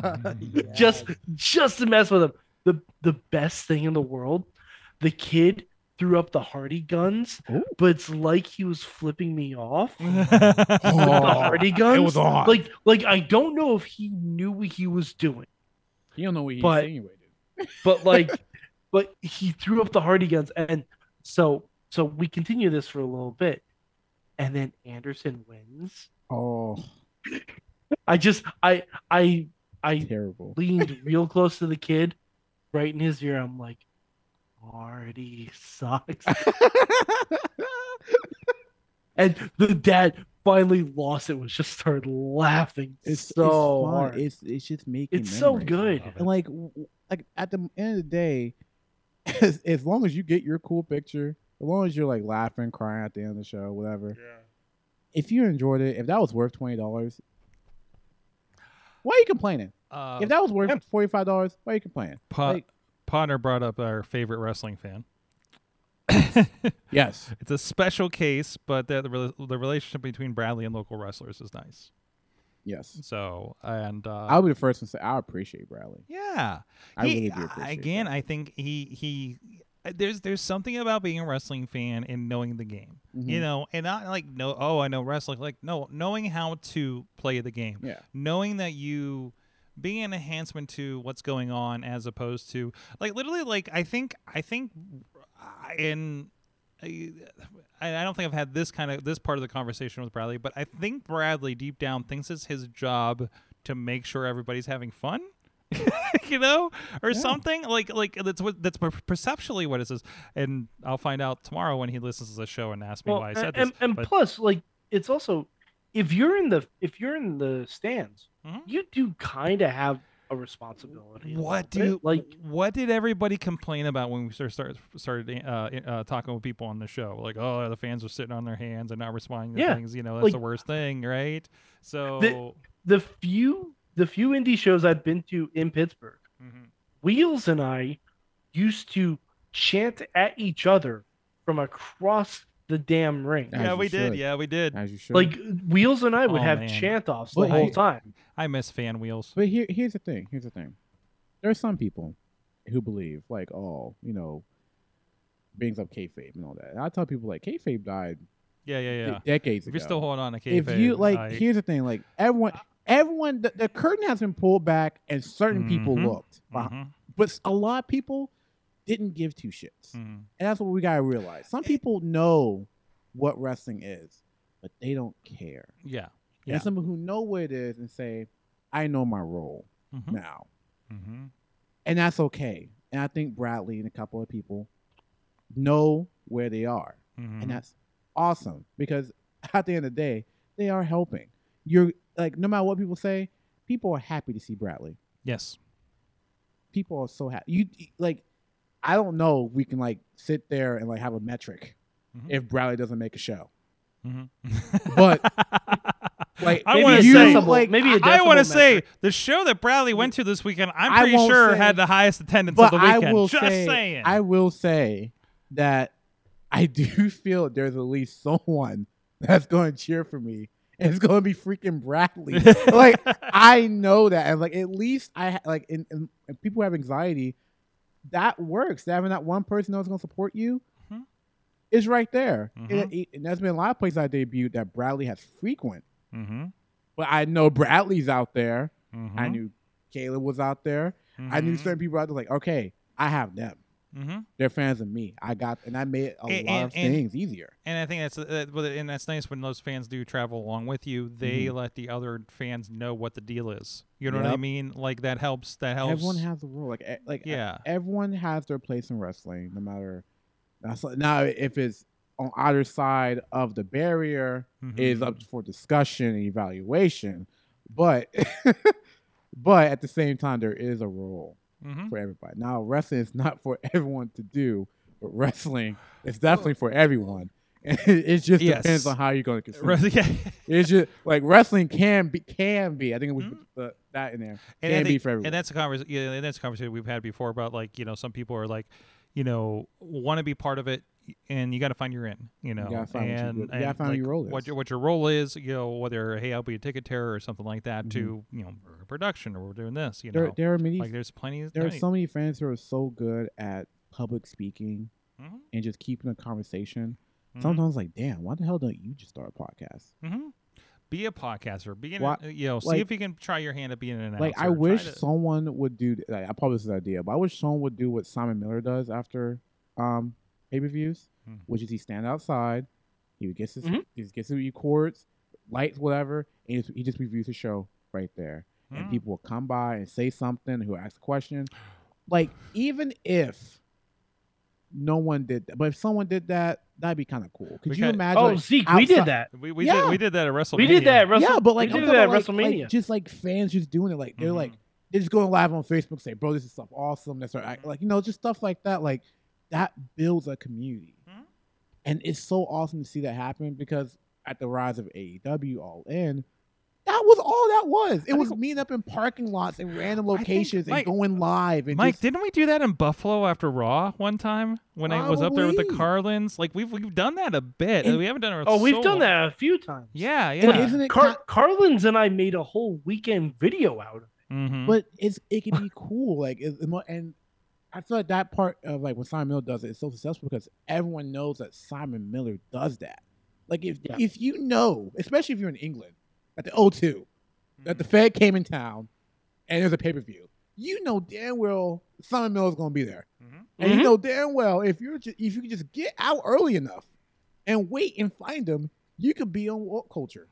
S3: just just to mess with him. the The best thing in the world, the kid threw up the Hardy guns,
S4: Ooh.
S3: but it's like he was flipping me off. with the
S4: Oh,
S3: Hardy guns,
S4: it was on.
S3: like like I don't know if he knew what he was doing.
S4: you don't know what he
S3: but-
S4: insinuated.
S3: but like but he threw up the hardy guns and so so we continue this for a little bit and then anderson wins
S4: Oh,
S3: i just i i i
S4: terrible.
S3: leaned real close to the kid right in his ear i'm like hardy sucks and the dad finally lost it was just started laughing
S4: It's
S3: so
S4: it's fun.
S3: hard
S4: It's it's just making.
S3: it's so
S4: memories.
S3: good
S4: And like w- like at the end of the day, as, as long as you get your cool picture As long as you're like laughing, crying at the end of the show, whatever. If you enjoyed it, if that was worth twenty dollars, why are you complaining?
S2: Uh,
S4: if that was worth forty five dollars, why are you complaining?
S2: Pa-
S4: like-
S2: Potter brought up our favorite wrestling fan.
S4: Yes.
S2: It's a special case, but the, the, rela- the relationship between Bradley and local wrestlers is nice.
S4: Yes.
S2: So, and uh,
S4: I'll be the first one to say I appreciate Bradley.
S2: yeah,
S4: I
S2: He-
S4: really do appreciate
S2: Again, I think he he there's there's something about being a wrestling fan and knowing the game. You
S4: Mhm.
S2: know, and not like no oh I know wrestling like no knowing how to play the game.
S4: Yeah.
S2: Knowing that you being an enhancement to what's going on as opposed to like literally like I think I think I- in uh, I I don't think I've had this kind of this part of the conversation with Bradley, but I think Bradley deep down thinks it's his job to make sure everybody's having fun. you know, or something like like that's what that's per- perceptually what it is. And I'll find out tomorrow when he listens to the show and asks me
S3: Well,
S2: why I
S3: and,
S2: said
S3: and,
S2: this.
S3: and
S2: but-
S3: plus, like it's also if you're in the if you're in the stands,
S2: Mhm.
S3: you do kind of have a responsibility. a
S2: What do
S3: little
S2: you
S3: bit. like?
S2: What did everybody complain about when we first started started uh, uh, talking with people on the show? Like, oh, the fans are sitting on their hands and not responding to
S3: Yeah.
S2: things. You know, that's
S3: Like-
S2: the worst thing, right? So,
S3: the few the few indie shows I've been to in Pittsburgh,
S2: Mhm.
S3: Wheels and I used to chant at each other from across the damn ring.
S4: As
S2: yeah,
S4: you
S2: we did.
S4: should.
S2: Yeah, we did.
S4: As you should.
S3: Like Wheels and I would
S2: Oh,
S3: have
S2: man.
S3: chant offs the
S4: But
S3: whole
S4: I-
S3: time.
S2: I miss fan wheels.
S4: But here, here's the thing. Here's the thing. There are some people who believe, like, oh, you know, brings up kayfabe and all that. And I tell people, like, kayfabe died
S2: Yeah, yeah, yeah.
S4: de- decades
S2: If
S4: ago.
S2: you're still holding on to kayfabe,
S4: uh, if you like,
S2: I-
S4: here's the thing. Like, everyone, everyone, the, the curtain has been pulled back, and certain people
S2: Mhm.
S4: looked, behind-
S2: Mhm,
S4: but s- a lot of people didn't give two shits, and
S2: mhm.
S4: that's what we gotta realize. Some people know what wrestling is, but they don't care.
S2: yeah,
S4: And
S2: Yeah.
S4: There's someone who know what it is and say, I know my role
S2: Mhm,
S4: now.
S2: mhm.
S4: and that's okay. And I think Bradley and a couple of people know where they are,
S2: Mhm.
S4: and that's awesome because at the end of the day, they are helping. You're like, no matter what people say, people are happy to see Bradley.
S2: yes.
S4: People are so happy. You like, I don't know. If we can like sit there and like have a metric
S2: Mhm.
S4: if Bradley doesn't make a show,
S2: Mhm.
S4: but like
S2: I
S3: Maybe
S2: wanna
S3: a
S2: say-
S3: decibel-
S4: like,
S3: maybe a
S2: I want to
S3: decibel
S2: say
S3: metric.
S2: the show that Bradley went to this weekend. I'm
S4: I
S2: pretty
S4: won't
S2: sure
S4: say-
S2: had the highest attendance
S4: but
S2: of the
S4: I
S2: weekend.
S4: will
S2: Just
S4: say,
S2: saying.
S4: I will say that I do feel there's at least someone that's going to cheer for me, and it's going to be freaking Bradley. like I know that, and like at least I ha- like in, in, in people who have anxiety, that works. Having that one person that's going to support you.
S2: Mhm.
S4: Is right there,
S2: Mhm.
S4: and, it- and there's been a lot of places I debuted that Bradley has frequent,
S2: mm-hmm.
S4: but I know Bradley's out there.
S2: Mm-hmm.
S4: I knew Caleb was out there. I knew certain people out there. Like, okay, I have them
S2: Mm-hmm.
S4: they're fans of me. I got, and I made a
S2: And-
S4: lot
S2: and-
S4: of
S2: and-
S4: things easier.
S2: And I think that's uh, well, and that's nice when those fans do travel along with you. They let the other fans know what the deal is. You know what I
S4: Mm-hmm. Yep.
S2: mean? Like that helps. That helps.
S4: Everyone has a role. Like, e- like
S2: Yeah.
S4: everyone has their place in wrestling, no matter. now, so- Now, if it's on either side of the barrier,
S2: Mhm.
S4: is up for discussion and evaluation, but. But at the same time, there is a role
S2: Mhm.
S4: for everybody. Now, wrestling is not for everyone to do, but wrestling is definitely for everyone. it just
S2: Yes.
S4: depends on how you're going to consume. it.
S2: Right, yeah.
S4: It's just like wrestling can be can be. I think
S2: Mm-hmm.
S4: we put the, that in there.
S2: And,
S4: Can
S2: I
S4: be
S2: think-
S4: for everyone.
S2: and that's a conversation. Yeah, and that's a conversation we've had before about like you know some people are like, you know, want to be part of it, and you got to find your in. You know,
S4: gotta find what you-
S2: and
S4: you gotta
S2: and,
S4: find what
S2: like,
S4: your role
S2: What
S4: is.
S2: your what your role is. You know, whether hey I'll be a ticket terror or something like that to you know we're a production or we're doing this. You know,
S4: Mm-hmm. there, there are many.
S2: like there's plenty.
S4: there are
S2: plenty-
S4: so many fans who are so good at public speaking
S2: Mhm.
S4: and just keeping a conversation.
S2: Mhm.
S4: Sometimes, like, damn, why the hell don't you just start a podcast?
S2: hmm Be a podcaster. Be an,
S4: Why-
S2: uh, you know, see
S4: like-
S2: if you can try your hand at being an announcer.
S4: Like, I
S2: Try
S4: wish
S2: to-
S4: someone would do. th- Like, I probably this is an idea, but I wish someone would do what Simon Miller does after um pay per views,
S2: Mhm.
S4: which is he stand outside, he gets
S2: Mm-hmm.
S4: his
S3: Mhm.
S4: he gets his records, lights, whatever, and he just, he just reviews the show right there. and
S2: Mhm.
S4: people will come by and say something who ask a question like even if no one did that but if someone did that that'd be kind of cool could
S2: We
S4: you
S2: got-
S4: imagine
S3: Oh,
S4: like,
S3: Zeke, we
S4: outside-
S3: did that.
S2: we, we
S4: Yeah.
S2: did we did that at WrestleMania.
S3: We did that. At Wrestle-
S4: yeah but like
S3: we
S4: I'm
S3: did
S4: talking
S3: that at
S4: like, like,
S3: WrestleMania. Mm-hmm.
S4: just like fans just doing it like they're
S2: Mhm.
S4: like they're just going live on facebook say bro
S3: Mm-hmm.
S4: this is stuff awesome that's right like you know just stuff like that like that builds a community
S2: Mhm.
S4: And it's so awesome to see that happen because at the rise of AEW All In, that was all that was. It was meeting up in parking lots and random
S2: think,
S4: locations
S2: Mike-
S4: and going live. And
S2: Mike,
S4: just-
S2: didn't we do that in Buffalo after Raw one time when I was up there with the
S4: Probably.
S2: Carlins? Like we've we've done that a bit.
S4: And-
S2: we haven't done it.
S3: Oh, we've
S2: so
S3: done
S2: long.
S3: that a few times.
S2: Yeah,
S4: but
S2: yeah.
S4: isn't it?
S3: Car-
S4: ki-
S3: Carlin's and I made a whole weekend video out of it.
S2: Mhm.
S4: but it's it can be cool. Like it, it mo- and I feel like that part of like when Simon Miller does it is so successful because everyone knows that Simon Miller does that. Like if
S3: Yeah.
S4: if you know, especially if you're in England at the O2, that
S2: Mm-hmm.
S4: the Fed came in town and there's a pay per view, you know damn well Simon Miller's gonna be there,
S2: Mhm.
S4: and
S3: Mhm.
S4: you know damn well if you're just, if you can just get out early enough and wait and find him, you could be on Walt culture.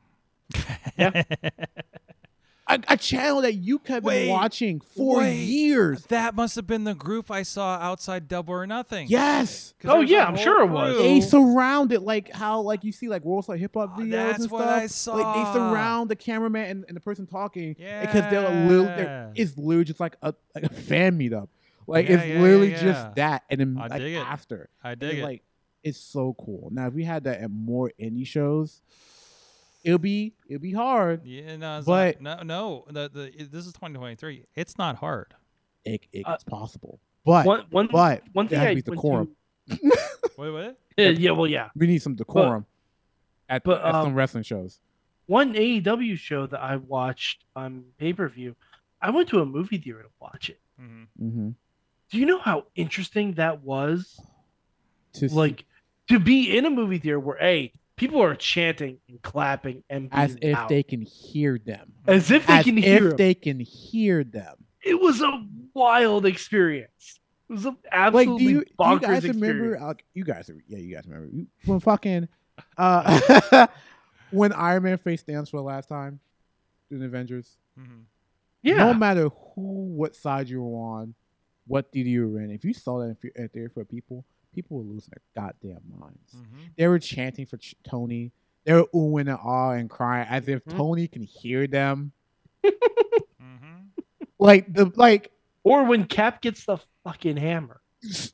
S4: A, a channel that you have
S2: Wait,
S4: been watching for
S2: wait.
S4: years.
S2: that must have been the group I saw outside Double or Nothing.
S4: Yes.
S2: 'Cause
S3: Oh,
S2: there was a
S3: yeah, I'm
S2: whole
S3: sure it was.
S2: crew.
S4: They surround it like how like you see like world star hip hop
S2: Oh,
S4: videos
S2: that's
S4: and
S2: what
S4: stuff.
S2: I
S4: Like
S2: saw.
S4: they surround the cameraman and, and the person talking because they're a little
S2: Yeah.
S4: they're, it's literally just like a like a fan meetup. Like
S2: Yeah,
S4: it's
S2: yeah,
S4: literally
S2: yeah, yeah.
S4: just that and then
S2: I
S4: like
S2: dig it.
S4: after.
S2: I
S4: And,
S2: dig it.
S4: Like it's so cool. Now if we had that at more indie shows, it'll be it'll be hard.
S2: yeah, no, it's
S4: but-
S2: not, no, no. The, the, this is 2023. It's not hard.
S4: It, it-
S3: Uh,
S4: it's possible. But
S3: One, one,
S4: but
S3: one
S4: there
S3: thing
S4: has to
S3: I
S4: be
S3: went
S4: decorum.
S2: Wait, what?
S3: to- yeah, yeah, well, yeah.
S4: We need some decorum at,
S3: but,
S4: at
S3: um,
S4: some wrestling shows.
S3: One AEW show that I watched on pay per view, I went to a movie theater to watch it.
S2: Mhm.
S4: hmm
S3: Do you know how interesting that was?
S4: To see-
S3: Like to be in a movie theater where a people are chanting and clapping and
S4: as
S3: being
S4: if
S3: loud.
S4: they can hear them.
S3: as if they
S4: as
S3: can
S4: if
S3: hear. 'em.
S4: they can hear them.
S3: It was a wild experience. It was an
S4: Like,
S3: absolutely
S4: do you, do you
S3: bonkers
S4: guys remember?
S3: experience.
S4: Uh, you guys, are- yeah, you guys remember you- when fucking uh, when Iron Man faced Thanos for the last time in Avengers.
S2: Mhm.
S3: Yeah,
S4: No matter who, what side you were on, what theater you were in, if you saw that if you at theater for people, people were losing their goddamn minds.
S3: Mm-hmm.
S2: Mhm.
S4: They were chanting for Ch- Tony. They were oohing and ah and crying as if
S3: Mhm.
S4: Tony can hear them.
S2: Mhm.
S4: Like the like
S3: or when Cap gets the fucking hammer.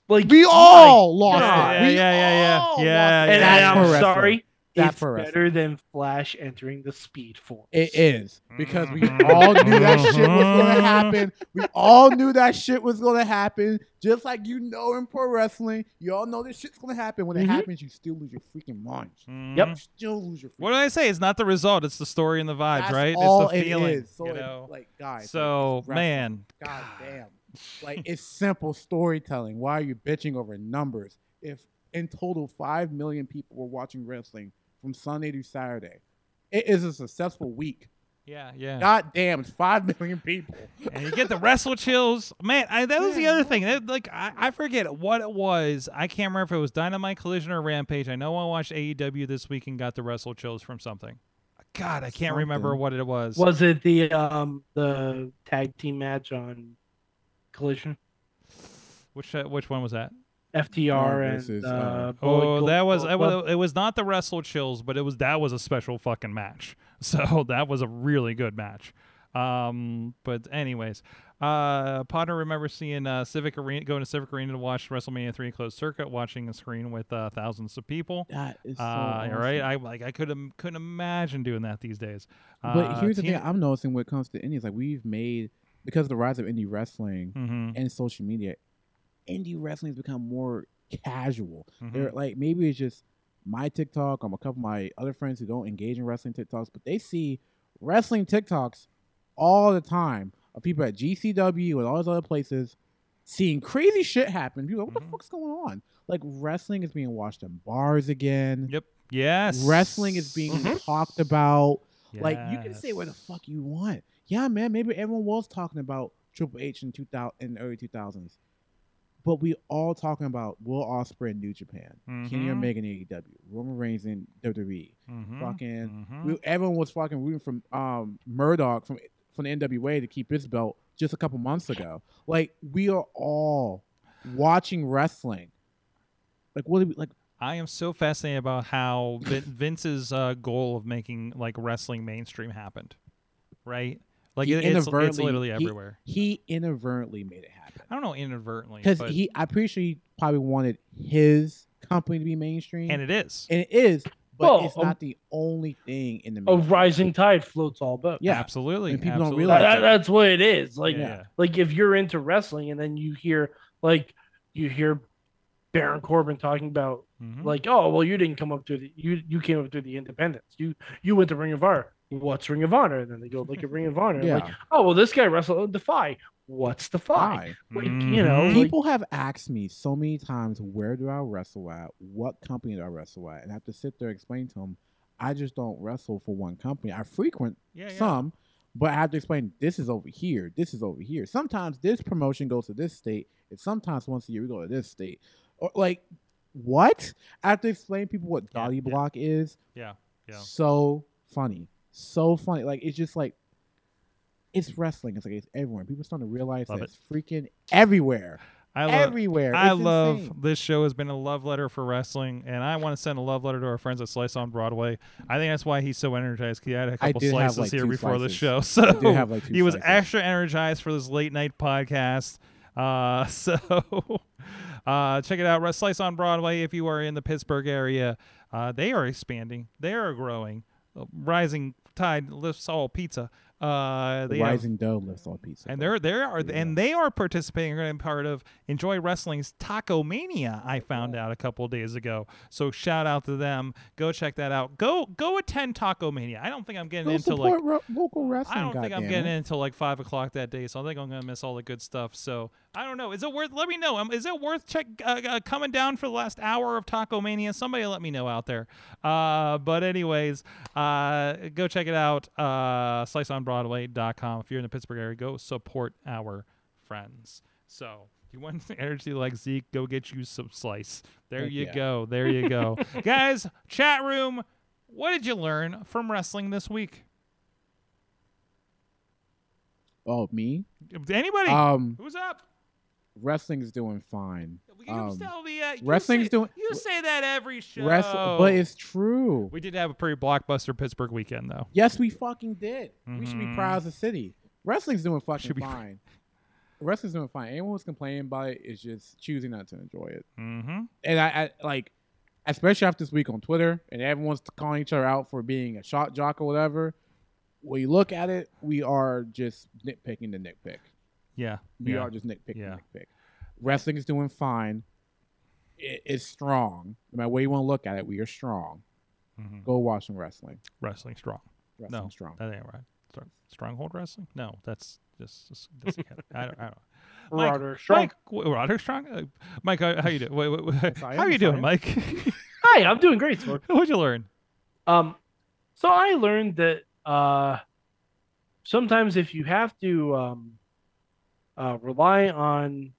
S3: Like
S4: We all
S3: Oh God.
S4: lost it.
S2: Yeah,
S4: we
S2: yeah, yeah, yeah.
S4: all
S2: Yeah,
S4: lost it.
S3: And
S2: That's
S3: I'm
S4: for wrestling.
S3: sorry,
S4: That's
S3: it's
S4: for wrestling.
S3: better than Flash entering the Speed Force.
S4: It is because we
S2: Mhm.
S4: all knew that shit was
S2: Mm-hmm.
S4: gonna happen. We all knew that shit was gonna happen. Just like you know in pro wrestling, you all know this shit's gonna happen. When it
S2: Mm-hmm.
S3: Mhm.
S4: happens, you still lose your freaking mind.
S2: Mhm.
S4: You still lose your. Freaking
S2: What did I say? It's not the result. It's the story and the vibes,
S4: That's
S2: right?
S4: all
S2: it's the feeling.
S4: It is. So
S2: you
S4: it-
S2: know?
S4: like guys.
S2: so
S4: like, it's wrestling.
S2: man,
S4: God damn. Like it's simple storytelling. Why are you bitching over numbers? If in total five million people were watching wrestling from Sunday to Saturday, it is a successful week.
S2: yeah, yeah.
S4: God damn, it's five million people.
S2: and you get the wrestle chills. Man, I, that was the
S4: Yeah.
S2: other thing. That, like I, I forget what it was. I can't remember if it was Dynamite Collision or Rampage. I know I watched AEW this week and got the wrestle chills from something. God, I can't remember
S4: Something.
S2: what it was.
S3: Was it the um the tag team match on Collision?
S2: Which uh, which one was that?
S3: FTR
S4: Yeah,
S3: and
S4: versus,
S3: uh,
S4: uh,
S3: Bullet
S2: Oh,
S3: Club-
S2: that was,
S3: Bullet
S2: that
S3: Club.
S2: was it was not the wrestle chills, but it was that was a special fucking match. So that was a really good match. Um, but anyways, uh, Potter remembers seeing uh, Civic Arena going to Civic Arena to watch WrestleMania three closed circuit, watching a screen with uh, thousands of people.
S4: That is so
S2: uh, right? I like I could im- couldn't imagine doing that these days.
S4: but
S2: Uh,
S4: here's the
S2: Tina-
S4: thing I'm noticing when it comes to indies, like we've made because of the rise of indie wrestling
S2: Mhm,
S4: and social media, indie wrestling has become more casual.
S2: mhm.
S4: They're like maybe it's just my TikTok. I'm a couple of my other friends who don't engage in wrestling TikToks, but they see wrestling TikToks all the time of people at GCW and all those other places seeing crazy shit happen. People, are like, what
S2: Mhm.
S4: the fuck's going on? Like wrestling is being watched in bars again.
S2: Yep. Yes.
S4: Wrestling is being talked about. Like you can say
S2: Yes.
S4: what the fuck you want. Yeah, man. Maybe everyone was talking about Triple H in two thousand in the early two thousands, but we all talking about Will Ospreay in New Japan, Kenny
S2: Mhm.
S4: Omega in AEW, Roman Reigns in WWE.
S2: Mhm,
S4: Fucking,
S2: mhm.
S4: we, everyone was fucking rooting from um Murdoch from from the NWA to keep his belt just a couple months ago. Like we are all watching wrestling. Like what? Are we, like
S2: I am so fascinated about how Vin- Vince's uh, goal of making like wrestling mainstream happened, right? Like
S4: He
S2: it, it's, it's
S4: inadvertently-
S2: literally
S4: he-
S2: everywhere.
S4: he inadvertently made it happen.
S2: I don't know inadvertently
S4: because
S2: but-
S4: he, I'm pretty sure he probably wanted his company to be mainstream,
S2: and it is.
S4: and it is, but
S3: Well,
S4: it's
S3: um,
S4: not the only thing in the
S3: A
S4: mainstream.
S3: rising tide floats all boats.
S4: Yeah,
S2: absolutely.
S4: and people don't
S2: absolutely.
S4: realize
S3: That- that's what it is. Like,
S2: yeah.
S3: like if you're into wrestling and then you hear like you hear Baron Corbin talking about
S2: Mhm.
S4: Mm-hmm.
S3: like, oh well, you didn't come up through the you you came up through the independents. You you went to Ring of Honor. What's Ring of Honor? And then they go look at Ring of Honor.
S4: Yeah.
S3: Like, oh well, this guy wrestled on Defy. What's Defy?
S4: Why? Mm-hmm.
S3: Like, you know, like,
S4: People have asked me so many times, where do I wrestle at? What company do I wrestle at? And I have to sit there and explain to them, I just don't wrestle for one company. I frequent
S2: Yeah, yeah.
S4: some, but I have to explain this is over here, this is over here. Sometimes this promotion goes to this state, and sometimes once a year we go to this state. Or like, what? I have to explain to people what
S2: Yeah,
S4: Dolly
S2: yeah.
S4: Block is.
S2: Yeah, yeah.
S4: So funny, so funny. Like it's just like. It's wrestling. It's like it's everywhere. People starting to realize
S2: Love
S4: that it's freaking everywhere
S2: I love.
S4: everywhere.
S2: I
S4: It's
S2: love
S4: insane.
S2: this show has been a love letter for wrestling, and I want to send a love letter to our friends at Slice on Broadway. I think that's why he's so energized. 'cause He had a couple
S4: did have,
S2: slices
S4: like,
S2: here
S4: two
S2: before the
S4: slices.
S2: show, so
S4: do have, like, two
S2: he was
S4: slices.
S2: extra energized for this late night podcast. Uh, so uh, check it out, Res- Slice on Broadway. If you are in the Pittsburgh area, uh, they are expanding. They are growing. Uh, Rising tide lifts all pizza. Uh,
S4: The
S2: they have-
S4: rising dough lifts all pizza.
S2: and they're they are
S4: Yeah.
S2: and they are participating in part of Enjoy Wrestling's Taco Mania. I found out a couple of days ago. So shout out to them. Go check that out. Go go attend Taco Mania. I don't think I'm getting
S4: go
S2: into like
S4: support ro- local wrestling.
S2: I don't think I'm
S4: goddammit.
S2: getting in until like five o'clock that day. So I think I'm gonna miss all the good stuff. So I don't know. Is it worth? Let me know. Um, is it worth check uh, uh, coming down for the last hour of Taco Mania? Somebody let me know out there. Uh, but anyways, uh, go check it out. Uh, sliceonbroadway.com. If you're in the Pittsburgh area, go support our friends. So. if You want energy like Zeke? Go get you some slice. There
S4: Heck
S2: you
S4: yeah.
S2: go. There you go, guys. Chat room. What did you learn from wrestling this week?
S4: Oh me.
S2: Anybody?
S4: Um,
S2: Who's up?
S4: wrestling's doing fine.
S2: You
S4: Um,
S2: tell me, uh, you
S4: wrestling's
S2: say,
S4: doing-
S2: You say that every show.
S4: Wrest- but it's true.
S2: we did have a pretty blockbuster Pittsburgh weekend, though.
S4: Yes, we fucking did. We should be
S2: Mhm.
S4: proud as a city. Wrestling's doing fucking
S2: Should be pr-
S4: fine. Wrestling's doing fine. Anyone who's complaining about it is just choosing not to enjoy it.
S2: Mm-hmm.
S4: and I, I like, especially after this week on Twitter, and everyone's calling each other out for being a shot jock or whatever. When you look at it, we are just nitpicking the nitpick.
S2: Yeah.
S4: We
S2: yeah.
S4: are just nitpicking
S2: Yeah.
S4: the nitpick. Wrestling is doing fine. It, it's strong. No matter where you want to look at it, we are strong.
S2: Mhm.
S4: Go watch some wrestling.
S2: Wrestling strong.
S4: Wrestling
S2: no,
S4: strong.
S2: that ain't right. Strong, stronghold wrestling? No, that's just. just, just I don't. I don't. Mike-
S3: Marauder, Strong.
S2: Mike, w- Roderick Strong. Uh, Mike, how, how you doing? Wait, wait, wait.
S4: Sorry,
S2: how are you
S4: I'm
S2: doing, Mike?
S3: Hi, I'm doing great, Sorg.
S2: What'd you learn?
S3: Um, so I learned that uh, sometimes if you have to um, uh, rely on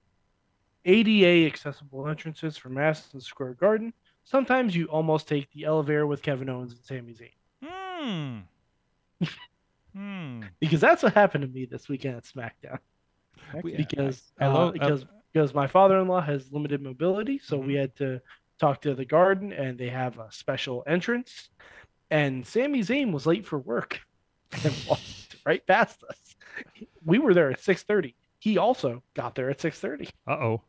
S3: ADA accessible entrances for Madison Square Garden, sometimes you almost take the elevator with Kevin Owens and Sami Zayn
S2: Hmm. Hmm.
S3: because that's what happened to me this weekend at SmackDown.
S4: Heck
S2: we-
S4: yeah.
S3: Because
S2: I- I
S3: uh,
S2: love- I-
S3: because because my father-in-law has limited mobility, so we
S2: Mhm.
S3: had to talk to the garden, and they have a special entrance. And Sami Zayn was late for work and walked right past us. We were there at six thirty. He also got there at six thirty.
S2: Uh oh.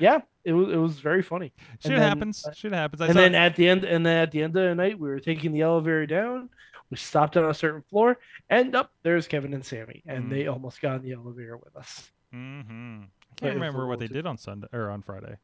S3: Yeah, it was it was very funny.
S2: Shit
S3: then,
S2: happens.
S3: uh,
S2: Shit happens. I
S3: and
S2: saw-
S3: then at the end, and then at the end of the night, we were taking the elevator down. We stopped on a certain floor, and up there's Kevin and Sammy, and
S2: Mhm.
S3: they almost got in the elevator with us.
S2: Mm-hmm. I
S3: That
S2: can't
S3: is
S2: remember
S3: the
S2: what they
S3: little
S2: did on Sunday or on Friday.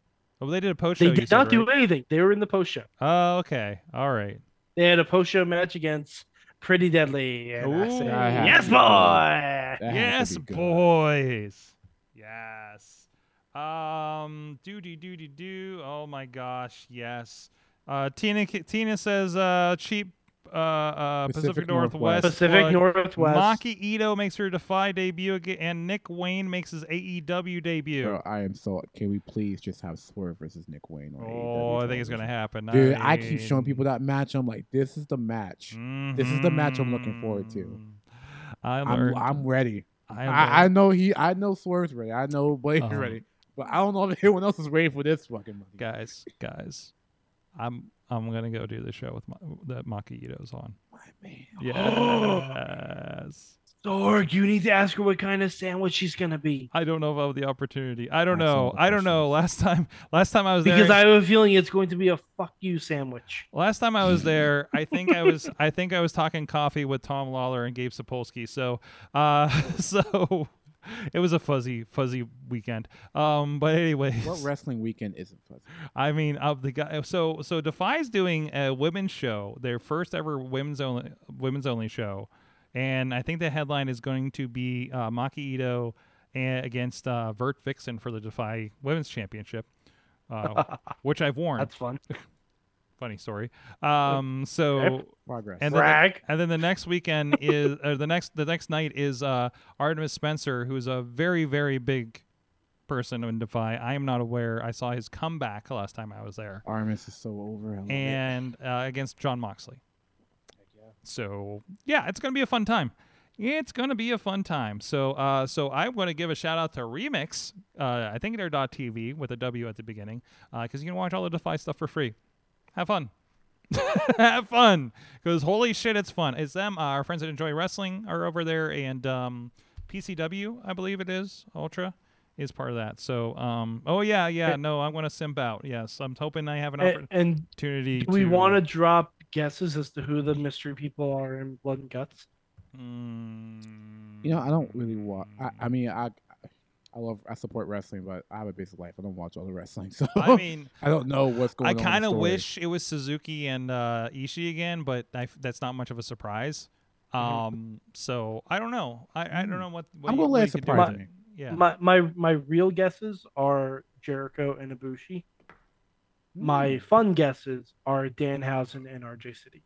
S2: Oh, they did a post show.
S3: They
S2: you
S3: did
S2: said,
S3: not do
S2: right?
S3: anything. They were in the post show.
S2: Oh, okay. All right.
S3: They had a post show match against Pretty Deadly. And I
S2: Ooh.
S3: said,
S4: That
S3: yes,
S4: has
S3: boy.
S4: That has
S2: yes,
S4: to be good.
S2: boys. Yes. Um. Do do do do do. Oh my gosh. Yes. Uh. Tina Tina says. Uh. Cheap. Uh. uh Pacific,
S4: Pacific
S2: Northwest.
S4: Northwest.
S3: Pacific
S2: plug.
S3: Northwest.
S2: Maki Ito makes her Defy debut again, and Nick Wayne makes his AEW debut.
S4: Bro, I am so. Can we please just have Swerve versus Nick Wayne? On
S2: oh,
S4: AEW
S2: I think it's gonna
S4: television?
S2: happen. Mm,
S4: Dude, I keep showing
S2: mean-
S4: people that match. I'm like, this is the match. This is the match I'm looking forward to.
S2: Mhm. I
S4: I'm,
S2: learned.
S4: I'm ready.
S2: I learned.
S4: I, I know he. I know Swerve's ready. I know Blade's
S2: Uh-huh.
S4: ready. But I don't know if anyone else is ready for this fucking money.
S2: guys, guys, I'm I'm gonna go do the show with Ma- that Maki Ito's on.
S4: My man.
S2: Yes.
S3: Sorg, you need to ask her what kind of sandwich she's gonna be.
S2: I don't know about the opportunity. I don't
S4: That's
S2: know.
S4: another
S2: I don't know. Last time, last time I was there,
S3: Because I have a feeling it's going to be a fuck you sandwich.
S2: Last time I was there, I think I was I think I was talking coffee with Tom Lawler and Gabe Sapolsky. So uh so it was a fuzzy fuzzy weekend. Um but anyways,
S4: What wrestling weekend isn't fuzzy?
S2: I mean, of the guy so so Defy's doing a women's show, their first ever women's only women's only show. And I think the headline is going to be uh Maki Ito a- against uh Vert Vixen for the Defy Women's Championship. Uh, which I've worn.
S3: That's fun.
S2: funny story. Um so
S4: Progress.
S2: and then, the,
S3: Brag.
S2: and then the next weekend is or the next the next night is uh Artemis Spencer, who's a very very big person in Defy. I am not aware. I saw his comeback last time I was there,
S4: Armis is so over. I love it.
S2: and uh, against John Moxley. So yeah, it's gonna be a fun time. It's gonna be a fun time. So uh, so I want to give a shout out to Remix. Uh, I think they're .tv with a W at the beginning because you can watch all the Defy stuff for free. Have fun. have fun because holy shit it's fun it's them uh, our friends that enjoy wrestling are over there and um pcw i believe it is ultra is part of that so um oh yeah yeah no i'm gonna simp out yes i'm hoping i have an
S3: And, and
S2: opportunity
S3: do we
S2: to,
S3: want to drop guesses as to who the mystery people are in Blood and Guts?
S2: Mm,
S4: You know, I don't really watch. I, I mean, I, I love, I support wrestling, but I have a basic life. I don't watch all the wrestling, so
S2: i mean
S4: I don't know what's going
S2: i
S4: on. in the
S2: kind of
S4: story.
S2: wish it was suzuki and uh ishi again but I f that's not much of a surprise um so i don't know i, I don't know what, what you-
S4: Mm-hmm. Mm. I'm gonna
S2: what
S4: let
S2: you
S4: it
S2: could do
S4: surprise
S2: with
S4: me.
S2: it. yeah
S3: My my my real guesses are Jericho and
S2: Mm.
S3: Ibushi. My fun guesses are Danhausen and RJ City.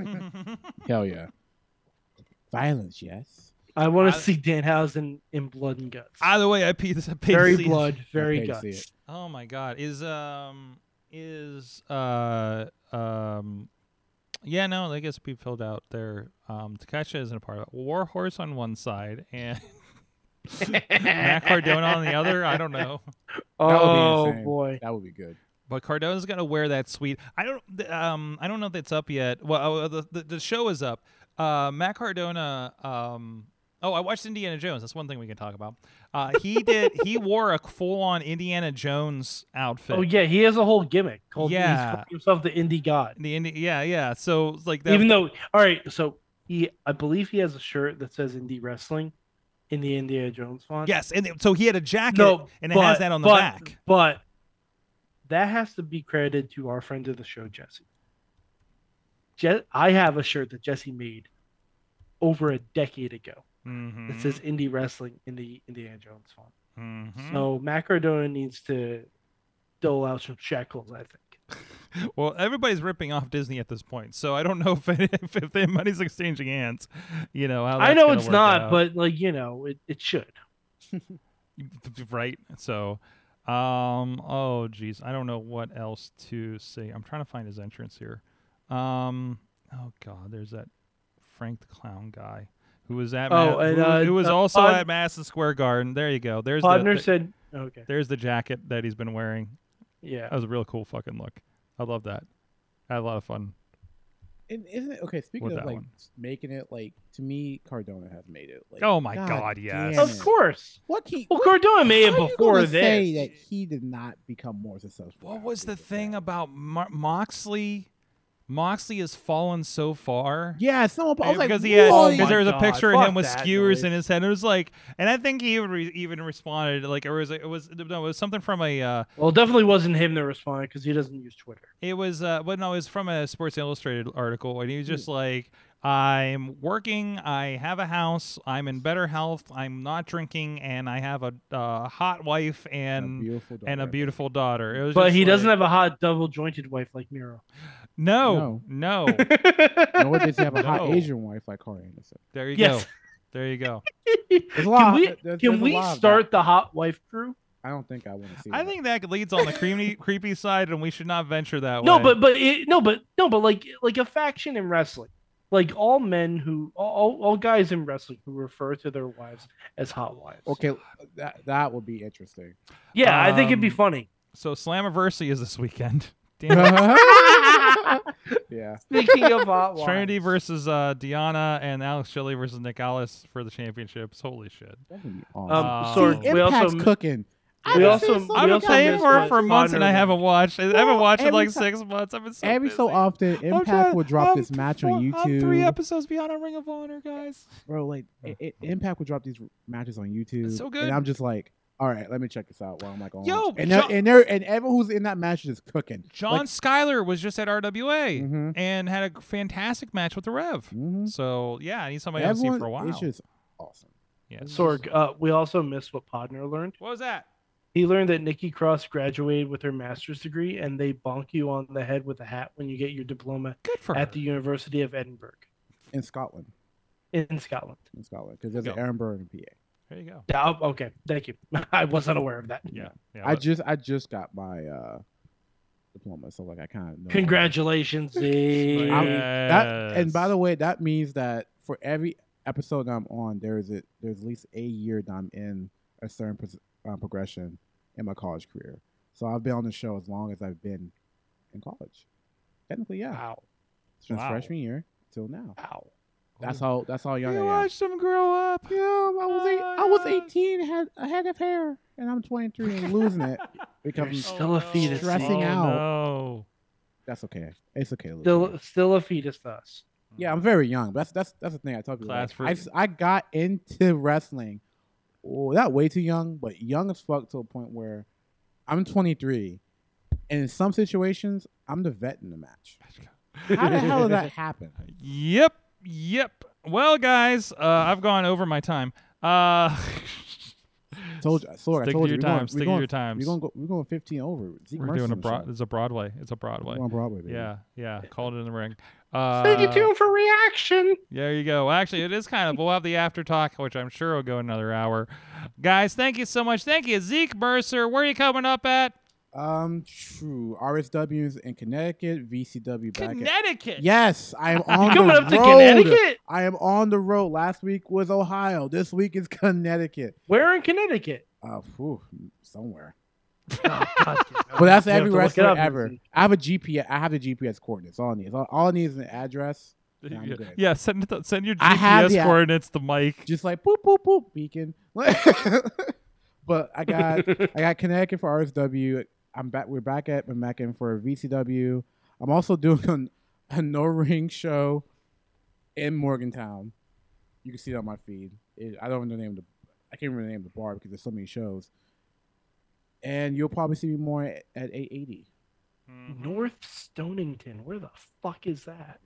S4: Mm. Hell yeah. Violence, yes.
S3: I want
S2: I-
S3: to see Danhausen in Blood and Guts.
S2: Either way, I pee this. I pee
S3: very
S2: this-
S3: blood, very
S4: Okay,
S3: guts.
S4: see it.
S2: Oh my god, is um is uh um yeah no, I guess be filled out there. Um, Takesha isn't a part of it. Warhorse on one side and Matt Cardona on the other. I don't know,
S4: That would be
S3: Oh
S4: insane.
S3: boy.
S4: That would be good.
S2: but Cardona's gonna wear that sweet. I don't th- um I don't know if it's up yet. Well, uh, the, the the show is up. Uh, Matt Cardona um. Oh, I watched Indiana Jones. That's one thing we can talk about. Uh, he did. He wore a full-on Indiana Jones outfit.
S3: Oh yeah, he has a whole gimmick called he's
S2: Yeah.
S3: calling himself the indie god.
S2: The Indi- yeah, yeah. So like that.
S3: Even though all right, so he I believe he has a shirt that says indie wrestling in the Indiana Jones font.
S2: yes, and it- so he had a jacket,
S3: No,
S2: and it
S3: but,
S2: has that on the
S3: but-
S2: back.
S3: But that has to be credited to our friend of the show, Jesse. Je- I have a shirt that Jesse made over a decade ago
S2: Mm-hmm. Mm-hmm.
S3: that says indie wrestling in the Indiana Jones font.
S2: Hmm.
S3: So Matt Cardona needs to dole out some shackles, I think.
S2: well, everybody's ripping off Disney at this point, so I don't know if it, if, if the money's exchanging hands. You know, how
S3: I
S2: that's
S3: know
S2: gonna
S3: it's
S2: work
S3: not,
S2: out.
S3: but like you know, it, it should.
S2: right. So, um, oh geez, I don't know what else to say. I'm trying to find his entrance here. Um, oh god, there's that Frank the Clown guy who was at
S3: Oh,
S2: Ma-
S3: and,
S2: who,
S3: uh,
S2: who was
S3: uh,
S2: also
S3: Pod-
S2: at Madison Square Garden. There you go. There's the-
S3: Podner
S2: the,
S3: said, "Okay,
S2: There's the jacket that he's been wearing.
S3: yeah."
S2: That was a real cool fucking look. I love that. I had a lot of fun.
S4: And isn't it okay? Speaking
S2: With
S4: of
S2: that
S4: like
S2: one.
S4: making it, like to me, Cardona has made it. Like,
S2: Oh my god,
S4: damn
S2: yes.
S4: it.
S3: Of course.
S4: What he?
S3: Well,
S4: what-
S3: Cardona made it
S4: how are you
S3: before
S4: gonna
S3: this.
S4: Say that he did not become more successful.
S2: What
S4: after
S2: was
S4: he
S2: the
S4: did
S2: thing
S4: that?
S2: about Mar- Moxley? Moxley has fallen so far.
S4: Yeah, someone. I was like,
S2: because he had,
S4: "Whoa,
S2: because
S3: Oh my
S2: there was a
S3: God,
S2: picture of
S3: fuck
S2: him with
S3: that
S2: skewers
S3: noise.
S2: in his head. It was like, and I think he even, re- even responded like it was it was no, it was something from a uh,
S3: Well, it definitely wasn't him that responded because he doesn't use Twitter.
S2: It was uh well no, it was from a Sports Illustrated article and he was
S4: Hmm.
S2: just like I'm working, I have a house, I'm in better health, I'm not drinking and I have a uh, hot wife
S4: And a
S2: and
S4: beautiful.
S2: and a
S4: daughter."
S2: beautiful daughter. It was
S3: But
S2: just
S3: he doesn't
S2: like,
S3: have a hot double jointed wife like Miro.
S2: No. No.
S4: Nor does he have a hot
S2: No.
S4: Asian wife like Corey Anderson.
S2: there you
S3: Yes.
S2: go. There you go.
S4: There's a
S3: Can
S4: lot-
S3: we
S4: there's- there's
S3: can
S4: a
S3: we
S4: lot of that.
S3: start the hot wife crew?
S4: I don't think I want to see.
S2: I
S4: that.
S2: think that leads on the creepy creepy side and we should not venture that
S3: No,
S2: way.
S3: but but it, no, but no, but like like a faction in wrestling, like all men who all all guys in wrestling who refer to their wives as hot wives.
S4: Okay, that that would be interesting.
S3: Yeah, I think it'd be
S2: Um,
S3: funny.
S2: so Slammiversary is this weekend. Damn it.
S4: That's yeah.
S3: Speaking of hot wine,
S2: Trinity versus uh, Diana and Alex Shelley versus Nick Ellis for the championships. Holy shit!
S3: Um,
S2: Uh,
S3: Sword,
S4: See,
S3: we
S4: Impact's
S3: also
S4: cooking. I
S3: we
S4: haven't
S3: also-
S4: seen so
S3: we
S2: I've been
S4: much
S3: also
S4: of
S2: paying
S4: this
S3: missed
S2: for
S4: one.
S2: it for
S3: one.
S2: months and I
S3: Honor-
S2: haven't watched. I haven't
S4: Well,
S2: watched in
S4: every
S2: like
S4: ti-
S2: six months. I've been so
S4: Every so
S2: busy.
S4: often,
S2: I'm
S4: Impact
S2: trying-
S4: will drop
S2: I'm
S4: this match
S2: four-
S4: on
S2: I'm three
S4: YouTube,
S2: episodes beyond on Ring of Honor, guys.
S4: bro. Like, it, it- Impact will drop these r- matches on YouTube,
S2: so good.
S4: and I'm just like, all right, let me check this out while I'm like on.
S2: Yo,
S4: lunch. and
S2: John-
S4: they're- and they're- and everyone who's in that match is cooking.
S2: John Schuyler was just at RWA
S4: Mhm.
S2: and had a fantastic match with the Rev.
S4: Mhm.
S2: So yeah, I need somebody I haven't seen for a while.
S4: It's just awesome.
S2: yeah, it's
S3: Sorg,
S2: just-
S3: uh, we also missed what Podner learned.
S2: What was that?
S3: He learned that Nikki Cross graduated with her master's degree, and they bonk you on the head with a hat when you get your diploma
S2: Good for
S3: at
S2: her.
S3: the University of Edinburgh
S4: In Scotland,
S3: in Scotland.
S4: in Scotland, because there's
S2: Go.
S4: an Aaron Burr in PA.
S2: there you go.
S3: Yeah, oh, okay, thank you. I wasn't aware of that.
S2: Yeah, yeah.
S4: I
S2: what-
S4: just, I just got my uh diploma, so like I kind of know.
S3: Congratulations, Z.
S4: I'm-
S2: Yeah.
S4: That and by
S2: Yes.
S4: the way, that means that for every episode I'm on, there is a there's at least a year that I'm in a certain pos- uh, progression in my college career. So I've been on the show as long as I've been in college. Technically, yeah,
S3: Wow.
S4: since
S2: Ah, Wow.
S4: freshman year till now.
S3: Wow.
S4: That's how that's how young
S2: you
S4: I am.
S2: watched him grow up.
S4: Yeah, I was eight, I was
S2: Oh, yeah.
S4: 18, and had a head of hair, and I'm 23 and losing it because
S3: You're
S4: I'm-
S3: still a fetus. Z.
S4: Stressing
S2: oh,
S4: out.
S2: No.
S4: that's okay. It's okay. to lose it.
S3: Still, still a fetus to us.
S4: Yeah, I'm very young. But that's that's that's the thing I tell people.
S2: Class
S4: like, I,
S2: freak.
S4: s- I got into wrestling, oh, not way too young, but young as fuck to a point where I'm 23, and in some situations I'm the vet in the match. How the hell did that happen?
S2: Yep, yep. Well, guys, uh, I've gone over my time. Uh,
S4: Told you, sorry,
S2: Stick
S4: I told
S2: to your
S4: you. we're
S2: time.
S4: Going,
S2: Stick to
S4: we're going,
S2: your times.
S4: We're going, go, we're going 15 over. Zeke
S2: we're
S4: Mercer's
S2: doing a
S4: on the
S2: broad.
S4: show.
S2: It's a Broadway. It's a
S4: We're
S2: Broadway.
S4: on Broadway, baby.
S2: Yeah, yeah. Called it in the ring. Uh,
S3: Thank you too for reaction.
S2: There you go. Actually, it is kind of. We'll have the after talk, which I'm sure will go another hour. Guys, thank you so much. Thank you, Zeke Mercer. Where are you coming up at?
S4: Um, true. RSW's in Connecticut. VCW back. at-
S2: Connecticut.
S4: Yes, I am on
S3: Coming
S4: the
S3: up to
S4: road.
S3: Connecticut.
S4: I am on the road. Last week was Ohio. This week is Connecticut.
S3: Where in Connecticut?
S4: Uh, whew, somewhere.
S3: Oh, God damn it.
S4: But that's
S3: You have
S4: every
S3: to look it
S4: wrestler
S3: up,
S4: ever.
S3: Z.
S4: I have a GPS. I have the GPS coordinates. All I need. All, all I need is an address. Yeah, I'm good.
S2: Yeah, send the, send your
S4: I have
S2: GPS
S4: the-
S2: coordinates to Mike.
S4: Just like boop boop boop beacon. but I got I got Connecticut for RSW. I'm back. We're back at Memekin for VCW. I'm also doing a, a no ring show in Morgantown. You can see it on my feed. It, I don't know the name of the. I can't remember the name of the bar because there's so many shows. And you'll probably see me more at, at 880.
S3: North Stonington. Where the fuck is that?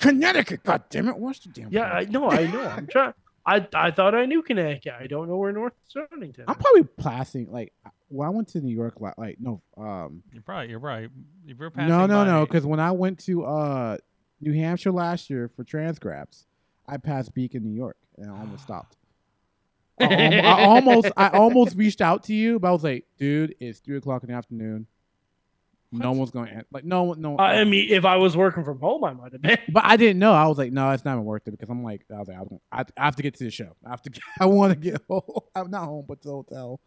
S4: Connecticut, God damn it! What's the damn?
S3: Yeah, I
S4: place?
S3: know, I know. I'm trying. I I thought I knew Connecticut. I don't know where North Stonington.
S4: I'm probably passing. Like, when I went to New York, like, like no, um,
S2: You're probably. You're right. If you're passing
S4: no, no, no,
S2: by-
S4: because when I went to uh New Hampshire last year for transcripts, I passed Beacon, New York, and I almost stopped. I, almo- I almost, I almost reached out to you, but I was like, dude, it's three o'clock in the afternoon. No one's gonna an- like, no, one- no. one-
S2: Uh,
S3: I mean, if I was working from home, I might have been.
S4: But I didn't know. I was like, no, it's not even worth it because I'm like, I was like, I, don't, I, I have to get to the show. I have to. Get, I want to get home. I'm not home, but to the hotel.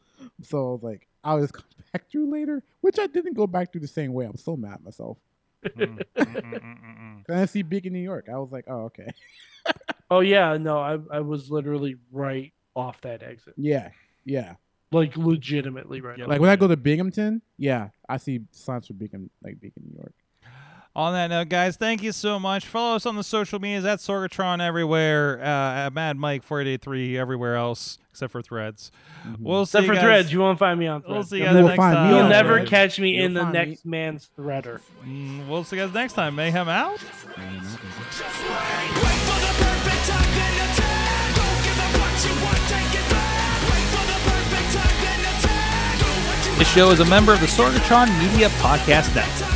S4: So I was like, I'll just come back through later, which I didn't go back through the same way. I'm so mad at myself.
S2: Mm, mm, mm, mm, mm, mm.
S4: And I see Big in New York. I was like, oh okay,
S3: Oh yeah, no, I I was literally right off that exit,
S4: yeah, yeah.
S3: like legitimately right.
S2: Yeah,
S3: off.
S4: Like when I go to Binghamton, yeah, I see signs for Beacon, like Beacon, New York.
S2: On that note, guys, thank you so much. Follow us on the social medias at Sorgatron everywhere, uh, at Mad Mike 483 everywhere else except for Threads.
S4: Mhm.
S2: We'll see
S3: Except
S2: you
S3: for
S2: guys.
S3: threads, you won't find me on
S2: We'll
S3: threads.
S2: see you
S4: You
S2: guys
S4: will
S2: next
S4: find me
S2: time.
S3: You'll
S4: on
S3: never
S4: Threads.
S3: catch me
S4: You'll
S3: in the
S4: find me-
S3: next man's threader.
S2: Mm, We'll see you guys next time. Mayhem out.
S1: Just wait. Wait for the perfect time, then attack. Don't give up what you want, take it back. Wait for the perfect time, then attack. Do what you
S6: The show is a member of the
S2: Mm-hmm.
S6: Sorgatron Media Podcast Network.